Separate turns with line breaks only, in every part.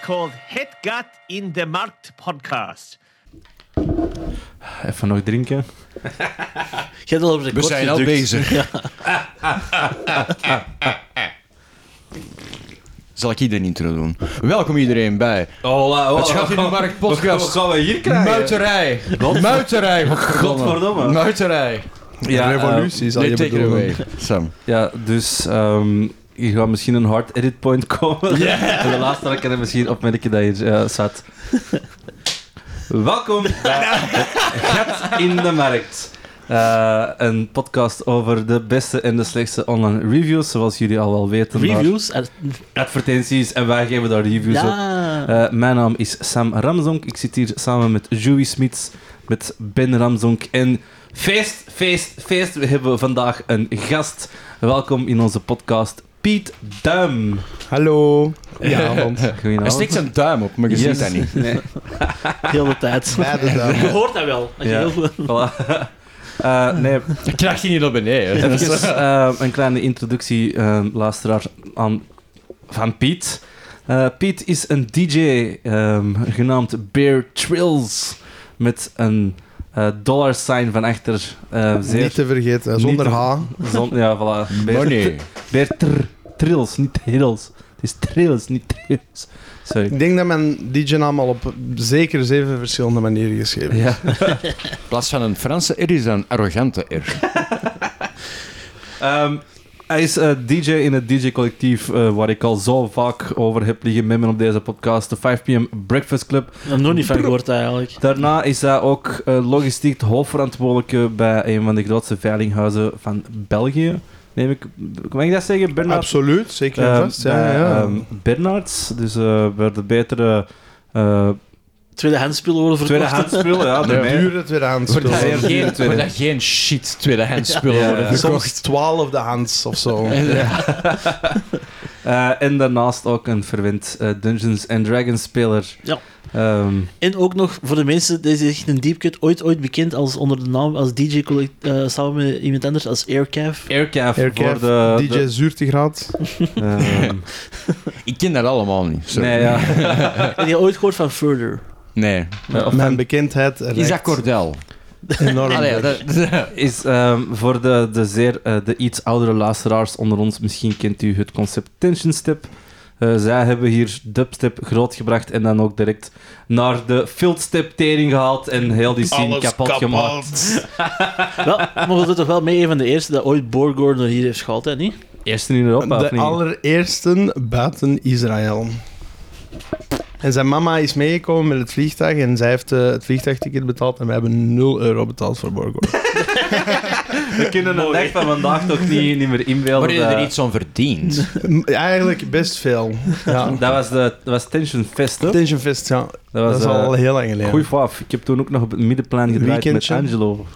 called Hetgat in the Markt podcast.
Even nog drinken.
Je hebt al op de
We
kort
zijn al
gedrukt.
bezig. Zal ik iedereen intro doen? Welkom iedereen bij
Oh, Hola,
Het Schat in de Markt podcast.
Wat gaan we hier krijgen?
Muiterij. Muiterij.
Godverdomme.
Muiterij.
Ja,
Revolutie,
Revoluties
zal je bedoelen.
Sam.
eh, ja, dus ehm hier gaat misschien een hard edit point komen. En de laatste dat ik er misschien opmerken dat hier eh, zat. Welkom bij het Gat in de Markt. Eh, een podcast over de beste en de slechtste online reviews, zoals jullie al wel weten. maar
Reviews? Eh,
Advertenties en wij geven daar reviews op.
Ja.
Eh, mijn naam is Sam Ramzonk. Ik zit hier samen met Joey Smits, met Ben Ramzonk en feest, feest, feest. We hebben vandaag een gast. Welkom in onze podcast, Piet Duim.
Hallo. Goedenavond.
Hij steekt zijn duim op, maar je ziet dat niet.
Heel de tijd.
Beide
Je hoort dat wel. Als je
Ja.
heel veel...
Voilà. Eh, nee,
Ik krijg je niet op beneden.
even eh, een kleine introductie, eh, luisteraar, aan, van Piet. Eh, Piet is een DJ ehm, genaamd Bear Trills met een eh dollar sign van achter. eh, zeer-
Niet te vergeten,
Niet
zonder
te-
H.
Zon, ja, voilà. Beer,
Money.
beer tr- trills, niet trills. Het is trills, niet trills. Sorry.
Ik denk dat mijn DJ-naam al op zeker zeven verschillende manieren geschreven is.
Ja.
In plaats van een Franse R is dat een arrogante R.
Ehm, hij is eh, DJ in het DJ-collectief eh, waar ik al zo vaak over heb liggen met me op deze podcast, de 5 p.m. Breakfast Club.
Ik heb nog niet van gehoord eigenlijk.
Daarna is hij ook eh, logistiek hoofdverantwoordelijke bij een van de grootste veilinghuizen van België. Neem ik, mag ik dat zeggen? Bernard
Absoluut, zeker en
Ehm,
vast. Ja,
bij,
ja.
ehm, Bernards, dus eh bij de betere eh
Tweedehands spullen worden verkocht.
tweedehands spullen. Ja, de
De
mij-
duur het weer aan het
Voor dat
spelen.
geen, voor dat geen shit tweedehands spullen
Ja.
worden
Soms
verkocht.
twaalfde hands of zo.
Eh, en daarnaast ook een verwend eh, Dungeons and Dragons speler.
Ja.
Ehm,
En ook nog voor de mensen, deze is echt een deepcut, ooit, ooit bekend als onder de naam, als DJ collect, eh, samen met iemand anders, als Aircav.
Aircaf voor
Aircraft,
de...
DJ Zuurtegraad.
de- ehm,
Ik ken dat allemaal niet. sorry.
nee, ja.
Heb je ooit gehoord van Further?
nee.
Mijn bekendheid
Is dat
reikt
Cordel?
enorm.
Allee, ja, dat- dat-
Is ehm, voor de, de, zeer, eh, de iets oudere luisteraars onder ons, misschien kent u het concept Tension Step. Eh, zij hebben hier dubstep grootgebracht en dan ook direct naar de filtstep tering gehaald en heel die scene kapot, gemaakt.
wel, maar we zijn toch wel mee een van de eerste dat ooit Borgordon hier heeft gehad, hè, niet?
Eerste in Europa, of
De
niet?
allereerste buiten Israël. En zijn mama is meegekomen met het vliegtuig en zij heeft eh, het vliegtuigticket betaald en we hebben 0 euro betaald voor Borgo.
We kunnen de dag van vandaag toch niet, niet meer inbeelden.
Word je
dat-
er iets aan verdiend?
M- Eigenlijk best veel. Ja.
Dat was, de, dat was Tension Fest, hè?
Tension Fest, ja.
Dat
Dat
was,
is
eh,
al heel lang geleden.
Goeie faaf. Ik heb toen ook nog op het middenplein gedraaid
Weekendje.
met Angelo.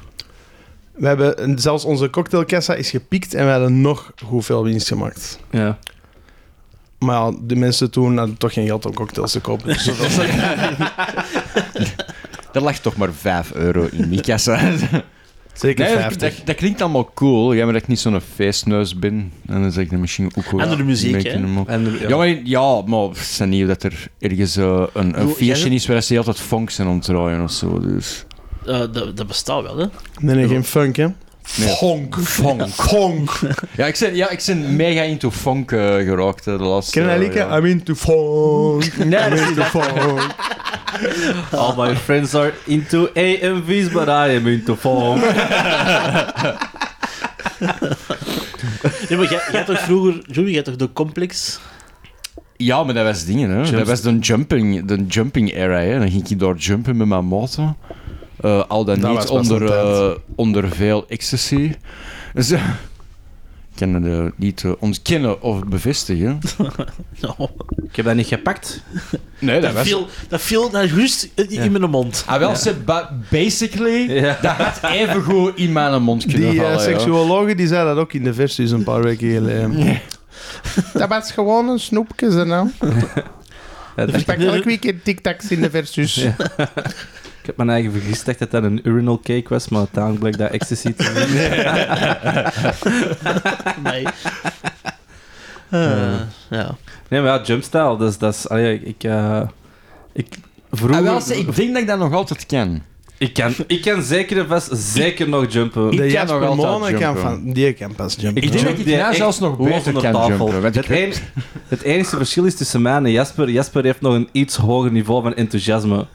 We hebben, en zelfs onze cocktailkassa is gepiekt en we hadden nog hoeveel winst gemaakt.
Ja.
Maar ja, de mensen toen hadden toch geen geld om cocktails te kopen. Dus dat was-
Er lag toch maar 5 euro in die kassa.
zeker
Nee, dat,
50.
dat klinkt allemaal cool. Ja, maar dat ik niet zo'n feestneus ben. En dan zeg ik dat misschien ook wel.
Andere muziek, hè?
En,
Ja. maar, ja, maar het is dan niet dat er ergens eh, een, een
Doe-
feestje
jij-
is waar ze altijd funk zijn ontdraaien of zo. Dus.
Eh, dat, dat bestaat wel, hè?
Nee, nee, geen funk, hè.
Nee.
Fonk.
Funk.
Fonk.
Ja, ik ben, ja, ik ben mega into funk eh, geraakt eh, de laatste
Ken je dat
eh,
liedje?
ja.
I'm into funk. I'm into funk.
All my friends are into AMV's, but I am into phone.
Nee, maar jij, jij had toch vroeger, Joey, jij had toch de complex?
Ja, maar dat was dingen, hè. Dat was de jumping, de jumping era, hè. Dan ging ik daar jumpen met mijn motor. Eh, al dan
Dat
niet
was pas
onder,
een
eh,
tijd.
onder veel ecstasy. Dus, eh, kunnen de niet eh, ontkennen of bevestigen.
Nou,
Ik heb dat niet gepakt.
Nee,
dat, viel, dat viel naar rust in, in mijn mond.
Ah, wel, ze- ba- basically,
Ja.
dat had even goed in mijn mond kunnen
Die eh,
vallen. ja.
seksuologen die zeiden dat ook in de versies een paar weken geleden. Dat was gewoon een snoepje, ze nou.
Ja, dat-
Ik pak elk weekend tic-tacs in de versus.
Ja. ik heb mijn eigen vergist echt dat dat een urinal cake was, maar uiteindelijk bleek dat ecstasy te zijn.
Amai. Eh,
Ja.
ja.
Nee, maar ja, jumpstyle, dat is... Dat is allee, ik, eh, ik, vroeger...
Ah, wel, zie, ik denk dat ik dat nog altijd ken.
ik, kan, ik kan zeker en vast zeker nog jumpen.
Ik
De
ken nog
Jasper
altijd
Monen kan
jumpen.
van... Die kan pas jumpen.
Ik denk
jump
dat ik
die
daarna
echt
zelfs nog
hoog
beter
onder
kan
tafel.
jumpen, want
Het,
ik heb-
enige, het enige verschil is tussen mij en Jasper. Jasper heeft nog een iets hoger niveau van enthousiasme.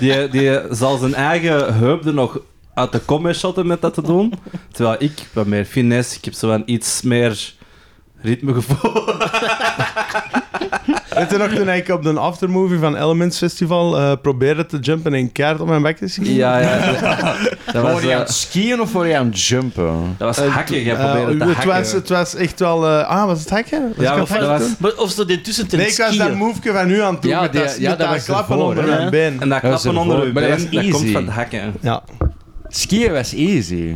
Die, die zal zijn eigen heup er nog uit de kom mee shotten met dat te doen. Terwijl ik wat meer finesse, ik heb zo een iets meer ritmegevoel.
Weet je nog toen ik op de aftermovie van Elements Festival eh, probeerde te jumpen en kaart op mijn bek te schieten?
Ja, ja. Dat was,
Word je
eh,
aan het skiën of word je aan het jumpen?
dat was hakken, jij
Eh,
probeerde te
het, was,
hakken.
het was echt wel... eh, ah, was het hakken? Was ik aan
Ja,
het
of,
hacken?
dat was,
Maar of ze dat intussen ten
Nee, ik was dat
skiën.
move van u aan het doen.
Ja,
met
die-
dat,
ja,
met
dat
dat
was
klappen
ervoor,
onder
hè?
mijn been.
en dat
Dat was
klappen onder
ervoor,
uw
maar dat
been, dat
was
komt
easy.
van het hakken.
Ja.
Skiën was easy.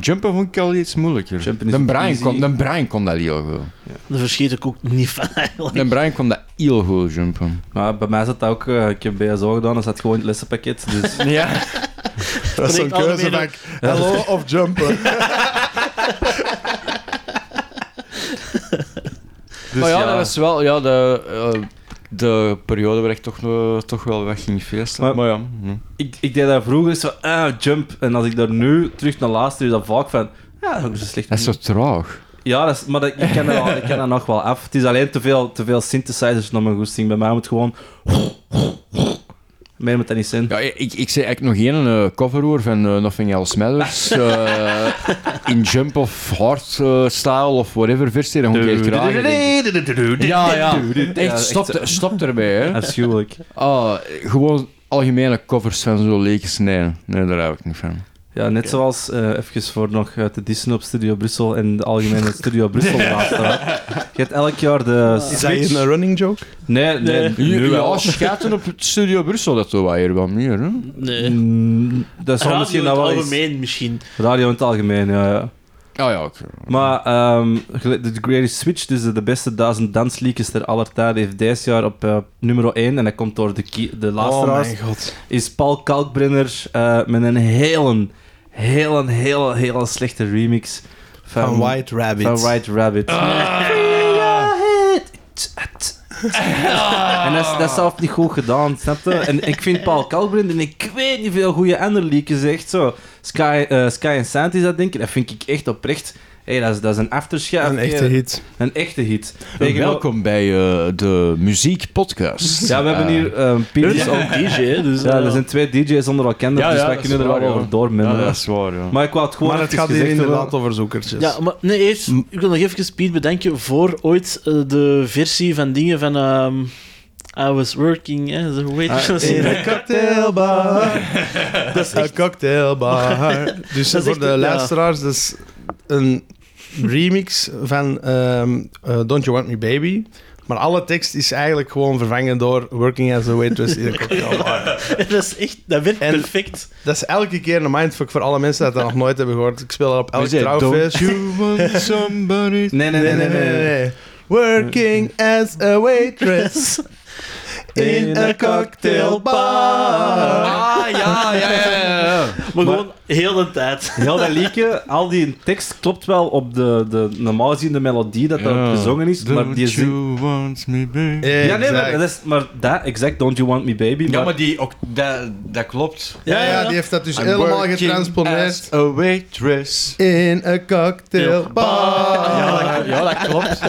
Jumpen vond ik al iets moeilijker.
Jumpen is
De Brian,
easy.
kon, de Brian kon dat heel goed.
Daar verschiet ik ook niet van eigenlijk.
De Brian kon dat heel goed jumpen.
Maar bij mij zat dat ook, eh, ik heb BSO gedaan, dat zat gewoon in het lessenpakket. Dus
Ja.
Dat is
Spreekt
zo'n keuze van
allebei
ik- hello of jumpen.
dus
maar ja,
ja.
dat was wel ja, de, eh, de periode waar ik toch, nog- toch wel weg ging feesten. Maar,
Maar-
ja. hm.
ik, ik deed daar vroeger zo, ah, jump. En als ik daar nu terug naar luister, is dat vaak van, ja, dat is ook zo slecht.
Dat is zo traag.
Ja, dat is, maar dat, ik, ken dat wel, ik ken dat nog wel af. Het is alleen te veel, te veel synthesizers naar mijn goesting. Bij mij moet gewoon... Meer moet dat niet zijn.
Ja, ik, ik zei eigenlijk nog één eh, cover hoor van eh, Nothing Else Matters. eh, in jump of hard eh, style of whatever versie. Dat moet ik echt graag. Ja, ja.
Ja,
Echt,
echt,
stop,
eh,
stop erbij, hè.
Afschuwelijk.
Ah, gewoon algemene covers van zo leekjes. Nee, nee, daar hou ik niet van.
Ja, net zoals, eh even voor nog eh, te dissen op Studio Brussel en de algemene Studio Brussel luisteraar. Je hebt elk jaar de
Is dat hier
Switch...
een running joke?
Nee, nee, nu wel.
Ja, schaten op het Studio Brussel, dat doe wij hier wel meer, hè?
Nee.
Mm, dat zou
Radio
misschien
in
nou
het
wel eens...
algemeen misschien.
Radio in het algemeen, ja. ja.
Ah ja, oké.
Maar ehm, gel- de Greatest Switch, dus de beste duizend dansliedjes ter aller tijden, heeft dit jaar op eh, nummer 1, en dat komt door de, ki- de luisteraars,
Oh, god.
is Paul Kalkbrenner eh, met een hele, hele, hele, hele slechte remix van,
Van White Rabbit.
van White Rabbit. En dat is, dat is zelf niet goed gedaan, snap je? En ik vind Paul Kalkbrenner, en ik weet niet veel goede andere liedjes, echt zo. Sky, eh, Sky and Sand is dat, denk ik. Dat vind ik echt oprecht. Hey, dat, is, dat is een afterschap.
Een echte hit.
Een echte hit.
Eh, Welkom bij eh, de muziekpodcast.
Ja, we hebben
Eh,
hier ehm
Er
Pieters
is ook DJ, hè, dus...
Ja,
eh,
er zijn twee DJ's onder elkaar,
Ja,
dus
ja,
wij
dat
kunnen
is
er wel
waar,
over
ja.
doorminderen.
ja, dat is waar, ja.
Maar ik wou het gewoon
Maar het
even
gaat hier
gezegd hebben.
inderdaad over zoekertjes.
Ja, maar nee, eerst,
Mm.
ik wil nog even Piet bedanken voor ooit eh, de versie van dingen van ehm, I was working, hè, zo, hoe heet
Ah,
dat?
In een cocktailbar. dat is een cocktailbar. Dus
Dat is
voor
echt-
de
ja.
luisteraars, dat is een remix van ehm, eh, Don't You Want Me Baby. Maar alle tekst is eigenlijk gewoon vervangen door Working as a Waitress in een cocktailbar.
dat is echt, dat werkt
En-
perfect.
Dat is elke keer een mindfuck voor alle mensen die dat nog nooit hebben gehoord. Ik speel dat op elk
Dus, eh,
trouwfeest.
Don't you want somebody...
Nee, nee, nee, nee. nee, nee.
Working as a waitress in a cocktail bar.
Ah, ja, ja, ja, ja, ja.
Maar, gewoon heel de tijd.
Heel dat liedje, al die tekst klopt wel op de, de normaal gezien de melodie dat daarop
Ja.
gezongen is, maar
Don't
die zin...
you want me back.
Ja, nee, maar dat is... Maar dat, exact, Don't You Want Me Baby, maar...
Ja, maar die, ook, dat, dat klopt.
ja, ja, die heeft dat dus
I'm
helemaal
working
getransponeerd.
as a waitress.
In a cocktail bar.
Ja, dat, ja, dat klopt.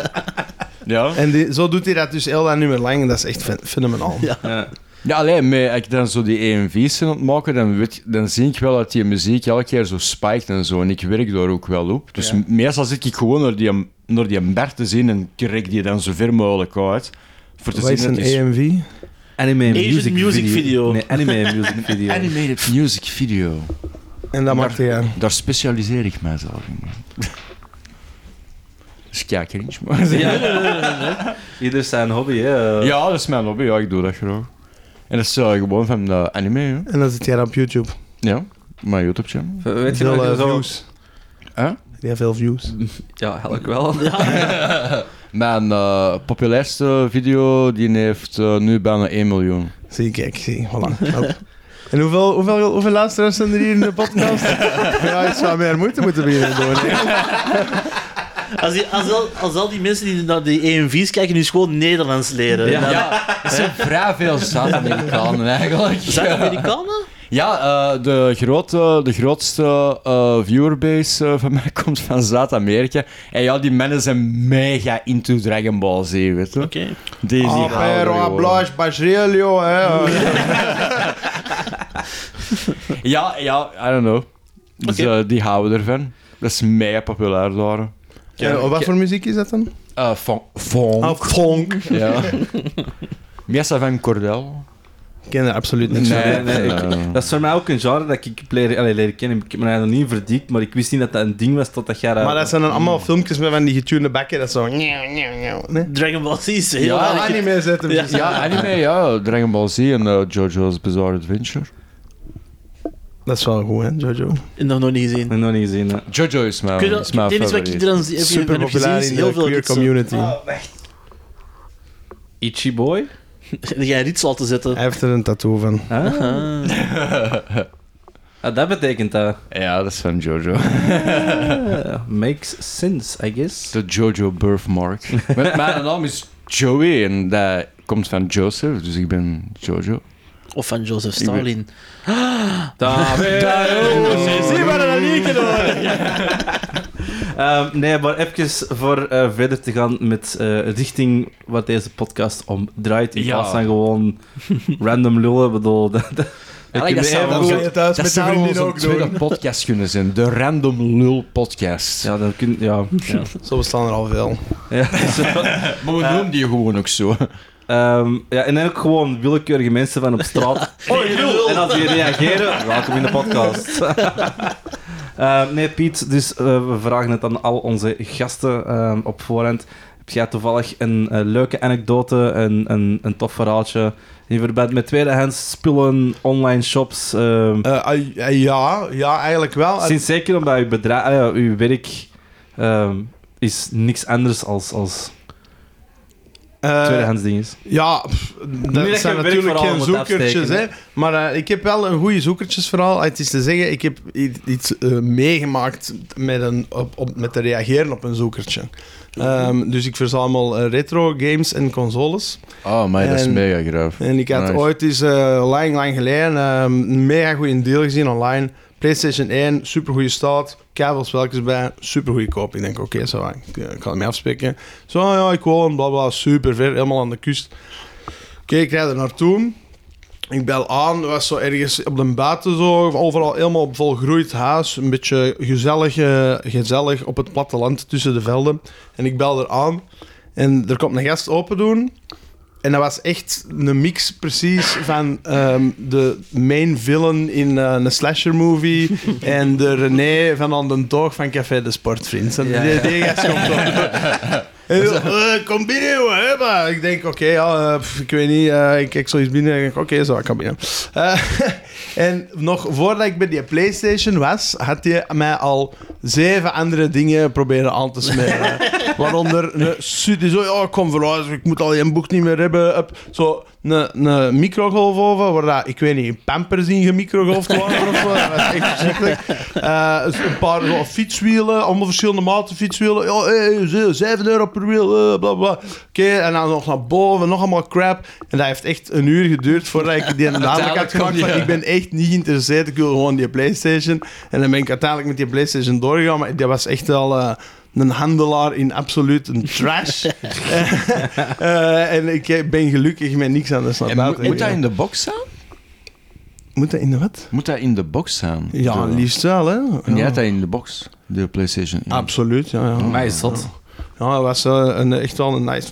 Ja.
En die, zo doet hij dat dus heel dat nummer lang en dat is echt fen- fenomenaal.
Ja.
Ja.
Ja, alleen, met, als ik dan zo die EMV's ben aan het maken, dan, weet, dan zie ik wel dat die muziek elke keer zo spijkt en zo. En ik werk daar ook wel op. Dus m- meestal zit ik gewoon naar die, naar die bar te zien en trek die dan zo ver mogelijk uit. Voor te
Wat Dus is
zien
een
dat die
AMV?
Anime
Asian
music,
music video.
Nee, anime music video.
Animated music video.
En dat maakt hij aan.
Daar specialiseer ik mijzelf in. Dat is kijkerintje, maar...
Ja. Ieder dus zijn hobby, hè.
Ja, dat is mijn hobby. Ja, ik doe dat graag. En dat is eh, gewoon van eh, anime, hè.
En dan zit hij op YouTube.
Ja, mijn YouTube-channel.
Weet je
Veel
nog,
eh,
zo...
views.
Huh?
Die heeft veel views.
Ja, help wel.
Mijn eh, populairste video die heeft eh, nu bijna 1 miljoen.
Zie, kijk, zie. Voilà. Nou. En hoeveel, hoeveel, hoeveel luisteraars zijn er hier in de podcast? ja, ik zou meer moeite moeten beginnen doen. hè.
Als, die, als, al, als al die mensen die naar die EMV's kijken, nu gewoon Nederlands leren. Nou,
Ja.
Dan-
Er zijn vrij veel Zuid-Amerikanen eigenlijk.
Zuid-Amerikanen?
Ja, eh, de, grote, de grootste eh, viewerbase eh, van mij komt van Zuid-Amerika. En ja, die mannen zijn mega into Dragon Ball Z, weet je.
Oké.
Die,
Ah,
die houden
Apero,
gewoon.
Blas, Basilio, hè.
Ja, ja, I don't know. Dus eh, die houden ervan. Dat is mega populair daar.
Eh, Wat voor muziek is dat dan?
Eh, fon- fon-
Ah, Fonk. Ik
Ja. Miessa van Cordel.
ken er absoluut niks van.
Nee, nee,
eh,
Dat is voor mij ook een genre dat ik heb leren, allee, leren kennen. Ik heb me daar nog niet verdiept, maar ik wist niet dat dat een ding was tot dat jij... daar-
Maar dat zijn dan allemaal filmpjes met van die getune bakken. Dat is zo... nieuw, nieuw, nieuw, Nee?
Dragon Ball Z is heel
Ja,
erg-
Anime zetten.
Ja.
Ja, anime, ja. Dragon Ball Z en eh, JoJo's Bizarre Adventure.
Dat is wel goed, hè, Jojo?
nog nooit niet gezien.
Nog nooit niet gezien, hè.
JoJo is mijn,
Kun je,
is mijn
dit is wat ik
favoriet.
er dan zie- heb je-
Super
heb gezien,
populair
is
in
heel
de
veel
queer
ritsel.
community.
Ichiboy?
Dan ga je ritsel te zetten.
Hij heeft er een tattoo van.
Huh? Ah, dat betekent dat.
Ja, dat is van JoJo.
Eh, makes sense, I guess.
De JoJo birthmark. Met mijn naam is Joey en dat komt van Joseph, dus ik ben JoJo.
Of van Joseph Stalin.
Daar.
Zie maar dat liedje
Ehm, nee, maar even voor eh, verder te gaan met eh, richting wat deze podcast om draait. In
Ja.
plaats van gewoon random lullen. Ik bedoel, dat, dat-
Eigenlijk,
Ik
dat
heb
zou
Dan
even-
ga je thuis
Dat
met je
zou
vriendin
onze
ook
tweede
doen.
podcast kunnen zijn. De Random Lul podcast.
ja, dan kun ja, ja.
Zo bestaan er al veel.
ja, zo.
Maar we
Eh.
noemen die gewoon ook zo.
Ehm, ja, en dan ook gewoon willekeurige mensen van op straat. Oh, je lul! En als die reageren, welkom in de podcast. Ehm, nee, Piet, dus eh, we vragen het aan al onze gasten ehm, op voorhand. Heb jij toevallig een eh, leuke anekdote, een, een, een tof verhaaltje in verband met tweedehands spullen, online shops? ehm,
Eh, ah, eh, ja, ja, eigenlijk wel. Eh,
sinds zeker omdat uw, bedrijf, ah ja, uw werk ehm, is niks anders als, als
eh,
tweedehands dingen.
ja, pff,
dat
dat
je
zijn
een
natuurlijk
werkverhaal
geen
moet
zoekertjes. Hè.
afsteken,
Maar eh, ik heb wel een goede zoekertjesverhaal. Ah, Het is te zeggen, ik heb i- iets eh, meegemaakt met, een, op, op- met te reageren op een zoekertje. Ehm, dus ik verzamel eh, retro games en consoles.
Oh, maar dat is
En-
mega graaf.
En ik had
Nice.
ooit eens eh, lang, lang geleden eh, een mega goede deal gezien online. PlayStation 1, supergoeie staat. Kabels welkens bij, supergoeie koop. Ik denk, oké, zo, va, ik, eh, ik ga hem afspeken. Zo, ah, ja, ik wil hem, bla bla, super ver, helemaal aan de kust. Oké, ik rijd er naartoe. Ik bel aan, was zo ergens op de buiten zo, overal helemaal volgroeid huis. Een beetje gezellig, eh, gezellig op het platteland tussen de velden. En ik bel er aan en er komt een gast open doen. En dat was echt een mix precies van ehm, de main villain in eh, een slasher movie en de René van aan de toog van Café de Sportvriend. En
Ja,
die,
ja.
die gast komt op. En die zegt, "Eh, kom binnen, jongen, hè, maar." Ik denk, oké, ja, eh, pff, ik weet niet, eh, ik kijk zoiets binnen en ik denk, oké, zo, ik kan binnen. Eh, en nog voordat ik bij die Playstation was, had hij mij al zeven andere dingen proberen aan te smeren. Waaronder een studie, zo, ja, ik kom vooruit, ik moet al een boek niet meer hebben. Up. Zo, een, een microgolfoven, waar dat, ik weet niet, pampers in gemicrogolfd waren of zo. Dat was echt verschrikkelijk. Eh, een paar zo, fietswielen, allemaal verschillende maten fietswielen. Ja, hey, ze- 7 euro per wiel, eh, bla bla. Oké, en dan nog naar boven, nog allemaal crap. En dat heeft echt een uur geduurd voordat ik die dadelijk had
Uiteindelijk
gemaakt.
kom je-
van, Ik ben echt niet geïnteresseerd, ik wil gewoon die PlayStation. En dan ben ik uiteindelijk met die PlayStation doorgegaan, maar dat was echt wel. eh, een handelaar in absoluut een trash. Eh, en ik ben gelukkig met niks anders naar
En moet,
buiten.
moet dat
gegaan.
in de box zijn?
Moet dat in de wat?
Moet dat in de box zijn?
Ja,
Zo.
liefst wel, hè?
En jij had dat in de box, de PlayStation. één.
Absoluut, ja. ja.
Mij is dat.
Ja, dat was eh, een, echt wel een nice.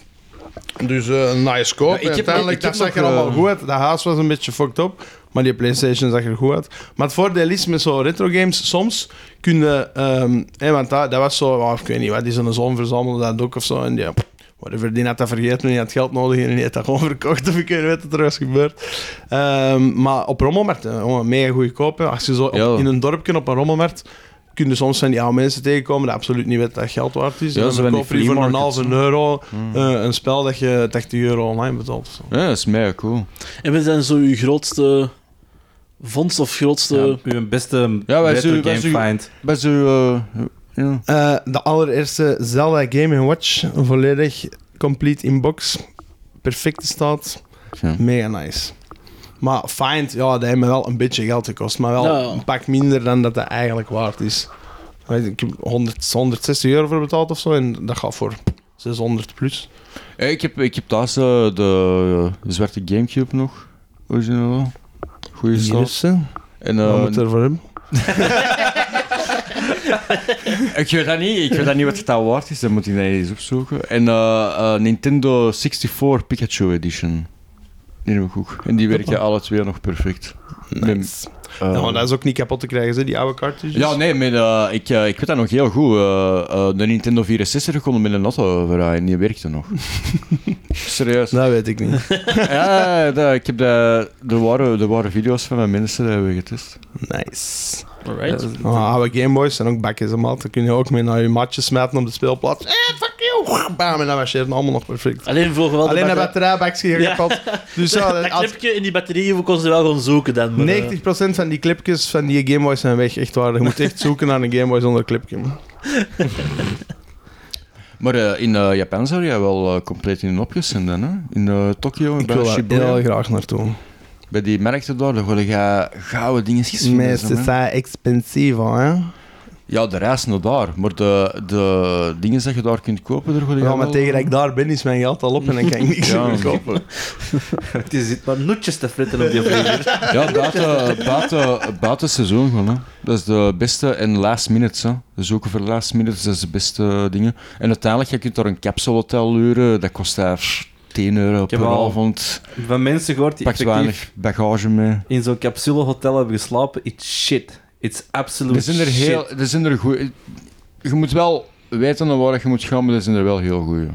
Dus eh, een nice koop.
Ja, ik heb-
uiteindelijk,
ik heb
dat
nog,
zag er allemaal
eh,
goed uit. Dat huis was een beetje fucked up, maar die PlayStation zag er goed uit. Maar het voordeel is met zo'n retro games, soms kunnen. ehm hè, want dat, dat was zo, oh, ik weet niet wat, die zo'n zoon verzamelde dat ook of zo. En ja, whatever, die had dat vergeten, die had geld nodig en die had dat gewoon verkocht. Of ik weet niet wat er was gebeurd. Ehm, maar op rommelmarkten, jongen, mega goede kopen. Als je zo op-
Ja.
in een dorpje op een rommelmarkt. Kun je soms van die oude mensen tegenkomen die absoluut niet weten dat geld waard is.
Ja,
En dan
zo van die
verkopen die voor een
flea
halve
markets.
euro eh, een spel dat je 80 euro online betaalt. of zo.
Ja, dat is mega cool.
En we zijn zo uw grootste vondst of grootste...
uw beste
Ja, wij
retro
zullen- wij
game
zullen-
find.
Bij zo, eh, Ja.
Eh, de allereerste Zelda Game Watch, volledig complete in box, perfecte staat,
Ja.
mega nice. Maar Find, ja, dat heeft me wel een beetje geld gekost, maar wel
Ja, ja.
een pak minder dan dat dat eigenlijk waard is. Weet je, Ik heb 100, 160 euro voor betaald of zo en dat gaat voor 600 plus.
Ja, Ik heb, ik heb thuis eh, de eh, zwarte Gamecube nog, origineel. Goeie staat.
Yes, hè.
En
Wat
eh,
moet er voor hem?
ik weet dat niet, ik weet dat niet wat het daar waard is, dat moet ik dan eens opzoeken. En eh, eh, Nintendo 64 Pikachu Edition. Die heb ik ook. En die werken alle twee nog perfect. Met, eh,
Ja, maar dat is ook niet kapot te krijgen, hè, die oude cartridges.
Ja, nee, met, eh, ik, eh, ik weet dat nog heel goed. Eh, eh, de Nintendo 64 kon met een auto verrijden, die werkte nog. Serieus.
Dat weet ik niet.
Ja, dat- ik heb dat- er, waren, er waren video's van mijn mensen die hebben getest.
Nice.
Alright.
Ah, oude Gameboys zijn ook bakjes, hè, maat. Dan kun je ook mee naar je matjes smijten op de speelplaats. Eh, fuck you! Bam, en dan was je het allemaal nog perfect.
Alleen voor wel de
Alleen een
batterij-
batterijbakje
Ja.
kapot. Dus ja,
Dat
als-
knipje in die batterijen kon ze wel gewoon zoeken dan. Maar, eh,
90% van die clipjes van die Gameboys zijn weg. Echt waar. Je moet echt zoeken naar een Gameboy zonder clipje.
Maar eh, in eh, Japan zou jij wel eh, compleet in opgezien dan, hè? In eh, Tokio, en
Ik
bij
wil daar
Shibuya.
heel graag naartoe.
Bij die merkte daar, daar worden ga gouden dingetjes vinden, zo, hè.
zijn expensief, hè?
Ja, de reis naar daar. Maar de, de dingen dat je daar kunt kopen, daar worden
Ja,
jij
maar
wel-
tegen dat ik daar ben, is mijn geld al op en dan kan ik niks
Ja.
meer kopen.
Je zit maar noetjes te fritten op die vlieger.
Ja, buiten, buiten, buiten seizoen gewoon. Hè. Dat is de beste en last minutes. Hè. Dus ook voor last minutes, dat is de beste dingen. En uiteindelijk, je kunt daar een capsule hotel huren. Dat kost daar 10 euro
heb
per
al-
avond.
Van mensen gehoord die
Pak zo
effectief
weinig bagage mee.
in zo'n capsulehotel hebben geslapen. It's shit. It's absolute
Er zijn er heel...
shit.
Er zijn er goeie, je moet wel weten naar waar je moet gaan, maar er zijn er wel heel goeie.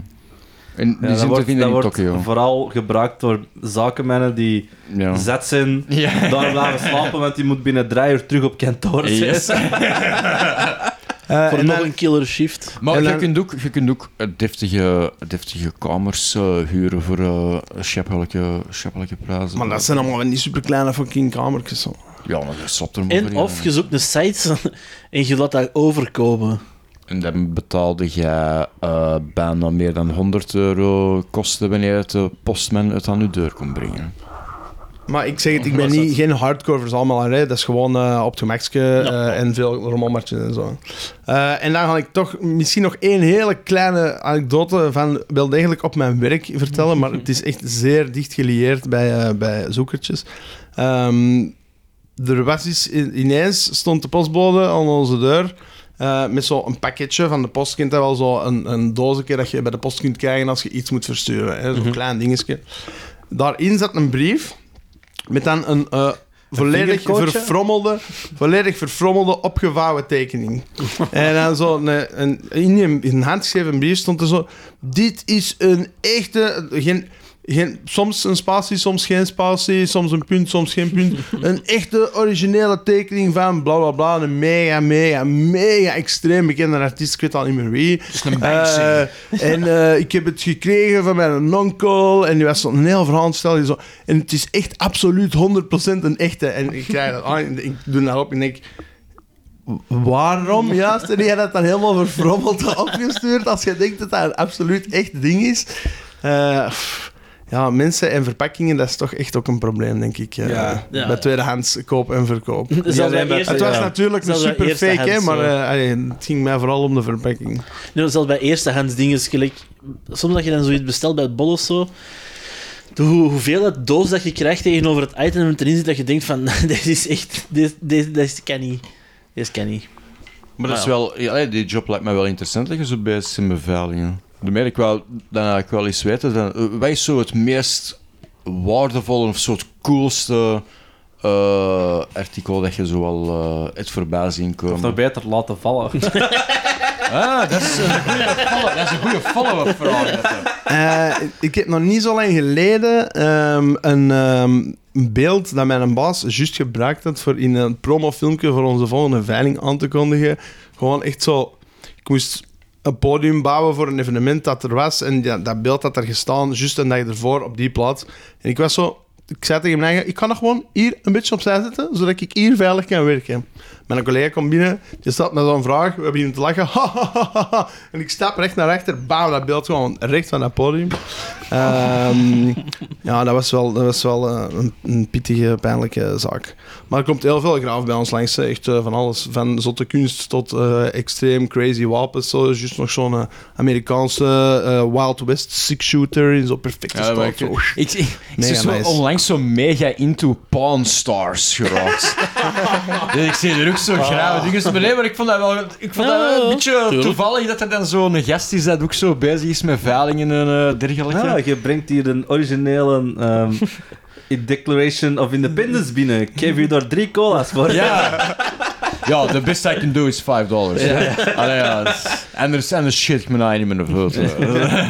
En
Ja,
die zijn te vinden in
dat
Tokio.
wordt vooral gebruikt door zakenmannen die
Ja.
zet zijn,
Ja.
daar blijven slapen, want die moet binnen drie uur terug op kantoor zijn.
Yes.
Eh,
Voor
en
nog
dan-
een killer shift.
Maar
En
je,
dan-
kunt ook, je kunt ook eh, deftige, deftige kamers eh, huren voor eh schappelijke, schappelijke prijzen.
Maar dat zijn allemaal van die superkleine fucking kamertjes. zo.
Ja, maar dat is zot er maar
En
voor, ja.
of je zoekt een site en je laat daar overkomen.
En dan betaalde jij eh, bijna meer dan 100 euro kosten wanneer het de postman het aan je deur komt brengen.
Maar ik zeg het, ik ben niet, geen hardcore verzamelaar. Hè. Dat is gewoon eh, op het gemakske eh, en veel rommelmartjes en zo. Eh, en dan ga ik toch misschien nog één hele kleine anekdote van wel degelijk op mijn werk vertellen. Maar het is echt zeer dicht gelieerd bij, eh, bij zoekertjes. Ehm, er was eens, i- ineens stond de postbode aan onze deur. eh, met zo'n pakketje van de post. Kent dat wel zo'n een, een doosje dat je bij de post kunt krijgen als je iets moet versturen. hè, Zo'n klein dingetje. Daarin zat een brief met dan een eh, volledig,
vingerkootje?
verfrommelde, volledig verfrommelde, opgevouwen tekening. en dan zo een, een, in een, in een handgeschreven brief stond er zo... Dit is een echte... Geen, geen, soms een spatie, soms geen spatie, soms een punt, soms geen punt. Een echte originele tekening van bla bla bla. Een mega, mega, mega extreem bekende artiest. Ik weet al niet meer wie. Eh, en eh, ik heb het gekregen van mijn onkel. En die was zo'n heel verhaal aan het stellen, die zo. En het is echt absoluut 100% een echte. En ik krijg dat aan. en Ik doe dat op en ik... Waarom juist heb jij dat dan helemaal verfrommeld opgestuurd als je denkt dat dat een absoluut echt ding is? Eh, pff, ja, mensen en verpakkingen, dat is toch echt ook een probleem, denk ik. eh,
Ja.
Ja.
Bij tweedehands koop en verkoop.
Zelfs
alleen
bij
bij-
eerste-
Het was natuurlijk een
Zelfs bij
super
eerste
fake, hè,
hand,
maar
zo.
eh, allee, het ging mij vooral om de verpakking.
Nee, zelfs bij eerstehands dingen is gelijk... Soms dat je dan zoiets bestelt bij het bol of zo... de hoe, hoeveel dat doos dat je krijgt tegenover het item dat erin zit, dat je denkt van... Dit is echt... Dit, dit, dit kan niet. Dit kan niet.
Maar dat is
Ja.
wel, ja, hey, die job lijkt mij wel interessant liggen zo bij simbeveiligingen. Dan merk ik wel, dat ik wel eens weten, dan, eh, wat is zo het meest waardevolle of zo het coolste eh, artikel dat je zo wel eh, het voorbij zien
Of nog
komen?
beter laten vallen.
Ah, dat is een goede follow-up, dat is een goede follow-up vraag.
Eh, ik heb nog niet zo lang geleden ehm, een ehm, een beeld dat mijn baas juist gebruikt had voor in een promofilmpje voor onze volgende veiling aan te kondigen. Gewoon echt zo... Ik moest een podium bouwen voor een evenement dat er was en ja, dat beeld had er gestaan, juist een dag ervoor op die plaats. En ik was zo... Ik zei tegen mijn eigen, ik kan nog gewoon hier een beetje opzij zetten, zodat ik hier veilig kan werken. Mijn collega komt binnen, die staat met zo'n vraag, we beginnen te lachen. en ik stap recht naar rechter, bam, dat beeld gewoon recht van dat podium. Ehm, ja, dat was wel, dat was wel eh, een, een pittige, pijnlijke zaak. Maar er komt heel veel graaf bij ons langs. hè. Echt eh, van alles. Van zotte kunst tot eh, extreem crazy wapens. Zo, juist nog zo'n eh, Amerikaanse eh, Wild West six-shooter in zo'n perfecte
Ja, maar
staat.
ik-
Zo.
Ik, ik,
Mega
ik ben
nice.
zo onlangs zo mega into Pawn Stars geraakt. dus ik zie er ook zo grave dingen bij. Nee, maar ik vond dat wel ik vond dat wel een
Ja,
beetje
tuurlijk.
toevallig dat er dan zo'n gast is dat ook zo bezig is met veilingen en eh, dergelijke.
Ja, je brengt hier een originele ehm, Declaration of Independence binnen. Ik geef je daar drie cola's voor.
Ja. Ja, the best I can do is 5 dollars. Allee, ja. dat is- Anders, anders shit ik me nou niet meer veel.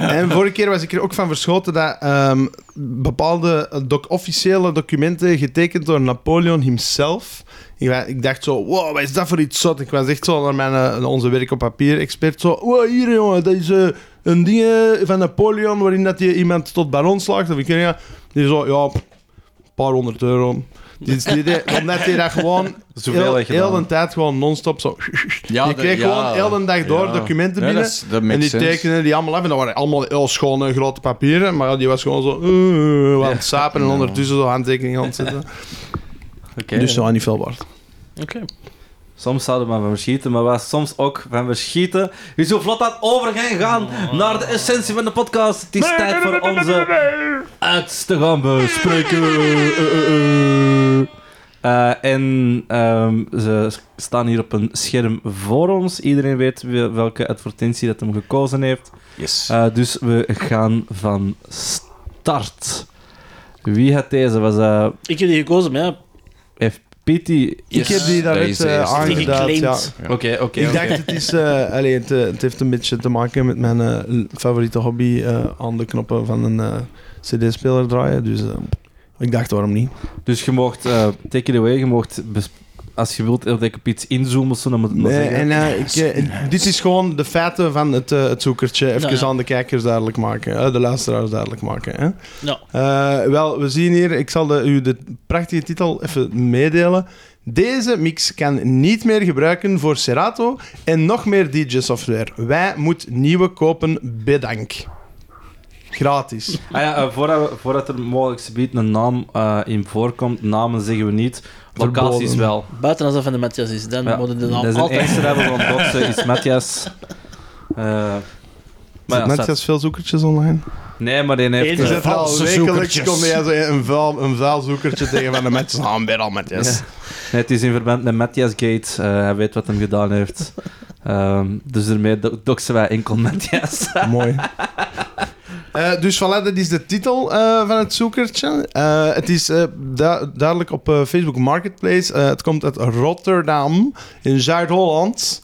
En vorige keer was ik er ook van verschoten dat ehm, bepaalde eh, doc- officiële documenten getekend door Napoleon himself. Ik, wa- ik dacht zo, wow, wat is dat voor iets zot? Ik was echt zo naar mijn, eh, naar onze werk op papier expert zo, wow, hier jongen, dat is eh, een ding eh, van Napoleon waarin dat je iemand tot baron slaagt. Of ik weet niet, die zo, ja, pff, een paar honderd euro. Die, die, die, omdat hij dat gewoon
Zoveel
heel,
had gedaan.
heel de tijd gewoon non-stop zo...
Ja,
je
de-
kreeg
ja.
gewoon heel de dag door
Ja.
documenten
Ja,
binnen.
dat is- dat
en
makes
die
sense.
tekenen die allemaal af. En dat waren allemaal heel schone grote papieren. Maar ja, die was gewoon zo... eh, eh, eh, aan het sapen en ondertussen zo handtekeningen aan het zetten.
Oké.
Dus zo niet veel waard.
Oké.
Soms zouden we maar van verschieten, maar wij soms ook van verschieten. U zo vlot aan het overgang gaan naar de essentie van de podcast. Het is tijd voor onze acts te gaan bespreken. Eh, eh, eh. Eh, en ehm, ze staan hier op een scherm voor ons. Iedereen weet wel- welke advertentie dat hem gekozen heeft.
Yes.
Eh, dus we gaan van start. Wie had deze? Was eh
Ik heb die gekozen, maar ja,
F. Pity?
Yes.
Ik heb die
Dat
daarnet
is de
eh
eerste.
die
aangedaan.
geclaimd.
Ja.
Ja.
Oké, oké.
Ik dacht,
oké.
het, is, eh, allee, het, eh, het heeft een beetje te maken met mijn eh, l- favoriete hobby eh, aan de knoppen van een eh, cd-speler draaien. Dus eh, ik dacht, waarom niet?
Dus je mocht, eh, take it away, je mocht, bes- als je wilt, dat ik op iets inzoomen of zo, dan moet ik dat
Nee,
zeggen.
en eh, ik, eh, dit is gewoon de feiten van het, eh, het zoekertje. Even
Ja, ja.
aan de kijkers duidelijk maken. eh, de luisteraars duidelijk maken. Hè?
ja.
Eh, wel, we zien hier... Ik zal de, u de prachtige titel even meedelen. Deze mix kan niet meer gebruiken voor Serato en nog meer DJ-software. Wij moeten nieuwe kopen. Bedank. Gratis.
Ah ja, eh, voordat, we- voordat er mogelijk subiet een naam eh, in voorkomt, namen zeggen we niet, locaties
Verboden.
wel.
buiten als dat van de Matthias is, dan
Ja,
moeten de
dat is
naam
een
altijd...
extra dat we gaan doxen, is Matthias. Eh, maar ja,
Net
staat-
als veel zoekertjes online.
Nee, maar die heeft...
Eén
Je
eh,
zet-
zit er al
valse
wekelijks
zoekertjes.
kom jij zo een, vuil, een vuil zoekertje tegen van de mensen. Ah, ben al met yes.
nee, het is in verband met Matthias Gates, eh, hij weet wat hem gedaan heeft. Ehm, dus daarmee do- doxen wij enkel Matthias.
Mooi. Eh, dus voilà, dat is de titel eh, van het zoekertje. Eh, het is eh, du- duidelijk op eh, Facebook Marketplace. Eh, het komt uit Rotterdam in Zuid-Holland.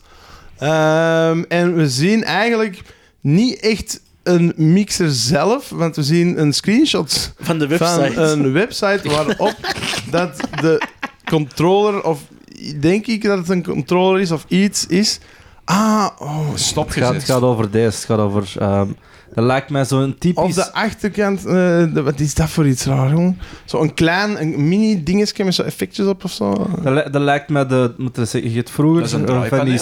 Ehm, en we zien eigenlijk niet echt een mixer zelf, want we zien een screenshot
Van de
van
website.
een website waarop dat de controller, of denk ik dat het een controller is of iets is. Ah, oh,
Stop
Het gaat, het gaat over deze, het gaat over... ehm, dat lijkt mij zo'n typisch...
Op de achterkant, eh, de- wat is dat voor iets raar, jongen? Zo'n klein, een mini dingetje met zo effectjes op of zo.
Dat, li- dat lijkt me de, moet ik zeggen, je hebt vroeger
Dat is een
eh, van die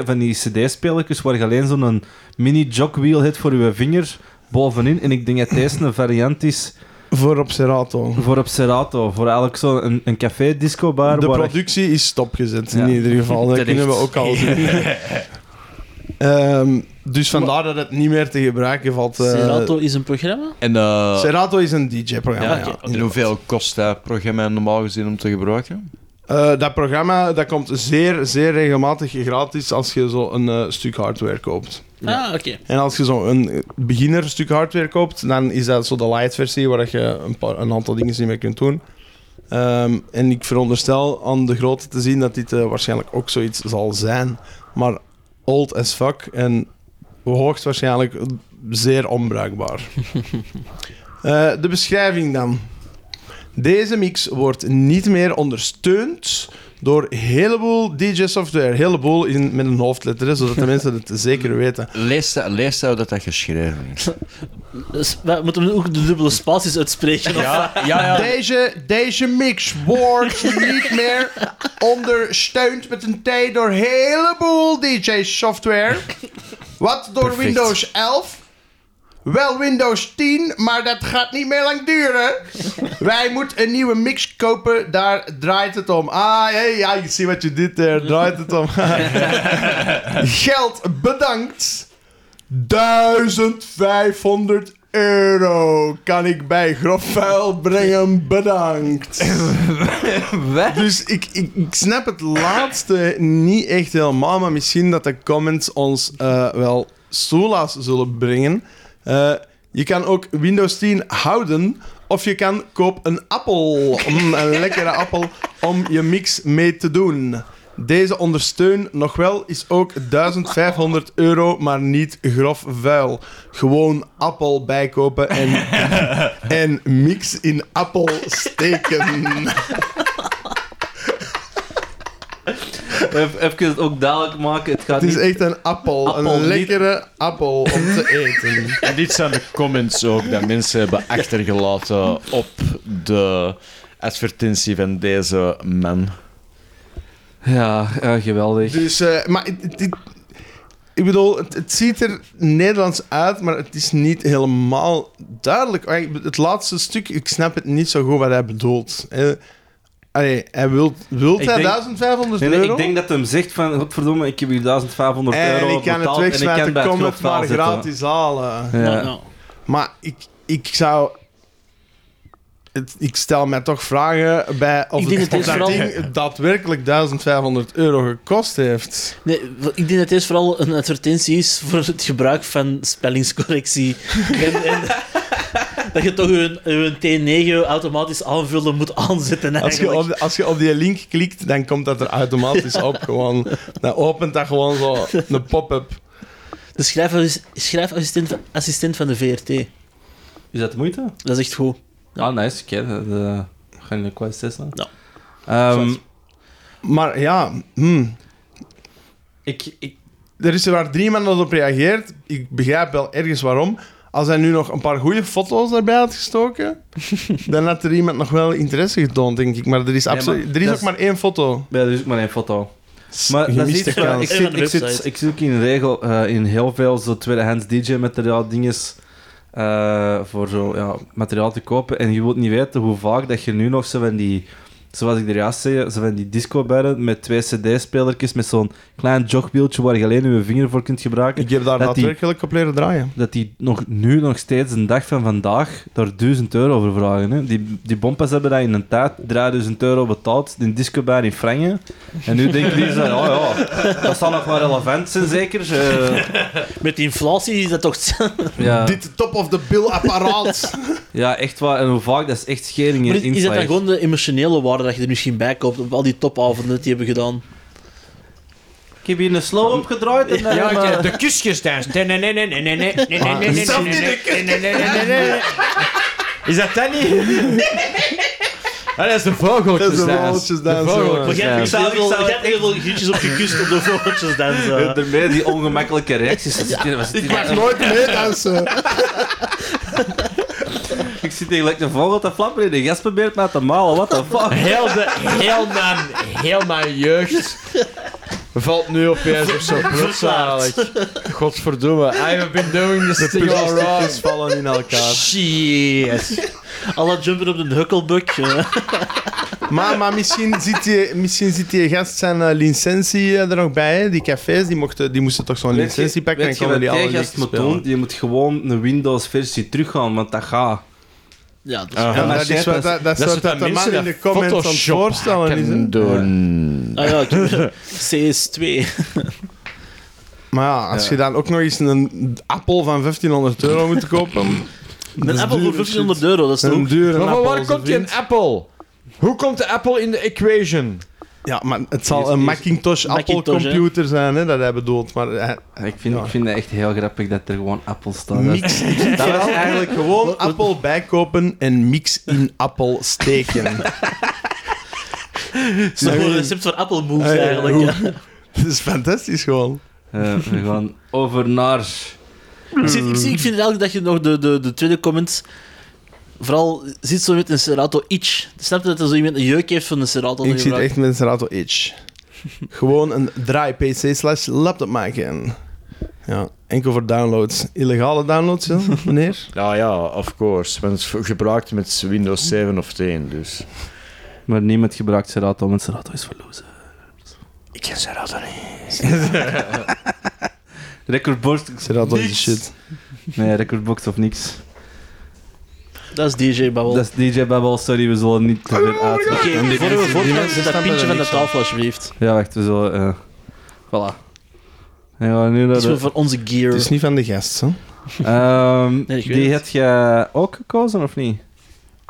CD, van die CD-spelletjes waar je alleen zo'n mini jogwheel hebt voor je vinger bovenin. En ik denk dat deze een variant is
Voor op Serato.
voor op Serato, voor eigenlijk zo'n een, een café disco bar.
De
waar
productie is stopgezet,
Ja.
in ieder geval. Dat
Terecht.
kunnen we ook al zien. Ehm, dus vandaar dat het niet meer te gebruiken valt. eh.
Serato is een programma?
En eh,
Serato is een DJ-programma,
Ja,
ja.
oké, oké.
en hoeveel kost dat programma normaal gezien om te gebruiken?
Eh, dat programma dat komt zeer, zeer regelmatig gratis als je zo een eh, stuk hardware koopt.
Ah, oké.
En als je zo'n beginner stuk hardware koopt, dan is dat zo de light versie waar dat je een, paar, een aantal dingen niet mee kunt doen. Ehm, en ik veronderstel aan de grootte te zien dat dit eh, waarschijnlijk ook zoiets zal zijn. Maar old as fuck en hoogstwaarschijnlijk zeer onbruikbaar. Eh, de beschrijving dan. Deze mix wordt niet meer ondersteund door een heleboel DJ-software. Heleboel in, met een hoofdletter, hè, zodat de mensen het zeker weten.
Lees, dat- lees dat, dat dat geschreven is.
Dus we moeten ook de dubbele spaties uitspreken.
Ja, ja, ja.
Deze, deze mix wordt niet meer ondersteund met een T door een heleboel DJ-software. Wat door
Perfect.
Windows 11. Wel Windows 10, maar dat gaat niet meer lang duren. Wij moeten een nieuwe mix kopen, daar draait het om. Ah, hey, ja, je ziet wat je doet, daar draait het om. Geld bedankt. 1500 euro kan ik bij Grofvuil brengen, bedankt. Dus ik, ik, ik snap het laatste niet echt helemaal, maar misschien dat de comments ons eh, wel soelaas zullen brengen. Eh, je kan ook Windows 10 houden, of je kan koop een appel, Mm, een lekkere appel, om je mix mee te doen. Deze ondersteun nog wel is ook 1500 euro, maar niet grof vuil. Gewoon appel bijkopen en, en mix in appel steken.
Even even het ook duidelijk maken. Het gaat
Het is
niet...
echt een appel.
Appel,
een
niet-
lekkere appel om te eten.
En dit zijn de comments ook dat mensen hebben achtergelaten op de advertentie van deze man.
Ja, eh, geweldig.
Dus, eh, maar het- het- het- ik bedoel, het, het ziet er Nederlands uit, maar het is niet helemaal duidelijk. Maar ik- Het laatste stuk, ik snap het niet zo goed wat hij bedoelt. Eh, allee, hij wil, wil
Ik
hij
denk-
1500
Nee, nee,
euro?
ik denk dat hem zegt van, godverdomme, ik heb hier 1500
en
euro
ik kan
betaald
het
en ik kan
wegsmijten,
bij
kom
het
het maar
grofvuil zitten.
gratis halen.
Ja.
Nou, nou.
Maar ik, ik zou... Het, ik stel mij toch vragen bij of
Ik denk
het,
dat
of
dit
dat
vooral-
ding daadwerkelijk 1500 euro gekost heeft.
Nee, ik denk dat dit vooral een advertentie is voor het gebruik van spellingscorrectie. en, en dat je toch je, je T9 automatisch aanvullen moet aanzetten.
Als je,
Eigenlijk.
op, als je op die link klikt, dan komt dat er automatisch op. Gewoon. Dan opent dat gewoon zo een pop-up.
De schrijfassist- schrijfassistent assistent van de VRT.
Is dat de moeite?
Dat is echt goed.
Ja, Ah, nice. Oké, dat eh, ga je nu qua testen.
Ja.
Ehm,
Maar ja, hmm,
ik, ik,
er is er waar drie man dat op reageert. Ik begrijp wel ergens waarom. Als hij nu nog een paar goede foto's erbij had gestoken, dan had er iemand nog wel interesse getoond, denk ik. Maar er is,
Nee,
absolu-
maar
er is
dat
ook
is-
maar één foto.
ja, er is ook maar één foto. Maar dat is
Gemiste
iets waar-
kans.
ik,
En
zit,
van de
ik, zit,
website.
ik zit ook in regel eh, in heel veel zo tweedehands DJ materiaal dinges eh, voor zo ja, materiaal te kopen. En je wilt niet weten hoe vaak dat je nu nog zo van die, zoals ik er juist zei, zo van die disco bedden met twee CD-spelertjes met zo'n klein jogwieltje waar je alleen je vinger voor kunt gebruiken.
Ik heb daar
dat die-
daadwerkelijk op leren draaien.
dat die nog, nu nog steeds een dag van vandaag daar 1000 euro voor vragen. Hè? Die, die bompas hebben dat in een tijd 3000 euro betaald, die discobar in Franjen. En nu denken die zo, ja, ja, dat zal nog wel relevant zijn, zeker. Eh,
Met die inflatie is dat toch...
ja.
Dit top-of-the-bill-apparaat.
ja, echt waar. En hoe vaak, dat is echt schering
Maar is,
in
is dat dan
inslag.
gewoon de emotionele waarde dat je er misschien bij koopt op al die topavonden die hebben gedaan?
Ik heb hier een slow op gedraaid. En dan
Ja,
hebben
de,
we-
de kusjes thuis. Nee, nee, nee, nee, nee, nee, nee, nee, nee, nee, nee,
Zelf
nee,
niet
nee, nee, nee, nee, nee, nee. Is dat dat niet? Ah, dat is de
Dat is
vogeltjes
de
thuis.
vogeltjesdans, jongen.
Maar jij
ja. Ik
hebt heel
zou- ik
veel-
zou-
jij hebt heel veel gietjes op gekust op de vogeltjes dansen.
Daarmee die ongemakkelijke reacties. Ik zit hier- wat zit
Ik
hier-
mag nooit meedansen.
Ik zit hier gelijk een vogel te flapperen en de gast probeert mij te malen. What the fuck?
Heel, de, heel, mijn, heel mijn jeugd valt nu opeens op zo'n plots eigenlijk. Godverdomme, I have been doing this thing all wrong.
Puzzeltjes vallen in elkaar.
Shit.
Alla jumpen op de hukkelbuk. eh.
Maar, maar misschien, zit die, misschien zit die gast zijn eh, licentie eh, er nog bij. hè. Die cafés die mochten, die moesten toch zo'n
Weet je-
licentie pakken en
weet je
konden die
wat
alle
jij gast
liedjes
moet
spelen.
doen? Je moet gewoon een Windows-versie teruggaan, want dat gaat.
Ja, dat is...
Ja, maar
maar
dat
shit,
is wat
dat-
dat, dat, is wat dat de man in de comments aan het voorstellen is. hè.
doen.
Ah ja, ik- CS2.
Maar ja, als je dan ook nog eens een appel van 1500 euro moet kopen...
Een appel voor 1500 euro, dat is toch
Een
ook...
dure
Maar van
appel,
waar
onze
komt die een
vriend.
apple? Hoe komt de apple in de equation?
Ja, maar het zal een Macintosh
Macintosh,
appelcomputer zijn, hè, dat hij bedoelt. Maar eh,
Ik vind,
Ja.
ik vind het echt heel grappig dat er gewoon appel staat.
Niks.
Dat was eigenlijk gewoon...
appel bijkopen en mix in appel steken.
Het is toch gewoon een recept voor appelmoes
Ah, ja,
eigenlijk.
hoe-
ja.
Het is fantastisch gewoon.
Eh, we gaan over naar...
Ik, zit, ik, zie- ik vind elke dag je nog de, de, de tweede comment. Vooral zit zo met een Serato itch. Snap je dat er zo iemand een jeuk heeft van een Serato?
Ik zit
gebruikt?
echt met een Serato Itch. Gewoon een draai PC slash laptop maken. Ja, enkel voor downloads. Illegale downloads, ja, meneer?
Nou ja, of course. Want het is gebruikt met Windows 7 of 10, dus...
Maar niemand gebruikt Serato, want Serato is verlozen.
Ik ken Serato niet.
Recordbox...
Serato is de shit.
Nee, recordbox of niks.
Dat is DJ Babbel.
Dat is DJ Babbel, sorry, we zullen niet
Oh,
te ver uit.
Oké,
die
voor we
mensen- die
voortgaan,
mensen
zet dat
staan bij
pintje
de
van de
niks
tafel alsjeblieft.
Ja, wacht, we zullen... eh, voilà. En we gaan nu naar
Dat is
de...
voor onze gear.
Het is niet van de gast, hè?
Ehm,
Nee, ik weet
die
het.
heb je ook gekozen, of niet?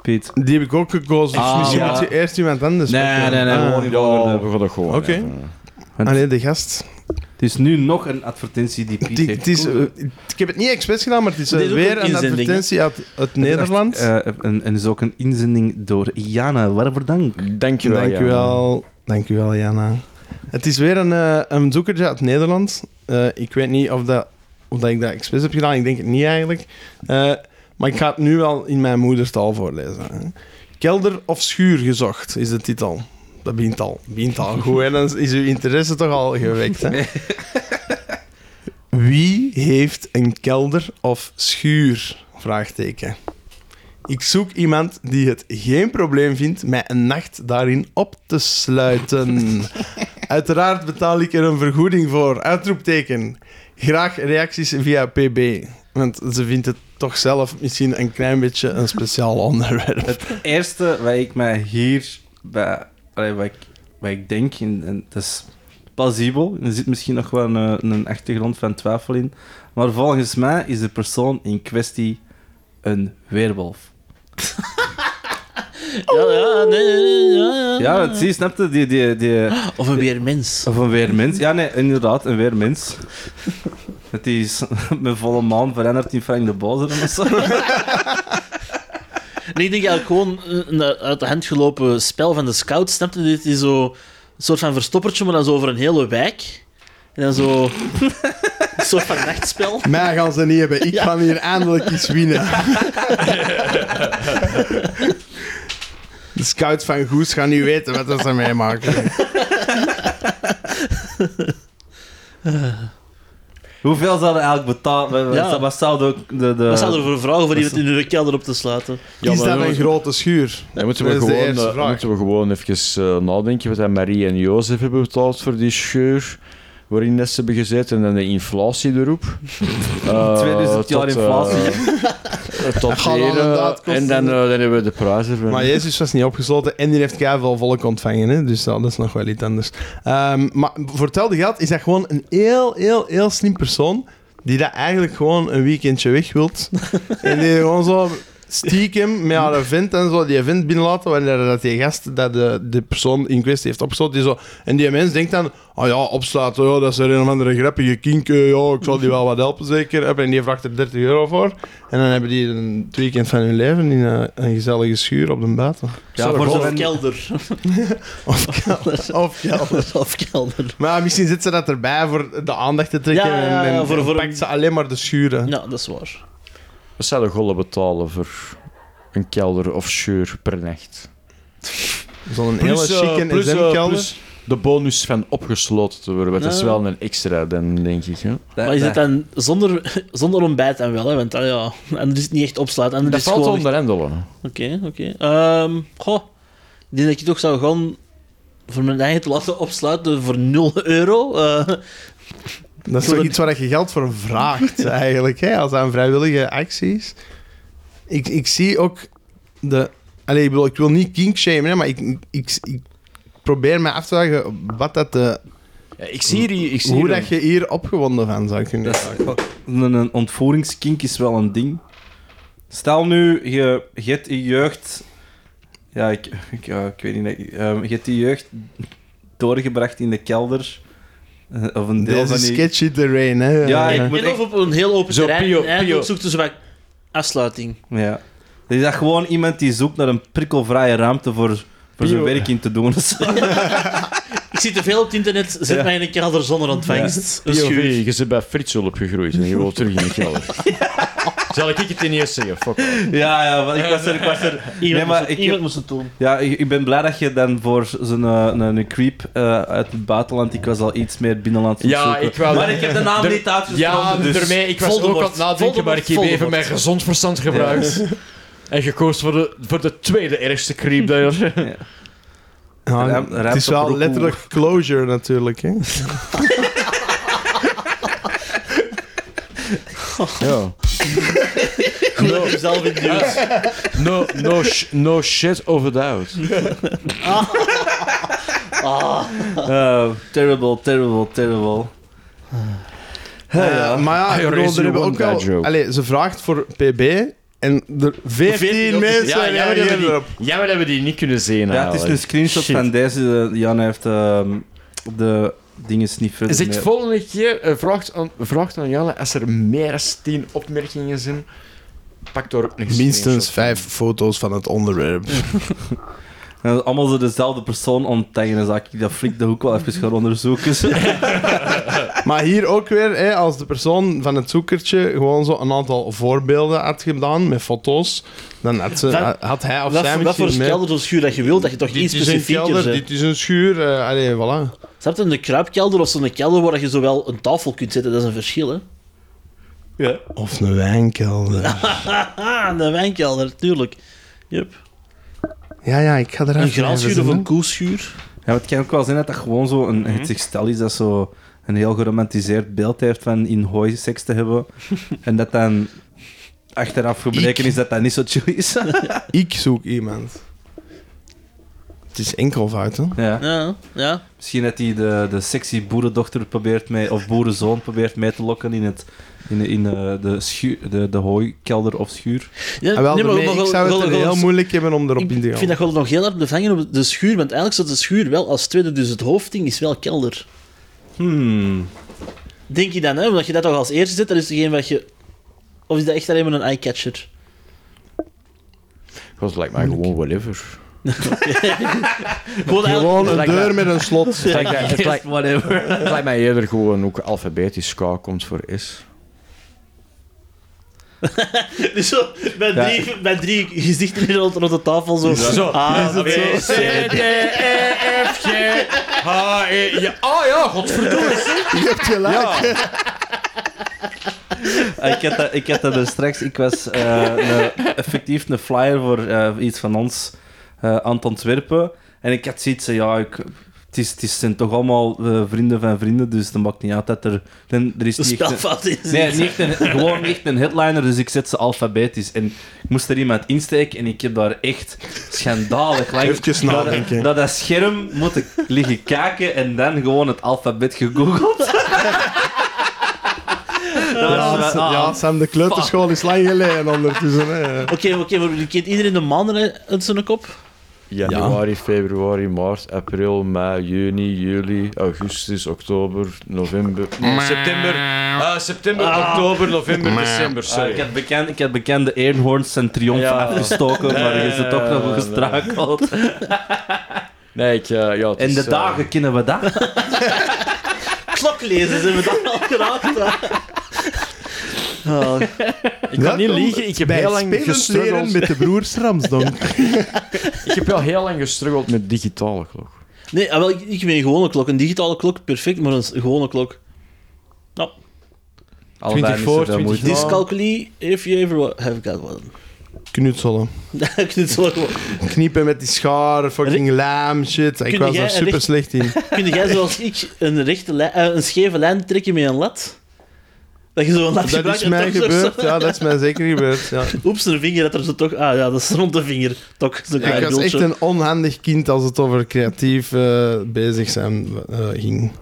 Piet?
Die heb ik ook gekozen, dus
Ah,
misschien
ja.
moet je eerst iemand anders pakken. Ah.
gewoon in volgorde.
we gaan dat gewoon
Oké.
even.
Ah nee, de gast.
Het is nu nog een advertentie die Piet
Het-
heeft
het is, eh,
gekozen.
ik heb het niet expres gedaan, maar het is eh,
Dit is ook
weer
een
een
inzending,
advertentie uit, uit Nederland.
Eh, en, en is ook een inzending door Jana, waarvoor dank.
Dankjewel,
Dankjewel. Dankjewel, Jana. Het is weer een, eh, een zoekertje uit Nederland. Eh, ik weet niet of, dat, of dat ik dat expres heb gedaan. Ik denk het niet eigenlijk. Eh, maar ik ga het nu wel in mijn moedertaal voorlezen. hè. Kelder of schuur gezocht is de titel. Dat begint al, begint al goed. En dan is uw interesse toch al gewekt. Hè? Wie heeft een kelder of schuur? Vraagteken. Ik zoek iemand die het geen probleem vindt mij een nacht daarin op te sluiten. Uiteraard betaal ik er een vergoeding voor. Uitroepteken. Graag reacties via PB. Want ze vindt het toch zelf misschien een klein beetje een speciaal onderwerp.
Het eerste wat ik mij hier bij, allee, wat, ik, wat ik denk, in, en het is plausibel, er zit misschien nog wel een, een achtergrond van twijfel in, maar volgens mij is de persoon in kwestie een weerwolf.
Ja, ja, nee, nee, nee, ja, ja.
Ja, want zie, snapte die, die, die.
Of een weer mens.
Of een weermens? Ja, nee, inderdaad, een weermens. Dat die is met volle maan veranderd in Frank de Bozer en zo.
Nee, ik denk eigenlijk gewoon eh, een- een uit de hand gelopen spel van de scouts. Snap je? Dit is zo een soort van verstoppertje, maar dan zo over een hele wijk. En dan zo... een soort van nachtspel.
Mij gaan ze niet hebben. Ik ga hier eindelijk iets winnen. De scouts van Goes gaan nu weten wat dat ze meemaken.
Hoeveel zouden eigenlijk betaald? Wat- wat-
Ja.
Wat zouden ook de... de...
Wat staat er voor vragen voor iemand in hun kelder op te sluiten?
is dat een grote schuur?
Dan moeten we,
Dat is de
gewoon,
eerste
eh,
vraag.
moeten we gewoon even eh, nadenken wat dat Marie en Jozef hebben betaald voor die scheur waarin dat ze hebben gezeten en dan de inflatie erop. Eh,
2000 jaar
tot, eh,
inflatie.
tot
gaat
hier, eh,
inderdaad kosten.
en dan, eh, dan hebben we de prijzen van.
Maar Jezus was niet opgesloten en die heeft keiveel volk ontvangen. Hè? Dus dat dat is nog wel iets anders. Ehm, maar voor hetzelfde geld is dat gewoon een heel, heel, heel slim persoon die dat eigenlijk gewoon een weekendje weg wilt. en die gewoon zo stiekem met haar vent en zo die vent binnenlaten wanneer dat die gast dat de, de persoon in kwestie heeft opgesloten. Die zo, en die mens denkt dan, oh ja, opsluiten, oh, dat is er een of andere grappige kink, eh, ja, ik zal die wel wat helpen zeker. En die vraagt er 30 euro voor. En dan hebben die een het weekend van hun leven in eh, een gezellige schuur op de buiten.
Ja, voor
Of
zo'n
kelder.
Of kelder. Of kelder.
Of kelder.
Maar misschien zit ze dat erbij voor de aandacht te trekken.
Ja, ja, ja,
en, en-
voor-
en
voor
pakt
een-
ze alleen maar de schuren.
Ja, dat is waar.
Wat zou de gollen betalen voor een kelder of scheur per nacht?
Zo'n hele
eh,
chique
plus, eh,
SM-kelder.
plus de bonus van opgesloten te worden. want Dat is
Ja.
wel een extra, dan denk ik. Hè?
Maar is het dan zonder, zonder ontbijt dan wel, hè? Want ah, ja, anders is het niet echt opsluiten. Anders
Dat
is het
valt te
gewoon... echt-
onderhandelen.
Oké, oké. Ehm, Goh, ik denk dat je toch zou gaan voor mijn eigen te laten opsluiten voor 0 euro. Eh,
Dat is toch iets waar je geld voor vraagt, eigenlijk. Hè? Als aan vrijwillige acties. Ik, ik zie ook de... Allee, ik, bedoel, ik wil niet kinkshamen, hè, maar ik, ik, ik probeer me af te vragen wat dat de,
Ja, ik zie hier... Ik zie
hoe
hier
dat je hier opgewonden van zou kunnen raken.
Een, een ontvoeringskink is wel een ding. Stel nu, je je hebt in jeugd... Ja, ik, ik, ja, ik weet niet. ehm, je hebt die jeugd doorgebracht in de kelder. eh, of een deel
Deze
van die...
sketchy terrain, hè.
Ja, ik
Eh,
moet
en
echt-
of op een heel open
Zo,
terrein.
Pio,
en eigenlijk
Pio.
zoekt dus wat afsluiting.
Ja. Er is dat gewoon iemand die zoekt naar een prikkelvrije ruimte voor, voor zijn werk in te doen.
Ik zie te veel op het internet, zet mij in een kelder zonder ontvangst. Een schuur.
POV, je zit bij Fritsul opgegroeid en je wilt terug in de kelder. Zal ik het in eerst zeggen? Fuck. off.
ja, ja, want ik was er. Ik was er.
Iemand,
Nee,
moest,
maar
het,
ik
iemand
heb-
moest het doen.
Ja, ik, ik ben blij dat je dan voor zo'n eh, een, een creep eh, uit het buitenland. Ik was al iets meer binnenland. aan het
Ja,
zoeken.
ik wou...
Maar ik heb de naam
Er-
niet
Ja,
uitgesproken. dus-
daarmee, ik was
Voldemort.
ook aan het nadenken, maar ik heb
Voldemort,
even mijn gezond verstand gebruikt. En gekozen voor de, voor de tweede ergste creep. dat je-
Ja,
Ruim- ruim
het is
tot
wel
roekoe.
letterlijk closure natuurlijk. Hè?
Ja.
Goed dat je hem zelf in duwt.
No, no, sh- no shit over doubt.
Eh, terrible, terrible, terrible.
Eh, maar ja,
I
ik bedoel,
raise you
er hebben
one
ook
bad
wel...
joke.
Allee, ze vraagt voor PB en er 14, mensen
Ja, jammer dat we
reageren
die-
erop.
jammer dat we die niet kunnen zien.
Ja, het is een
eigenlijk.
screenshot
Shit.
van deze. eh, Jan heeft ehm, de dingen niet verder.
Zegt
mee.
volgende keer, eh, vraagt aan, vraagt aan Janne, als er meer dan 10 opmerkingen zijn, pak er ook een
Minstens
screenshot van.
vijf foto's van het onderwerp.
En dat is allemaal zo dezelfde persoon ontdekken. Dan zou ik dat flik de hoek wel even gaan onderzoeken.
Maar hier ook weer, hè, als de persoon van het zoekertje gewoon zo een aantal voorbeelden had gedaan met foto's, dan had, ze,
Dat-
had hij of
Wat,
zij
voor- wat
misschien
voor
meer-
kelder of schuur dat je wilt, dat je toch iets
Dit is een
specifieker
kelder,
bent.
dit is een schuur. eh, allee, voilà.
Snap je, een kruipkelder of zo'n kelder waar je zowel een tafel kunt zetten, dat is een verschil, hè?
Of een wijnkelder.
Haha, Ah, een wijnkelder, tuurlijk. Yep.
Ja, ja, ik ga er
Een
even
graanschuur
zitten.
of een koeschuur.
Ja, maar het kan ook wel zijn dat dat gewoon zo een het stel is dat zo een heel geromantiseerd beeld heeft van in hooi seks te hebben. en dat dan achteraf gebleken is dat dat niet zo chill is.
Ik zoek iemand. Het is enkelvoud, hè?
ja.
Ja, ja.
Misschien dat hij de, de sexy boerendochter probeert mee, of boerenzoon probeert mee te lokken in, het, in, in eh, de, schuur, de, de hooikelder of schuur.
ja
Ah, wel,
nee, maar
daarmee,
wel-
ik zou
wel-
het er
wel-
heel moeilijk hebben om erop
Ik
in te
ik
gaan.
vind dat we er nog heel hard bevangen op de schuur, want eigenlijk staat de schuur wel als tweede, dus het hoofdding is wel kelder.
Hmm.
Denk je dan, hè? Omdat je dat toch als eerste zet, dat is degene wat je... Of is dat echt alleen maar een eyecatcher?
Dat lijkt mij gewoon whatever.
Gewoon eigenlijk-
Gewoon een
Lijkt
deur
me-
met een slot.
Het lijkt mij- het lijkt-
Whatever.
het lijkt mij eerder gewoon ook alfabetisch K komt voor S.
Dus zo, bij
Ja.
drie, bij drie gezichten in rond, rond de tafel zo.
Zo.
Ah,
B, C, D, E, F, G, H, E, ja. Ah ja, godverdomme.
Je hebt gelijk.
Ah, ik, had dat, ik had dat er straks. Ik was eh, een- effectief een flyer voor eh, iets van ons eh, aan het ontwerpen. En ik had zoiets van, ja, ik, het, is, het is, zijn toch allemaal eh, vrienden van vrienden, dus dat maakt niet uit dat er... Dan, er is
De
niet echt een-
spelfout is.
Nee, niet echt een, gewoon niet echt een headliner, dus ik zet ze alfabetisch. En ik moest er iemand insteken en ik heb daar echt schandalig lang
Even
naar,
nadenken.
naar dat scherm moeten liggen kijken en dan gewoon het alfabet gegoogeld. Dat was
Ja,
wel-
Sam-
ah,
ja, Sam, de kleuterschool is lang geleden ondertussen. Hè.
Oké, oké, maar je kent iedereen de maanden hè, uit zijn kop.
Januari, februari, maart, april, mei, juni, juli, augustus, oktober, november. Nee, september. Ah, september, oktober, november, december.
Ah,
Sorry.
ik, had bekend, ik had bekende Eenhoorns en Triomf
Ja.
afgestoken, maar je is er toch nog
Nee,
gestruikeld.
Nee, ik, eh, ja, het
En
is,
de
eh,
dagen kennen we dat.
Klok lezen, zijn we dat al geraakt? hè? Ah,
Ik kan niet
Welkom
liegen, ik heb
bij
heel lang
Spelend Leren
gestruggeld.
met de broers Ramsdonk.
Ik heb wel heel lang gestruggeld met digitale klok.
nee, ah, wel, ik, ik ben een gewone klok. Een digitale klok, perfect, maar een s- gewone klok. Nou,
Allebei niet
24,
zoveel moeite.
Ja. 20.
dyscalculie, if you ever wa- have got one.
Knutselen.
Dat heb ik niet zo gewoon.
Kniepen met die schaar, fucking lijm, shit. Ik
Kun
was
jij
daar
een
super
recht-
slecht in.
Kun jij zoals ik een, rechte lijn, eh, een scheve lijn trekken met een lat? Dat je zo'n lat
Dat
gebruikt
is
en
mij
toch zo-
gebeurd, ja, dat is mij zeker gebeurd. Ja.
Oeps, een vinger dat er zo toch... Ah ja, dat is rond de vinger. Toch, zo'n klein
Ik was echt
bultje.
een onhandig kind als het over creatief eh, bezig zijn eh, ging.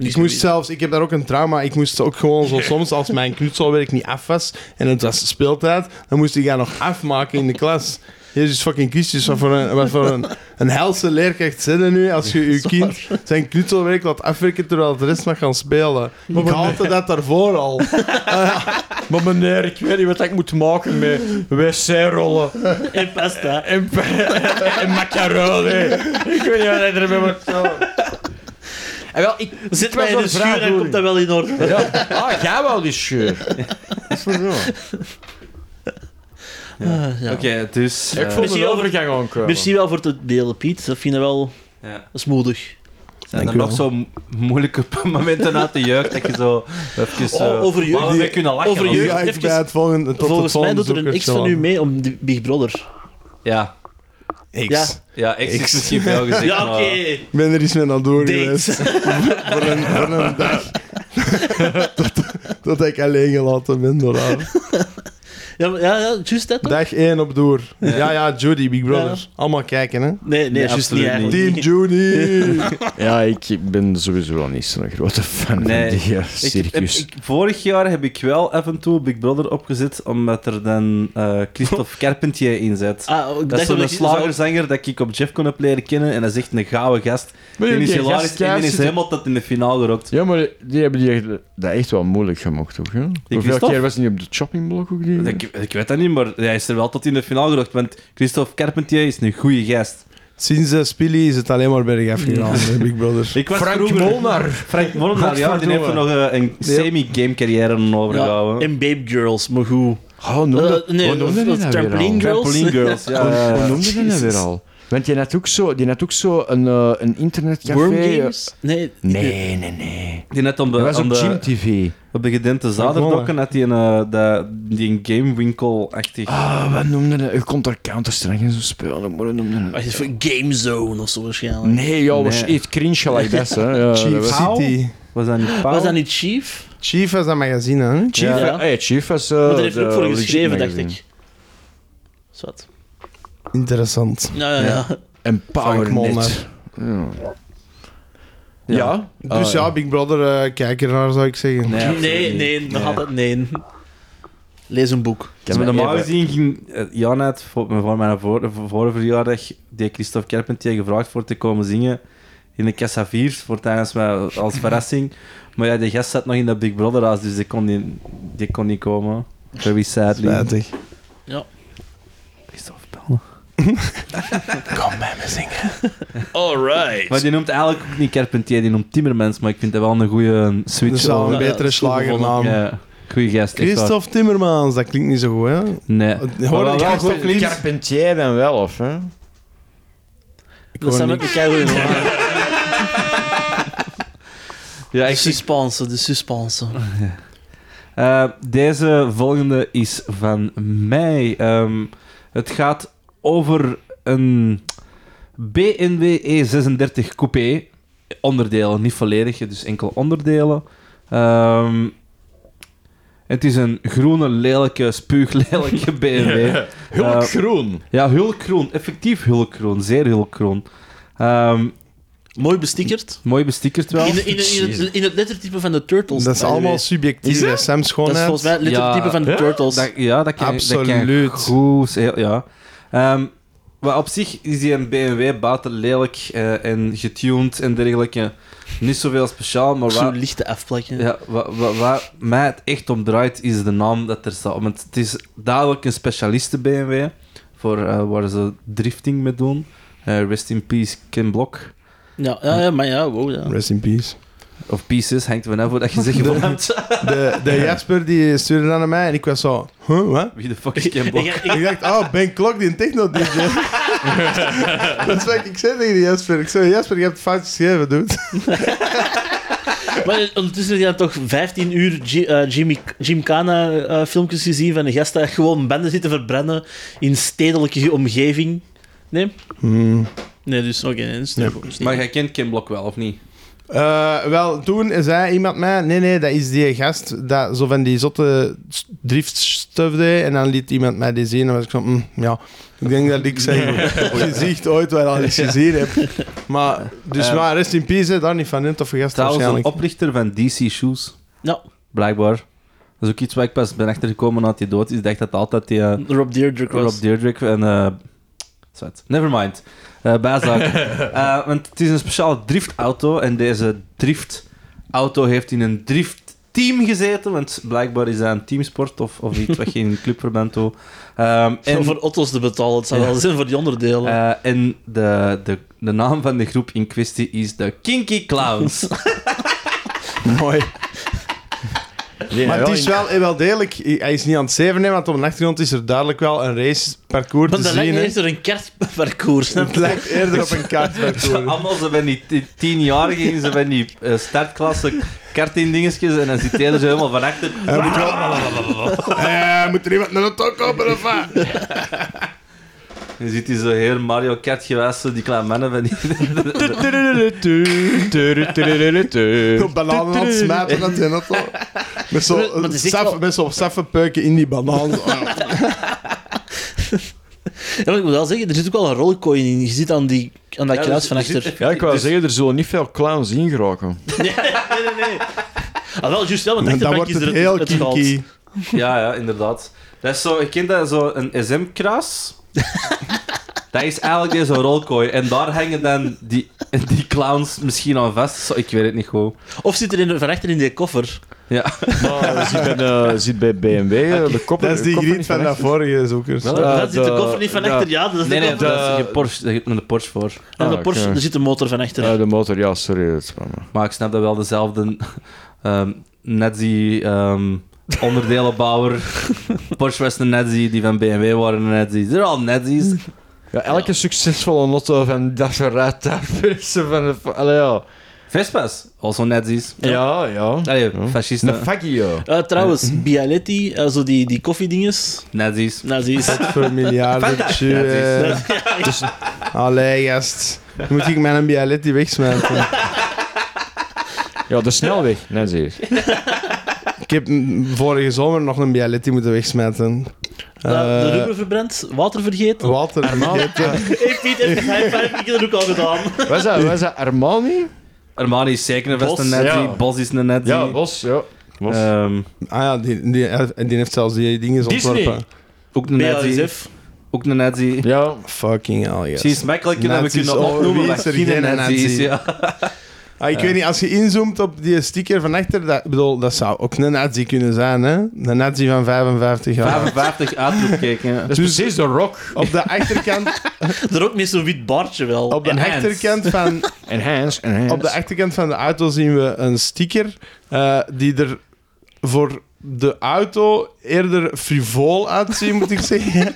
Ik moest zelfs, ik heb daar ook een trauma. Ik moest ook gewoon zo soms, als mijn knutselwerk niet af was en het was speeltijd, dan moest ik dat nog afmaken in de klas. Jezus fucking Christus, wat voor een, wat voor een, een helse leerkracht zitten nu als je je kind zijn knutselwerk laat afwerken terwijl de rest mag gaan spelen. ik haatte dat daarvoor al.
Maar meneer, ik weet niet wat ik moet maken met wc-rollen
En pasta.
en, en macaroni. Ik weet niet wat hij ermee moet doen. En wel, ik,
Zit
ik
mij in
wel
de
vraag,
schuur en
Rory.
komt dat wel in orde.
Ja. Ah, jij wel die scheur. Is dat zo?
Ah, ja.
Oké, dus...
Ik
eh,
voel
Misschien
de
wel-
overgang eh, aankomen.
Merci wel voor het delen, Piet. Dat vind ik wel
ja.
dat is moedig.
Zijn
Dank
er
u
nog
wel.
zo mo- moeilijke momenten uit de jeugd dat je zo even...
O-
eh,
over jeugd-
waar we mee kunnen lachen?
over
als-
jeugd-
Ja, ik bij het volgende, tot
Volgens
het
mij
volgende
doet er een
zoekertje
X van
wel.
u mee om de Big Brother.
Ja.
X.
Ja.
Ja, X is misschien veel gezegd,
Ja, oké.
maar-
Ik ben er iets mee aan door geweest.
Dates.
Voor een, voor een dag. tot, tot ik alleen gelaten ben door haar.
Ja, maar- ja, ja juist dat. toch?
Dag 1 op door. Ja, ja, Judy, Big Brothers. Allemaal kijken, hè.
Nee, nee,
Nee,
juist
absoluut
niet eigenlijk.
Team Judy.
Ja, ik ben sowieso wel niet zo'n grote fan
Nee,
van die eh,
Ik, heb-
circus.
ik- vorig jaar heb ik wel af en toe Big Brother opgezet, omdat er dan eh, Christophe Carpentier in zit.
Ah, ik
dat is
dacht dat
zo'n
ik-
slagerzanger dat ik op Jeff kon heb leren kennen en dat is echt een gouden gast.
Maar
Die
die
is
gast
hilarisch en die
thuis
is
zit-
helemaal tot in de finale gerokt.
Ja, maar die hebben die echt, dat echt wel moeilijk gemaakt, toch? Hè? Hoeveel
Christophe?
keer was hij niet op de choppingblok ook? Die?
Ik, ik weet dat niet, maar hij is er wel tot in de finale gerokt, want Christophe Carpentier is een goede gast.
Sinds eh, Spilly is het alleen maar bergaf gegaan, hè, Big Brothers.
Ik was
Frank
vroeger-
Molnar.
Frank Molnar, ja, die heeft er nog eh, een semi-game carrière
Ja,
overgehouden.
en Babe Girls, maar goed.
Oh, noem
Eh,
dat-
nee,
hoe noemde
of-
die
of
dat weer
trampoline
al?
girl.
nou Trampoline Girls, ja.
Hoe- Hoe noemde die dat
Oh, Jezus.
weer al? Want die had ook zo, die had ook zo een, eh, een internetcafé.
Worm
eh,
Games? Nee.
Nee, nee, nee.
Die net om de,
Dat was
om de-
op Gym TV.
Op de gedempte zaterdokken had hij een, eh, dat- die een gamewinkel-achtig.
Ah, wat noemde dat? Je kon daar Counter-Strike en zo spelen, maar hoe noemde dat?
Wacht even, Game Zone of zo waarschijnlijk.
Nee, joh, was
Nee.
iets cringe gelijk dat, hè. Ja, dat
Chief
was-
City.
Was dat niet Pauw?
Was dat niet Chief?
Chief was dat magazine, hè?
Chief,
Ja.
eh, hey, Chief was... eh,
Want daar heeft
de
er ook voor
legit
geschreven, dacht
magazine.
ik. Zwat.
Interessant.
Ja, ja, ja.
En
Frank Molnar.
PowerNet. Ja. Ja.
Dus ja, Big Brother, eh, kijk ernaar, zou ik zeggen.
Nee, absoluut
Nee,
niet.
nee, nog altijd nee. Lees een boek.
Dus met normaal gezien ging eh, Jan uit voor, voor mijn voor, voor- vorige verjaardag die Christophe Carpentier gevraagd voor te komen zingen in de Casa 4 voor tijdens mijn, als verrassing. Maar ja, die gast zat nog in dat Big Brother huis, dus die kon niet, die kon niet komen. Very sadly.
Spijtig.
Christophe bellen.
Kom bij me zingen.
Alright.
Maar die noemt eigenlijk ook niet Carpentier, die noemt Timmermans, maar ik vind dat wel een goede switch.
Dat is wel Dus
over-
een
ja, dat
betere
is goed
slagernaam.
Ja, goede gast. echt waar.
Christophe Timmermans, dat klinkt niet zo goed, hè?
Nee.
Hoor,
Maar
ik
wel
heb
goed,
toch niet-
Car-
Carpentier dan wel, of hè?
Dat zijn ook de keiharde namen.
Ja,
De
ik
suspense, de suspense.
Eh, deze volgende is van mij. Ehm, het gaat over een BMW E36 E Coupé. Onderdelen, niet volledig, dus enkel onderdelen. Ehm, het is een groene, lelijke, spuuglelijke BMW.
Hulk Groen.
Eh, Ja, hulkgroen. Effectief hulkgroen. Zeer hulkgroen. Ehm,
Mooi bestickerd.
mooi bestickerd wel.
In, de- in, de- in, het, in het lettertype van de Turtles.
Dat is
by the way.
allemaal subjectief, hè? Sam
Dat is volgens mij
Schoonheid.
het lettertype
Ja.
van de Turtles.
Dat- ja, dat kan Dat kan
Absoluut.
goed, heel- ja. Ehm, maar op zich is die een BMW buiten lelijk eh, en getuned en dergelijke. Niet zoveel speciaal, maar wat,
Zo'n lichte afplakken.
ja, wat, wat, wat mij het echt om draait is de naam dat er staat. Want het is duidelijk een specialiste BMW voor eh, waar ze drifting mee doen. Eh, rest in peace, Ken Block.
Ja, ja, ja, maar ja, wow. Ja.
Rest in peace.
Of pieces, hangt er vanaf hoe dat je zegt.
De-
van,
De, de Jasper die stuurde dat naar mij en ik was zo... Huh, wat?
Wie de fuck is Ken
Ik,
Block?
ik,
Ik dacht, oh, Ben Klok, die een techno-dj. dat is wat ik zei tegen die Jasper. Ik zei, Jasper, je hebt fout geschreven, dude.
Maar ondertussen heb je dan toch 15 uur G- eh, Jimmy, Gymkhana eh, filmpjes gezien van een gast dat gewoon banden zit te verbranden in stedelijke omgeving. Nee?
Hmm.
Nee, dus oké. nee, dus nee, dus niet.
Maar jij kent Ken Block wel, of niet?
Eh, wel, toen zei iemand mij: nee, nee, dat is die gast dat zo van die zotte s- driftstuff deed. En dan liet iemand mij die zien. En dan was ik zo: "Mm, ja, ik denk dat ik zijn gezicht ooit wel al eens gezien heb. Maar, dus
Eh.
maar rest in peace, hè, daar niet van in, toffe gast
Trouwens, een
waarschijnlijk.
oprichter van DC Shoes.
Ja,
Blijkbaar. Dat is ook iets waar ik pas ben achtergekomen nadat hij dood is. Ik dacht dat altijd die eh,
Rob Deirdre was.
Rob Dyrdek en eh, Zet. Never mind. Eh, bijzaak. Eh, want het is een speciale driftauto. En deze driftauto heeft in een driftteam gezeten. Want blijkbaar is dat een teamsport of, of iets wat je in een clubverband doet. Ehm,
En
en
voor auto's te betalen, het zou
Ja.
wel zijn voor die onderdelen.
eh, en de, de, de naam van de groep in kwestie is de Kinky Clowns.
Mooi.
Nee,
maar het is
in-
wel, eh, wel degelijk... Hij is niet aan het zeven, hè, want op de achtergrond is er duidelijk wel een raceparcours te
Want dat
zien.
lijkt me
hè.
eerder een kartparcours. snap
Het
je?
lijkt eerder op een kaartparcours.
Allemaal ze van die ti- tienjarigen in ze van die eh, startklasse kartingdingetjes en dan zit hij er zo helemaal van achter.
Eh, moet er iemand naar de tok kopen of wat?
Je ziet die zo heel Mario Kart gewijs, zo die kleine mannen van die...
Bananen aan het smijten dat je dat al. Met
Maar- maar
zo'n
het is echt wel-
zo, saffenpeuken in die banaan. zo.
Ja, maar ik moet wel zeggen, er zit ook wel een rolkooi in. Je ziet aan, die, aan dat kruis van achter.
dus-
Ja, ik wou zeggen, er zullen niet veel clowns in geraken.
Ah, wel, juist wel, want de
En dan
achterbank
wordt
is er
het
het,
heel
het goud.
kinky.
Ja, ja, inderdaad. Dat is zo, ik ken dat zo, een SM-kruis. dat is eigenlijk deze rolkooi. En daar hangen dan die, die clowns misschien aan vast. Zo, ik weet het niet goed.
Of zit er in, van achter in die koffer.
Ja.
Maar zit bij, eh, zit bij BMW, eh, de kop
Ah, Dat is die
kop-
griet van dat vorige zoekers.
Wel,
Daar
eh,
zit de
de-
koffer niet van
de-
achter, ja, dat is
Nee,
de
nee,
koffer.
dat is je Porsche, daar heb je een Porsche voor.
En de
Ah,
Porsche,
oké.
daar zit de motor van achter.
Ja, Ah, de motor, ja, sorry, dat spijt me.
Maar ik snap dat wel dezelfde ehm nazi ehm, onderdelenbouwer. Porsche was een nazi, die van BMW waren een nazi. Ze zijn al nazi's.
Ja, elke succesvolle motto van dat verraadt daar mensen van de... fa- Allee, ja.
Vespas, also nazi's.
Ja, ja.
Allee,
Ja.
fascisten,
Een fakkie, ja.
Eh, trouwdinges. Bialetti, eh, zo die, die koffiedinges. Nou,
nazi's.
Nazi's.
Voor miljarden. Allee, gast. Dan Moet ik mijn Bialetti wegsmijten?
Ja, de snelweg, net zie je.
Ik heb m- vorige zomer nog een Bialetti moeten wegsmijten.
Eh, de
Eh,
rubber verbrand, water vergeten.
Walter, vergeten.
Hey Piet, even high five, ik heb dat ook al gedaan.
Was dat, was dat Armani?
Armani is zeker een vast
Bos,
een nazi.
ja.
Bos is een nazi.
Ja, Bos, ja. Bos.
Ehm,
Ah ja, die, die, die heeft zelfs die dingen
Disney.
ontworpen.
ook een nazi.
BASF.
Ook een nazi.
ja,
Fucking hell,
Ze is
yes.
makkelijk en we
Nazi's,
kunnen
oh,
opnoemen
wie
wat
is er
geen
geen
nazi is.
nazi?
Ja.
Ah, ik weet niet, als je inzoomt op die sticker van achter, dat, ik bedoel, dat zou ook een nazi kunnen zijn, hè? Een nazi van 55 jaar.
55 uitroepteken. ja.
dat is precies de rock.
Op de achterkant,
Er ook met zo'n wit baardje wel.
op de
Enhanced.
achterkant van
En Hans, en Hans.
Op de achterkant van de auto zien we een sticker eh, die er voor de auto eerder frivol uitzien, moet ik zeggen.